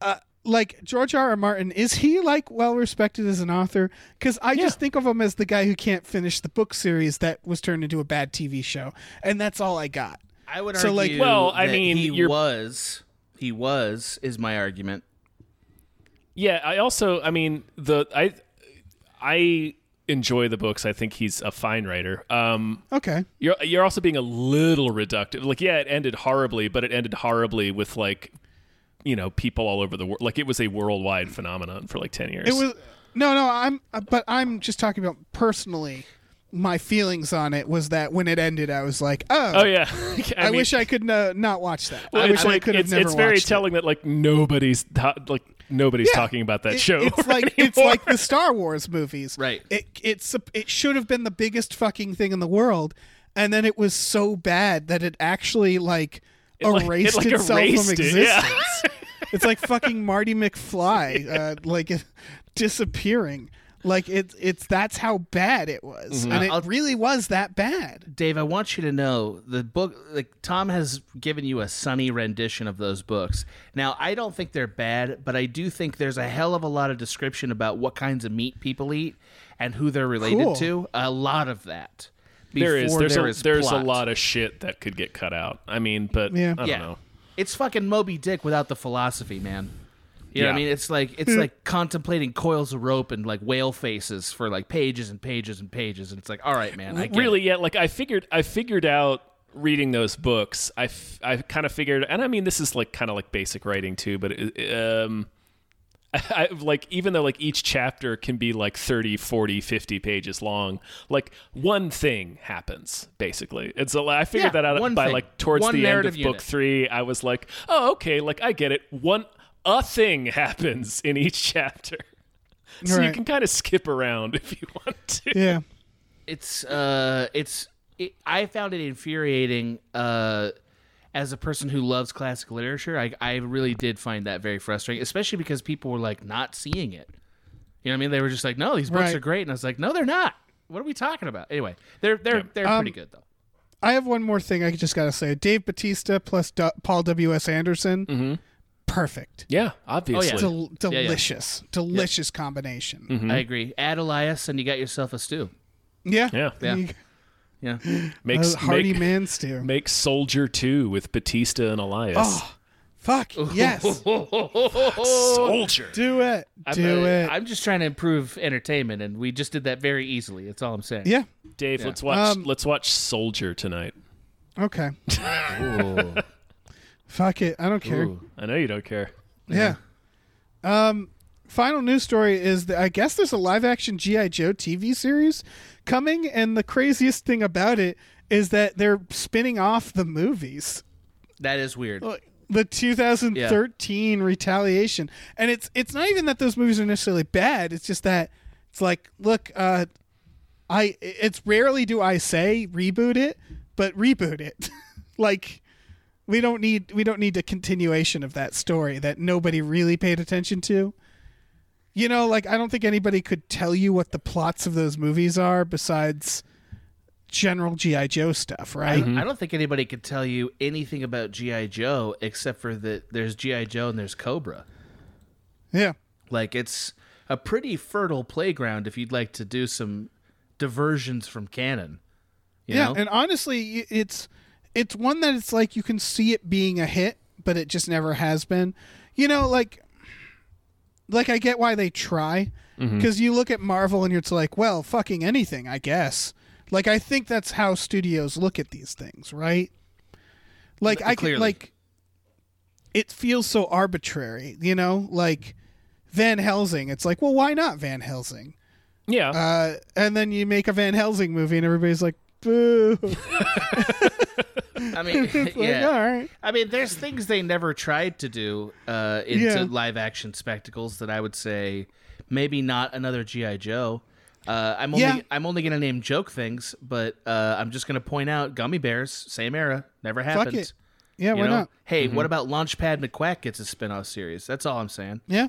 C: uh like George R. R. Martin, is he like well respected as an author? Because I just think of him as the guy who can't finish the book series that was turned into a bad TV show, and that's all I got.
D: I would
C: So,
D: argue.
C: like-
A: Well, I
D: that
A: mean,
D: he
A: you're-
D: was. He was is my argument.
A: Yeah, I also, I mean, the I I enjoy the books. I think he's a fine writer. Um
C: Okay,
A: you're you're also being a little reductive. Like yeah, it ended horribly, but it ended horribly with like you know, people all over the world. Like it was a worldwide phenomenon for like 10 years.
C: it was no, no. I'm uh, but I'm just talking about personally. My feelings on it was that when it ended, I was like, "Oh,
A: Oh yeah.
C: I, wish I could uh, not watch that.
A: Well,
C: I
A: it's
C: wish I
A: like-
C: could have
A: it's,
C: never
A: It's very
C: watched it."
A: telling that like nobody's ta- like nobody's
C: Yeah.
A: talking about that
C: It-
A: show.
C: It's like it's
A: anymore.
C: like the Star Wars movies.
D: Right.
C: It it's it should have been the biggest fucking thing in the world, and then it was so bad that it actually like
A: like- it,
C: erased
A: like,
C: itself
A: erased
C: from
A: it,
C: existence.
A: yeah.
C: it's like fucking Marty McFly, uh, like disappearing. Like it's it's that's how bad it was,
A: Mm-hmm.
C: and it
D: I'll-
C: really was that bad.
D: Dave, I want you to know the book. Like Tom has given you a sunny rendition of those books. Now, I don't think they're bad, but I do think there's a hell of a lot of description about what kinds of meat people eat and who they're related
C: Cool.
D: to. A lot of that.
A: there is
D: before
A: there's
D: there
A: a,
D: is
A: there's
D: plot.
A: a lot of shit that could get cut out. I mean, but
C: Yeah.
A: I don't
D: yeah,
A: know.
D: it's fucking Moby Dick without the philosophy, man. You know what I
A: Yeah.
D: mean? It's like it's like contemplating coils of rope and like whale faces for like pages and pages and pages, and it's like, all right, man, I get it.
A: really yeah like i figured i figured out reading those books i, f- I kind of figured and i mean this is like kind of like basic writing too but it, um I, I- like even though like each chapter can be like 30 40 50 pages long like one thing happens basically and so like, i figured
D: Yeah,
A: that out
D: one
A: by
D: thing.
A: like towards
D: One
A: the end of
D: narrative
A: book
D: unit.
A: three i was like oh okay like i get it one a thing happens in each chapter. So you
C: Right.
A: can kind of skip around if you want to.
C: Yeah.
D: it's uh it's it, i found it infuriating uh as a person who loves classic literature I, I really did find that very frustrating especially because people were like not seeing it you know what i mean they were just like no these books
C: Right.
D: are great and i was like no they're not what are we talking about anyway they're they're they're
C: Um,
D: pretty good though
C: I have one more thing I just gotta say. Dave Batista plus Du- Paul W. S. Anderson,
A: Mm-hmm.
C: perfect,
A: Yeah, obviously.
D: Oh, yeah.
C: Del-
D: yeah. Mm.
C: delicious, delicious combination.
D: i agree add elias and you got yourself a stew
C: Yeah,
A: Yeah.
D: Yeah.
C: You-
D: yeah
A: Make,
C: a hearty
A: make,
C: Uh, man stew.
A: make Soldier 2 with Batista and Elias.
C: Oh, fuck yes, Oh,
A: Soldier.
C: do it, do
D: I'm, uh,
C: it.
D: i'm just trying to improve entertainment and we just did that very easily that's all i'm saying
C: yeah.
A: Dave, let's watch
C: Um,
A: let's watch Soldier tonight.
C: Okay. Fuck it. I don't care.
A: I know you don't care.
C: Yeah. Um, final news story is that I guess there's a live action G.I. Joe TV series coming, and the craziest thing about it is that they're spinning off the movies.
D: that is weird
C: Like, uh, The 2013 retaliation. And it's it's not even that those movies are necessarily bad, it's just that it's like, look, uh I it's rarely do I say reboot it, but reboot it. like we don't need we don't need a continuation of that story that nobody really paid attention to. You know, like I don't think anybody could tell you what the plots of those movies are besides general GI Joe stuff,
D: I,
C: right?
D: I don't think anybody could tell you anything about GI Joe except for that there's GI Joe and there's Cobra.
C: Yeah.
D: Like it's a pretty fertile playground if you'd like to do some diversions from canon. You
C: yeah,
D: know?
C: and honestly, y- it's it's one that it's like you can see it being a hit, but it just never has been. You know, like like I get why they try
D: Mm-hmm.
C: because you look at Marvel and you're just like, well, fucking anything, I guess. Like I think that's how studios look at these things, right? Like I could,
D: clearly.
C: like it feels so arbitrary, you know, like Van Helsing. It's like, well, why not Van Helsing?
A: Yeah.
C: Uh, and then you make a Van Helsing movie, and everybody's like, boo.
D: I mean,
C: Like,
D: yeah.
C: all right.
D: I mean, there's things they never tried to do uh, into
C: Yeah.
D: live action spectacles that I would say maybe not another GI Joe. Uh, I'm only
C: Yeah.
D: I'm only gonna name joke things, but uh, I'm just gonna point out gummy bears, same era, never happened.
C: it. Yeah,
D: You
C: why
D: know?
C: not?
D: Hey,
A: Mm-hmm.
D: what about Launchpad McQuack gets a spin-off series? That's all I'm saying.
C: Yeah.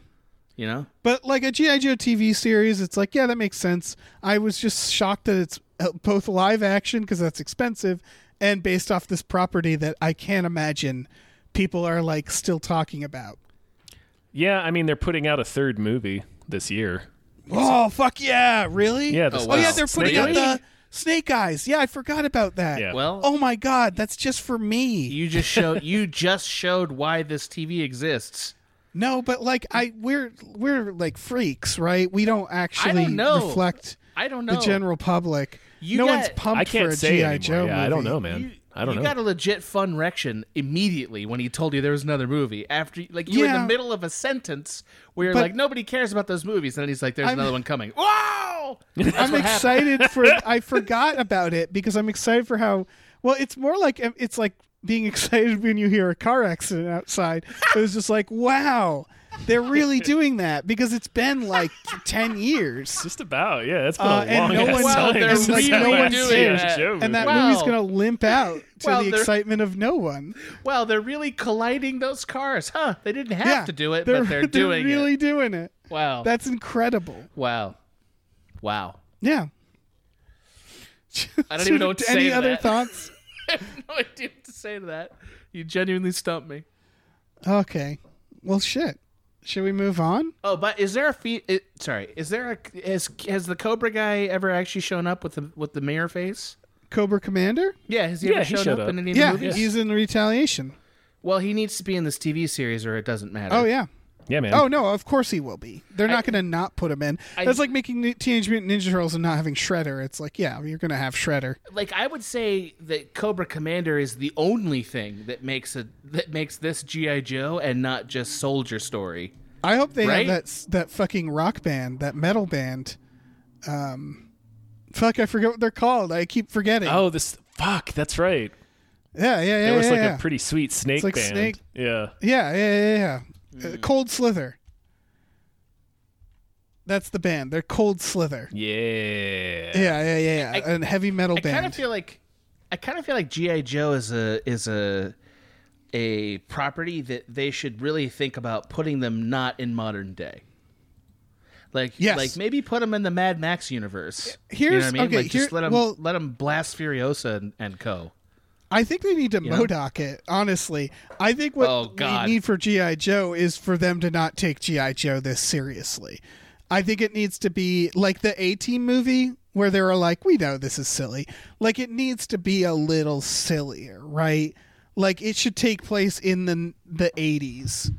D: You know?
C: But like a G.I. Joe TV series, it's like, yeah, that makes sense. I was just shocked that it's uh, both live action, because that's expensive, and based off this property that I can't imagine people are like still talking about.
A: yeah, I mean they're putting out a third movie this year.
C: Oh, fuck yeah. Really?
A: Yeah, the
C: oh,
A: Oh,
C: yeah,
D: wow.
C: they're
A: Snake
C: putting out
A: Eyes.
C: the Snake Eyes. Yeah, I forgot about that.
A: Yeah.
D: Well,
C: oh my God. That's just for me.
D: you just showed you just showed why this TV exists.
C: No, but like I we're we're like freaks, right? We don't actually
D: know.
C: reflect
D: I don't know.
C: the general public.
D: You
C: no
D: got-
C: one's pumped
A: I can't
C: for a
A: say
C: GI
A: anymore.
C: Joe
A: yeah, I don't
C: movie.
A: know, man.
D: You-
A: I don't
D: you
A: know.
D: got a legit fun rection immediately when he told you there was another movie. After like you were in
C: Yeah.
D: the middle of a sentence where you're
C: But-
D: like, nobody cares about those movies, and then he's like, There's
C: I'm-
D: another one coming. Wow!
C: I'm excited for I forgot about it because I'm excited for how well it's more like um, it's like being excited when you hear a car accident outside. It was just like, wow, they're really doing that because it's been like 10 years.
A: Just about, yeah. It's been
C: Uh,
A: a
C: and
A: long
C: no
A: ass
C: one-
A: time.
C: Well, they're
A: since
C: really
A: I've
C: no
A: had
C: one
A: seen
C: doing
A: a
D: that.
A: Joe
D: And
A: movie.
C: And that
D: Wow.
C: movie's going to limp out to
D: Well,
C: the
D: they're-
C: excitement of no one.
D: Wow, they're really colliding those cars. Huh. They didn't have to do it, but they're doing
C: really
D: it.
C: doing it.
D: Wow.
C: That's incredible.
D: wow. Wow.
C: Yeah.
D: I don't even know what to
C: Any
D: say to
C: other
D: that.
C: thoughts?
D: no idea what to say to that. You genuinely stumped me.
C: Okay. Well, shit. Should we move on?
D: Oh, but is there a fe- it, sorry? Is there a has has the Cobra guy ever actually shown up with the with the mirror face?
C: Cobra Commander?
D: Yeah, has he
A: Yeah,
D: ever
A: he
D: shown
A: showed
D: up,
A: up.
D: in any
C: Yeah,
D: movies?
C: he's in retaliation.
D: well, he needs to be in this TV series, or it doesn't matter.
C: Oh yeah.
A: yeah, man.
C: Oh no, of course he will be. They're not going to not put him in. That's like making Ni- Teenage Mutant Ninja Turtles and not having Shredder. It's like, yeah, you're going to have Shredder.
D: Like I would say that Cobra Commander is the only thing that makes a that makes this GI Joe and not just Soldier Story.
C: I hope they
D: Right?
C: have that s- that fucking rock band, that metal band. Um, fuck, I forget what they're called. I keep forgetting.
A: Oh, this fuck. That's right.
C: yeah, yeah, yeah.
A: It was
C: yeah,
A: like
C: yeah.
A: a pretty sweet snake
C: like
A: band.
C: Snake-
A: Yeah.
C: Yeah, yeah, yeah, yeah. Uh, Cold Slither. That's the band. They're Cold Slither.
A: Yeah.
C: Yeah, yeah, yeah, yeah.
D: I-
C: An heavy metal
D: I
C: band.
D: kind of feel like I kind of feel like GI Joe is a is a a property that they should really think about putting them not in modern day. Like
C: Yes.
D: like maybe put them in the Mad Max universe. you know
C: Here's-
D: what I mean?
C: okay,
D: like
C: here-
D: just let them
C: well-
D: let them blast Furiosa and, and co.
C: I think they need to
D: know?
C: Modoc it, honestly. I think what
D: Oh, God.
C: we need for G.I. Joe is for them to not take G.I. Joe this seriously. I think it needs to be like the A Team movie where they were like, we know this is silly. Like, it needs to be a little sillier, right? Like, it should take place in the, the 80s.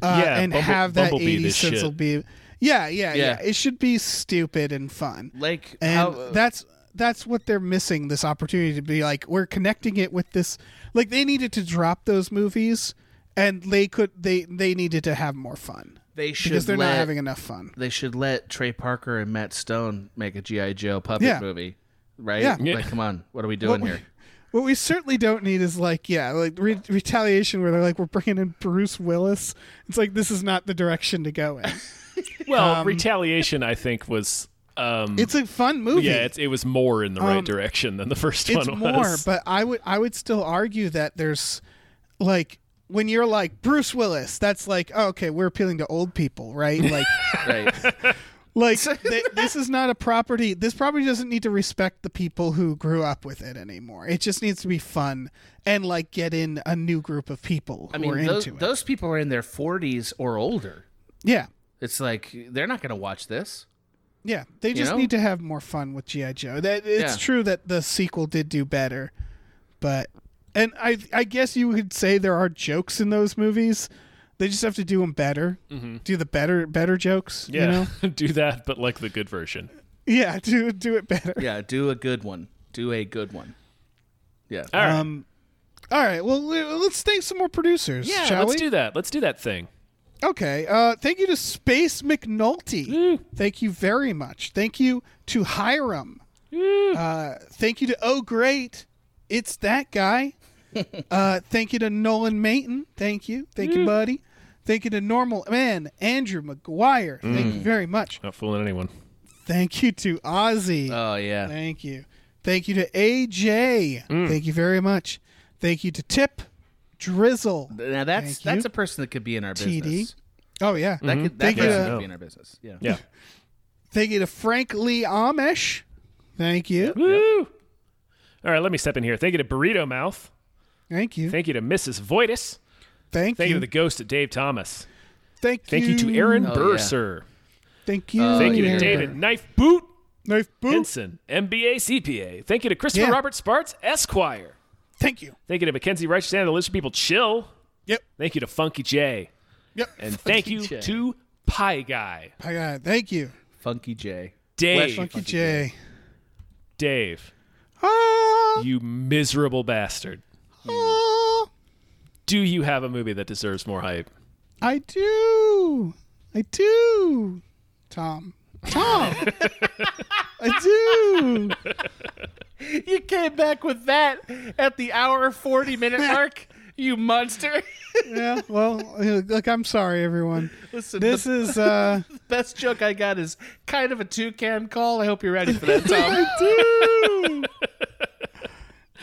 C: Uh,
A: Yeah,
C: and
A: Bumble-
C: have that
A: Bumblebee
C: 80s
A: this
C: sense
A: shit.
C: will be. Yeah, yeah, yeah,
D: Yeah.
C: It should be stupid and fun
D: Like
C: and
D: how, uh,
C: that's that's what they're missing this opportunity to be like we're connecting it with this like they needed to drop those movies and they could they they needed to have more fun
D: they should
C: because they're
D: let,
C: not having enough fun
D: they should let Trey Parker and Matt Stone make a GI Joe puppet
C: Yeah.
D: movie, right?
C: Yeah.
A: Yeah.
D: Like, come on, what are we doing here?
C: what we certainly don't need is like yeah like re- retaliation where they're like we're bringing in bruce willis it's like this is not the direction to go in
A: Well, retaliation. I think was. Um,
C: um, it's a fun movie Um,
A: yeah, it's, it was more in the right direction than the first
C: it's
A: one
C: more
A: was.
C: but i would i would still argue that there's like when you're like bruce willis that's like oh, okay we're appealing to old people right like
D: Right.
C: Like th- this is not a property. This property doesn't need to respect the people who grew up with it anymore. It just needs to be fun and like get in a new group of people who
D: I
C: are
D: mean,
C: into
D: those,
C: it.
D: those people are in their 40s or older.
C: yeah,
D: It's like they're not going to watch this.
C: yeah. They just
D: know?
C: need to have more fun with GI Joe. That it's
D: Yeah.
C: true that the sequel did do better, but and I I guess you could say there are jokes in those movies. They just have to do them better. Do the better better jokes.
A: Mm-hmm. yeah,
C: You know?
A: do that, but like the good version.
C: Yeah. Do do it better.
D: Yeah, do a good one. Do a good one. Yeah.
A: All right,
C: Um. All right. Well, le- let's thank some more producers.
A: yeah,
C: shall
A: let's
C: we?
A: do that. Let's do that thing.
C: Okay. Uh, thank you to Space McNulty. Thank you very much. Thank you to Hiram. Uh, thank you to Oh Great, it's that guy. uh, thank you to Nolan Mayton. Thank you. Thank you, buddy. Thank you to Normal Man Andrew McGuire. Thank you very much.
A: Not fooling anyone.
C: Thank you to Ozzy.
D: Oh, yeah.
C: Thank you. Thank you to AJ. Thank you very much. Thank you to Tip, Drizzle,
D: Now that's
C: Thank
D: that's
C: you.
D: a person that could be in our
C: TD.
D: business.
C: Oh yeah.
D: That could that
C: Thank you
D: person
C: to-
D: could be in our business. Yeah.
A: Mm-hmm. Yeah.
C: Thank you to Frank Lee Amish. Thank you.
A: Woo! All right, let me step in here. Thank you to Burrito Mouth.
C: Thank you.
A: Thank you to Mrs. Voitis.
C: Thank,
A: Thank you
C: you.
A: to the ghost of Dave Thomas.
C: thank,
A: Thank you to Aaron
D: Oh, yeah.
A: Burser.
C: Thank you.
A: Thank you to
D: yeah.
A: David Knife Boot
C: Knife Boot.
A: Henson, MBA CPA. Thank you to Christopher
C: Yeah.
A: Robert Sparts, Esquire.
C: Thank you.
A: Thank you to Mackenzie Righteous and the list of people chill.
C: Yep.
A: Thank you to Funky J.
C: Yep.
A: And thank you
D: J.
A: to Pie Guy.
C: I got it. Thank you.
D: Funky J.
A: Dave.
D: Funky
C: Thank you, Jay.
A: Dave.
C: Ah,
A: You miserable bastard.
C: ah,
A: Do you have a movie that deserves more hype?
C: I do. I do. Tom. Tom. I do.
D: You came back with that at the hour 40 minute mark, you monster.
C: Yeah. Well, look, I'm sorry, everyone.
D: Listen,
C: This
D: the
C: is. uh
D: best joke I got is kind of a toucan call. I hope you're ready for that, Tom.
C: I do.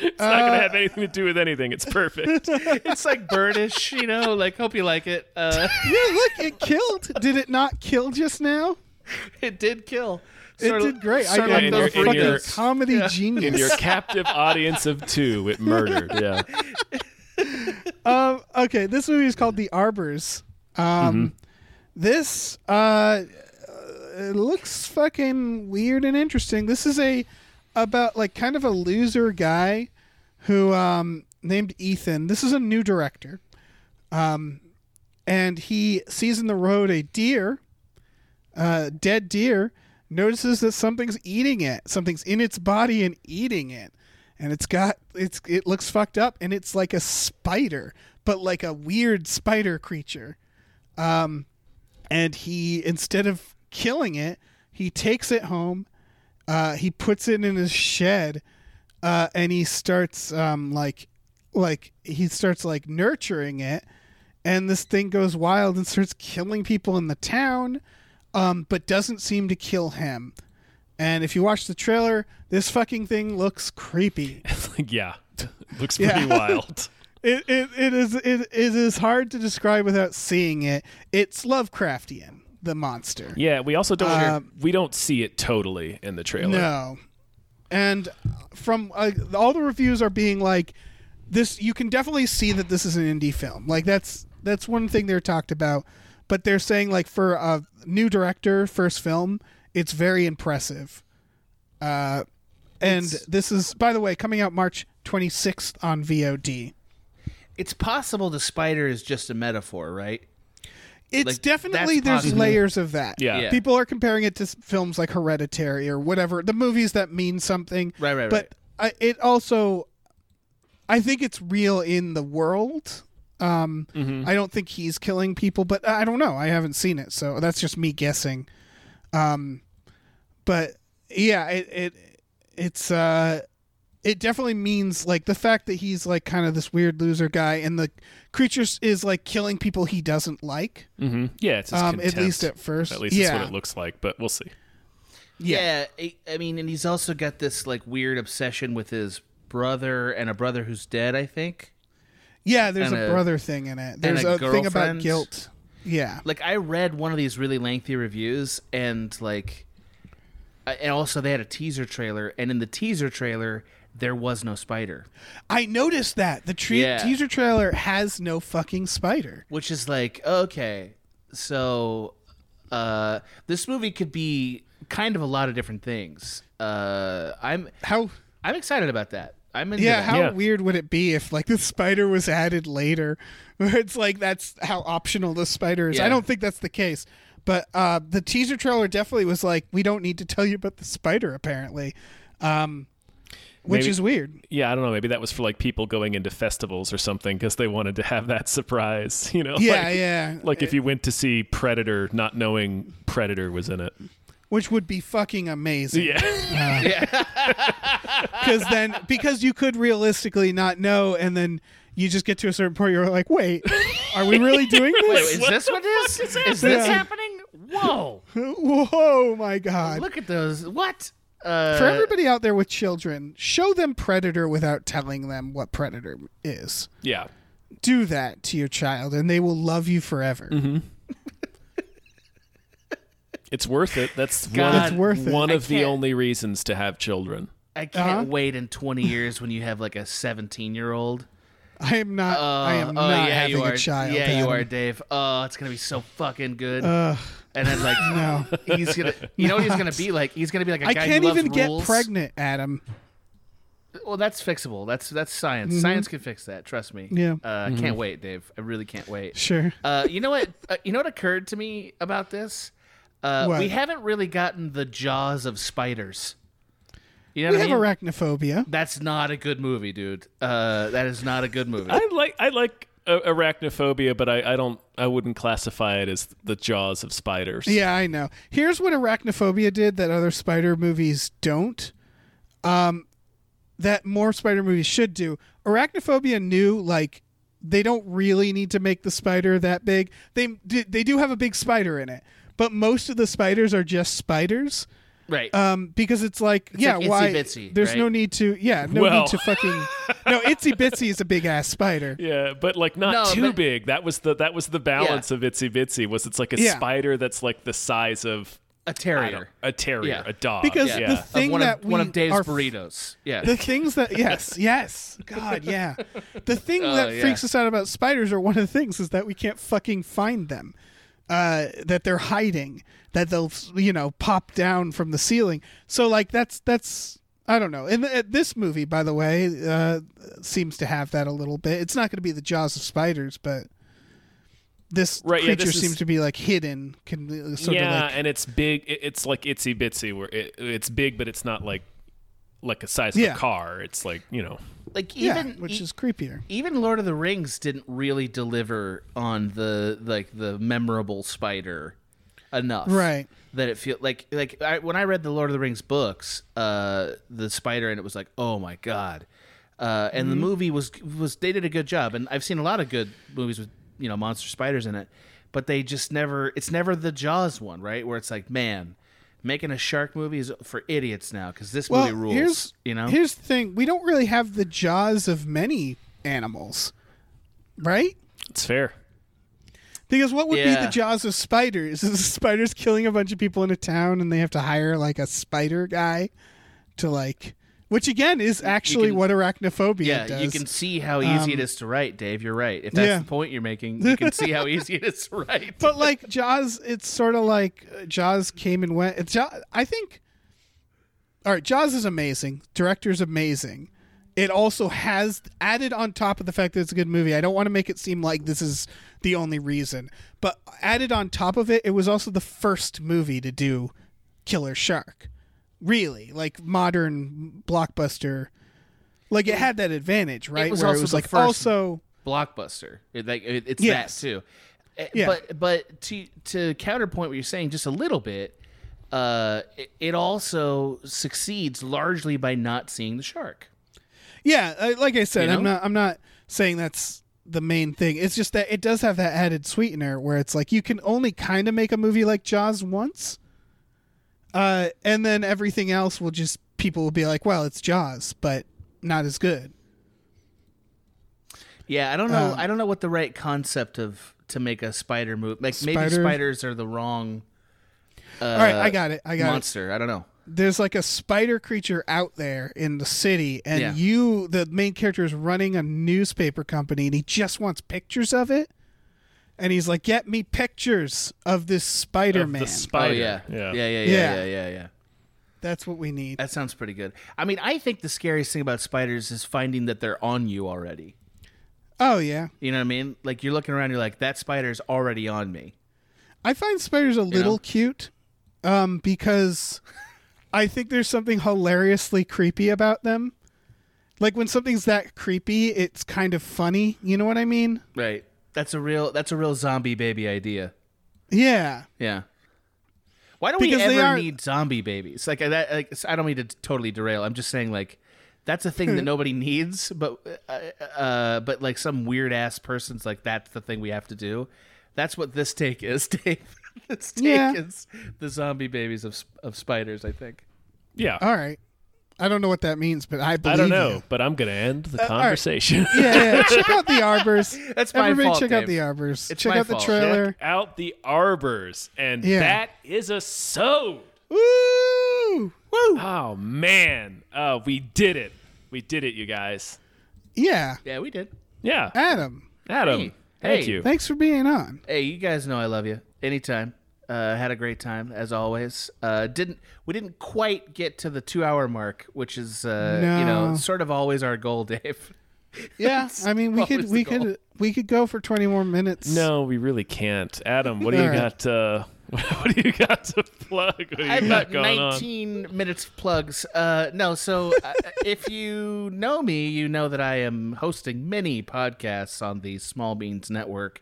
A: It's not
C: Uh,
A: going to have anything to do with anything. It's perfect.
D: it's like birdish, you know, like hope you like it. Uh
C: Yeah, look, it killed. Did it not kill just now?
D: it did kill.
C: It
D: Sorta-
C: did great. I
D: sorta
A: like
C: am
A: in
C: a
A: those your-
C: fucking
A: in your-
C: comedy genius.
A: In your captive audience of two, it murdered. Yeah.
C: um, okay, this movie is called The Arbors.
A: Mm-hmm.
C: Um, This uh, it looks fucking weird and interesting. This is a about like kind of a loser guy who um, named Ethan. This is a new director, um, and he sees in the road a deer, uh, dead deer. Notices that something's eating it. Something's in its body and eating it and it's got it's it looks fucked up and it's like a spider but like a weird spider creature um and he instead of killing it he takes it home uh he puts it in his shed uh and he starts um like like he starts like nurturing it and this thing goes wild and starts killing people in the town, um, but doesn't seem to kill him. And if you watch the trailer, this fucking thing looks creepy.
A: Like, yeah, looks
C: Yeah.
A: pretty wild.
C: It, it, it is it, it is hard to describe without seeing it. It's Lovecraftian, the monster.
A: Yeah, we also don't
C: Um,
A: we don't see it totally in the trailer.
C: No. And from uh, all the reviews are being like this you can definitely see that this is an indie film. Like that's that's one thing they're talked about, but they're saying like for a new director first film, it's very impressive. Uh and this is by the way coming out March 26th on VOD.
D: It's possible the spider is just a metaphor, right?
C: It's
D: Like,
C: definitely
D: that's
C: there's
D: possible.
C: layers of that.
A: Yeah. Yeah.
C: People are comparing it to s- films like Hereditary or whatever, the movies that mean something.
D: Right, right,
C: But I, it also, I think it's real in the world. Um, I don't think he's killing people, but I don't know. I haven't seen it, so that's just me guessing. Um, but yeah, it, it it's uh it definitely means like the fact that he's like kind of this weird loser guy and the creature is like killing people he doesn't like
A: hmm Yeah, it's his
C: um, at
A: contempt.
C: least at first.
A: At least
C: yeah.
A: that's what it looks like, but we'll see.
D: Yeah, I I mean, and he's also got this like weird obsession with his brother and a brother who's dead. I think.
C: Yeah, there's
D: And
C: a,
D: a-
C: brother thing in it. There's
D: a
C: a, thing about
D: girlfriend.
C: guilt. Yeah.
D: Like I read one of these really lengthy reviews, and like, I- and also they had a teaser trailer, and in the teaser trailer there was no spider,
C: I noticed that. The tre-
D: Yeah.
C: teaser trailer has no fucking spider.
D: which is like okay, so uh, this movie could be kind of a lot of different things. Uh, I'm
C: How
D: I'm excited about that. I'm into
C: yeah,
D: that.
C: how
A: Yeah.
C: weird would it be if like the spider was added later? Where it's like that's how optional the spider is. I
D: Yeah.
C: don't think that's the case. But uh, the teaser trailer definitely was like, we don't need to tell you about the spider apparently. Um which
A: Maybe-
C: is weird.
A: Yeah, I don't know. Maybe that was for like people going into festivals or something because they wanted to have that surprise. You know?
C: Yeah,
A: like,
C: yeah.
A: Like if you went to see Predator, not knowing Predator was in it.
C: Which would be fucking amazing.
A: Yeah,
C: because then because you could realistically not know and then you just get to a certain point you're like wait are we really doing
D: Wait,
C: this
D: is this what it is? Is this
C: Yeah.
D: happening? Whoa!
C: whoa my god
D: Look at those. What? Uh,
C: for everybody out there with children show them predator without telling them what predator is
A: yeah.
C: do that to your child and they will love you forever
D: Mm-hmm.
A: It's worth it. That's
D: God,
A: one,
D: It's
C: worth it.
A: one
D: I
A: of the
D: can't-
A: only reasons to have children.
D: I can't
C: Uh-huh.
D: wait in 20 years when you have like a 17 year old.
C: i am not i am not having
D: Uh, Oh, you are,
C: a child
D: Yeah, you
C: Adam.
D: are, Dave. Oh, it's gonna be so fucking good. and then like, he's gonna. You know what he's gonna be like? He's gonna be like a
C: i
D: guy
C: can't
D: who loves
C: even
D: rules.
C: get pregnant adam
D: Well, that's fixable. That's that's science. Science can fix that. Trust me.
C: Yeah.
D: Uh, Can't wait, Dave. I really can't wait.
C: sure
D: Uh, you know what? Uh, you know what occurred to me about this? Uh,
C: What?
D: We haven't really gotten the jaws of spiders. You know
C: we
D: what
C: have
D: I mean?
C: arachnophobia
D: That's not a good movie, dude. Uh, that is not a good movie.
A: I like I like uh, arachnophobia, but I, I don't I wouldn't classify it as the jaws of spiders.
C: Yeah, I know. Here's what Arachnophobia did that other spider movies don't. Um, that more spider movies should do. Arachnophobia knew like they don't really need to make the spider that big. They they do have a big spider in it, but most of the spiders are just spiders.
D: right.
C: Um, because it's like yeah,
D: like Itsy
C: why?
D: Bitsy,
C: there's
D: right?
C: no need to yeah, no
A: Well.
C: need to fucking no. Itsy Bitsy is a big ass spider.
A: Yeah, but like not
D: No,
A: too
D: but-
A: big. That was the that was the balance of Itsy Bitsy. Was it's like a
C: Yeah.
A: spider that's like the size of
D: a
A: I
D: terrier.
A: don't- a terrier,
D: Yeah.
A: a dog.
C: Because
A: yeah.
C: the thing
D: of one
C: that
D: of, one
C: we
D: of Dave's
C: are
D: burritos. Yeah.
C: the things that yes yes god yeah the thing
A: Oh,
C: that
D: yeah.
C: freaks us out about spiders are one of the things is that we can't fucking find them uh, that they're hiding that they'll you know pop down from the ceiling so like that's that's i don't know and th- this movie by the way uh, seems to have that a little bit it's not going to be the jaws of spiders but this
A: Right, yeah,
C: creature
A: this is-
C: seems to be like hidden can uh, sort
A: yeah,
C: of like
A: and it's big. It, it's like itsy bitsy, where it, it's big, but it's not like like a size
C: Yeah.
A: of a car. It's like you know,
D: like
C: yeah,
D: even
C: which
D: e-
C: is creepier
D: even Lord of the Rings didn't really deliver on the like the memorable spider enough.
C: Right.
D: That it feel like like I, when I read the Lord of the Rings books, uh, the spider and it was like, oh my
C: Mm-hmm.
D: god. Uh, and the movie was was they did a good job, and I've seen a lot of good movies with you know monster spiders in it, but they just never. It's never the Jaws one, right? Where it's like, man, making a shark movie is for idiots now because this
C: Well,
D: movie rules.
C: here's
D: you know,
C: here's the thing: we don't really have the jaws of many animals, right?
A: It's fair.
C: Because what would be
D: Yeah.
C: the jaws of spiders? Is spiders killing a bunch of people in a town, and they have to hire like a spider guy to like, which again is actually
D: can-
C: what arachnophobia
D: yeah,
C: does. Um,
D: you can see how easy it is to write, Dave. You're right. If that's
C: yeah.
D: the point you're making, you can see how easy it is to write.
C: but like Jaws, it's sort of like uh, Jaws came and went. It's Jaws, I think. All right, Jaws is amazing. Director's amazing. It also has added on top of the fact that it's a good movie. I don't want to make it seem like this is the only reason, but added on top of it, it was also the first movie to do Killer Shark. Really, like modern blockbuster. Like it had that advantage, right?
D: was
C: Where
D: also
C: it was
D: the
C: like
D: first-
C: also
D: blockbuster. It- Like it- it's
C: Yes.
D: that too. Eh,
C: Yeah.
D: But but to to counterpoint what you're saying just a little bit, uh, it, it also succeeds largely by not seeing the shark.
C: Yeah, I, like I said,
D: You
C: I'm
D: know?
C: not. I'm not saying that's the main thing. It's just that it does have that added sweetener where it's like you can only kind of make a movie like Jaws once, uh, and then everything else will just people will be like, well, it's Jaws, but not as good.
D: Yeah, I don't know.
C: Um,
D: I don't know what the right concept of to make a spider move. Like maybe
C: Spider-
D: spiders are the wrong. Uh,
C: All right, I got it. I got it.
D: monster. I don't know. Oh,
C: There's like a spider creature out there in the city, and
D: Yeah.
C: you, the main character, is running a newspaper company, and he just wants pictures of it. And he's like, "Get me pictures of this
A: Of
C: Spider-Man."
A: the spider.
D: Oh yeah.
A: yeah.
D: Yeah. Yeah. Yeah.
C: Yeah.
D: Yeah. Yeah. Yeah. yeah.
C: That's what we need.
D: That sounds pretty good. I mean, I think the scariest thing about spiders is finding that they're on you already.
C: Oh yeah,
D: You know what I mean? Like you're looking around, you're like, that spider's already on me.
C: I find spiders a little cute, um, because I think there's something hilariously creepy about them. Like when something's that creepy, it's kind of funny. You know what I mean?
D: Right. That's a real that's a real zombie baby idea.
C: Yeah.
D: Yeah. Why do
C: Because
D: we
C: they
D: ever
C: are-
D: need zombie babies? Like I- that. Like I don't mean to totally derail. I'm just saying like that's a thing that nobody needs, but uh, uh, but like some weird ass person's like that's the thing we have to do. That's what this take is, Dave. this take
C: Yeah.
D: is the zombie babies of sp- of spiders. I think.
A: Yeah.
C: All right. I don't know what that means, but I believe
A: I don't know,
C: you. Uh,
A: but I'm gonna end the
C: all right.
A: conversation.
C: Yeah, yeah. check out the arbors.
D: That's my
C: Everybody,
D: fault,
C: check out
D: Dave.
C: the arbors.
D: It's
C: check
D: my
C: out the
D: fault.
C: trailer.
A: Check out the arbors, and
C: Yeah.
A: that is a so.
C: Woo! Woo!
A: Oh man, oh we did it, we did it, you guys.
C: Yeah,
D: Yeah, we did.
A: Yeah,
C: Adam.
A: Adam,
D: Hey,
A: thank
D: hey.
A: you.
C: Thanks for being on.
D: Hey, you guys know I love you. Anytime. Uh, had a great time as always. Uh, didn't we didn't quite get to the two hour mark, which is uh, you
C: No.
D: know sort of always our goal, Dave.
C: Yeah, I mean we could
D: always
C: we
D: the goal.
C: could we could go for twenty more minutes.
A: No, we really can't. Adam, what do you
C: All right.
A: got? Uh, what do you got to plug? What do you
D: I've
A: got
D: got
A: going on?
D: 19 minutes of plugs. Uh, no, so uh, if you know me, you know that I am hosting many podcasts on the Small Beans Network,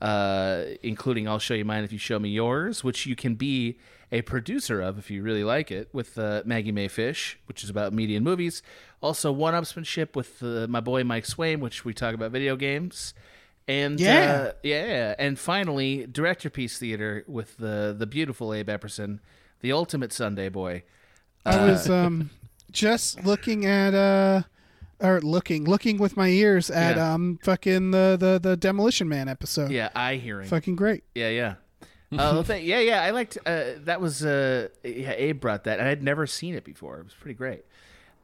D: uh, including I'll Show You Mine If You Show Me Yours, which you can be a producer of if you really like it, with uh, Maggie May Fish, which is about media and movies. Also, One Upsmanship with uh, my boy Mike Swain, which we talk about video games. And
C: Yeah.
D: uh, yeah, and finally, director piece theater with the the beautiful Abe Epperson, the ultimate Sunday boy. Uh,
C: I was um just looking at uh or looking looking with my ears at
D: Yeah.
C: um fucking the the the demolition man episode.
D: Yeah, eye hearing.
C: Fucking great.
D: Yeah, yeah. Uh, well, thank- yeah, yeah. I liked uh, that was uh, yeah. Abe brought that, and I'd never seen it before. It was pretty great.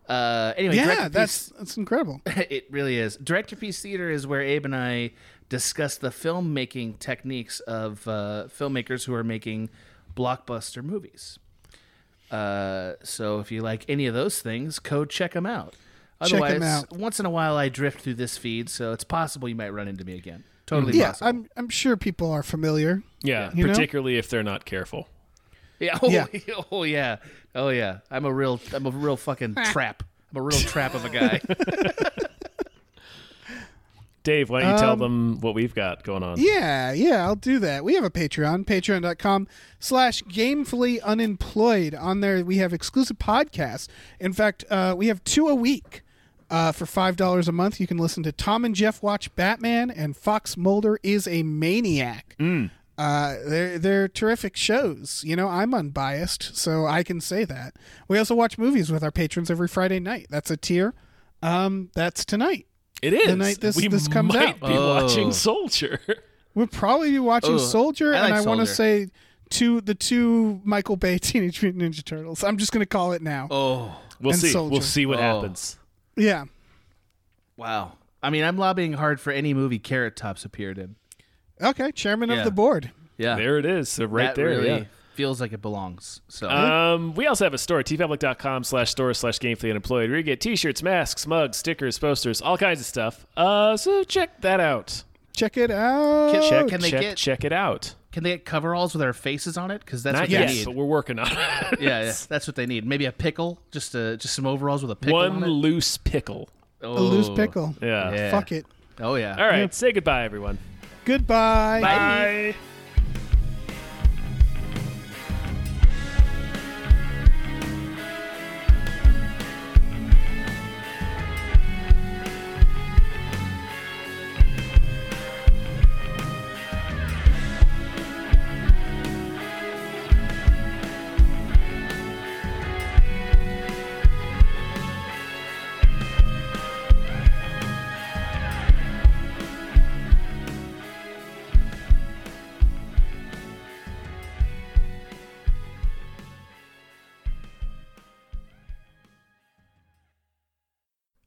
D: Uh, anyway, Director
C: Yeah,
D: Piece-
C: that's that's incredible.
D: it really is. Director piece theater is where Abe and I discuss the filmmaking techniques of uh, filmmakers who are making blockbuster movies. Uh, so if you like any of those things, go check them out.
C: Check 'em
D: Otherwise,
C: out.
D: once in a while I drift through this feed, so it's possible you might run into me again. Totally
C: Mm-hmm. Yeah,
D: possible.
C: I'm I'm sure people are familiar.
A: yeah,
C: You know?
A: particularly if they're not careful.
D: Yeah. Oh,
C: Yeah.
D: yeah. Oh yeah. Oh yeah. I'm a real. I'm a real fucking trap. I'm a real trap of a guy.
A: Dave, why don't you tell them what we've got going on?
C: Um, Yeah, yeah, I'll do that. We have a Patreon, patreon.com slash gamefully unemployed. On there, we have exclusive podcasts. In fact, uh, we have two a week. Uh, for five dollars a month, you can listen to Tom and Jeff watch Batman and Fox Mulder is a maniac. Uh, they're they're terrific shows. You know, I'm unbiased, so I can say that. We also watch movies with our patrons every Friday night. That's a tier. Um, that's tonight.
A: It is.
C: night this-
A: we
C: this comes
A: might
C: out.
A: be
D: Oh.
A: watching Soldier.
C: We'll probably be watching
D: Ooh,
C: Soldier,
D: I like
C: and I want to
D: Soldier.
C: say two the two Michael Bay Teenage Mutant Ninja Turtles. I'm just gonna call it now.
D: Oh,
A: We'll
C: And
A: see. We'll
C: Soldier.
A: see what
D: Oh.
A: happens.
C: Yeah,
D: wow. I mean, I'm lobbying hard for any movie Carrot Top's appeared in.
C: okay, chairman
D: Yeah.
C: of the board.
D: Yeah,
A: There it is. So right
D: that
A: there.
D: really
A: yeah.
D: feels like it belongs. So
A: Um, we also have a store, tpublic.com slash store slash gamefully unemployed, where you get t-shirts, masks, mugs, stickers, posters, all kinds of stuff. Uh, so check that out.
C: Check it out.
A: Check,
D: can they
A: check,
D: get-
A: check it out.
D: can they get coveralls with our faces on it? Because that's
A: Not
D: what
A: yet,
D: they need.
A: but we're working on it.
D: yeah, yeah, that's what they need. Maybe a pickle, just a, just some overalls with a pickle
A: One
D: on it.
A: loose pickle.
C: A loose
D: Oh.
C: pickle.
A: Yeah.
D: Yeah.
C: Fuck it.
D: Oh yeah.
A: All right. Say goodbye, everyone.
C: Goodbye.
A: Bye.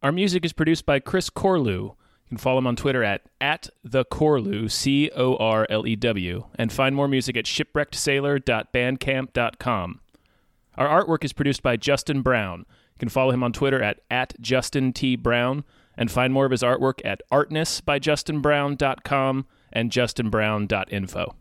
A: Our music is produced by Chris Corlew. You can follow him on Twitter at, at the Corlew, C O R L E W, and find more music at shipwreckedsailor.bandcamp.com. Our artwork is produced by Justin Brown. You can follow him on Twitter at, at Justin T. Brown and find more of his artwork at artnessbyjustinbrown.com and justinbrown.info.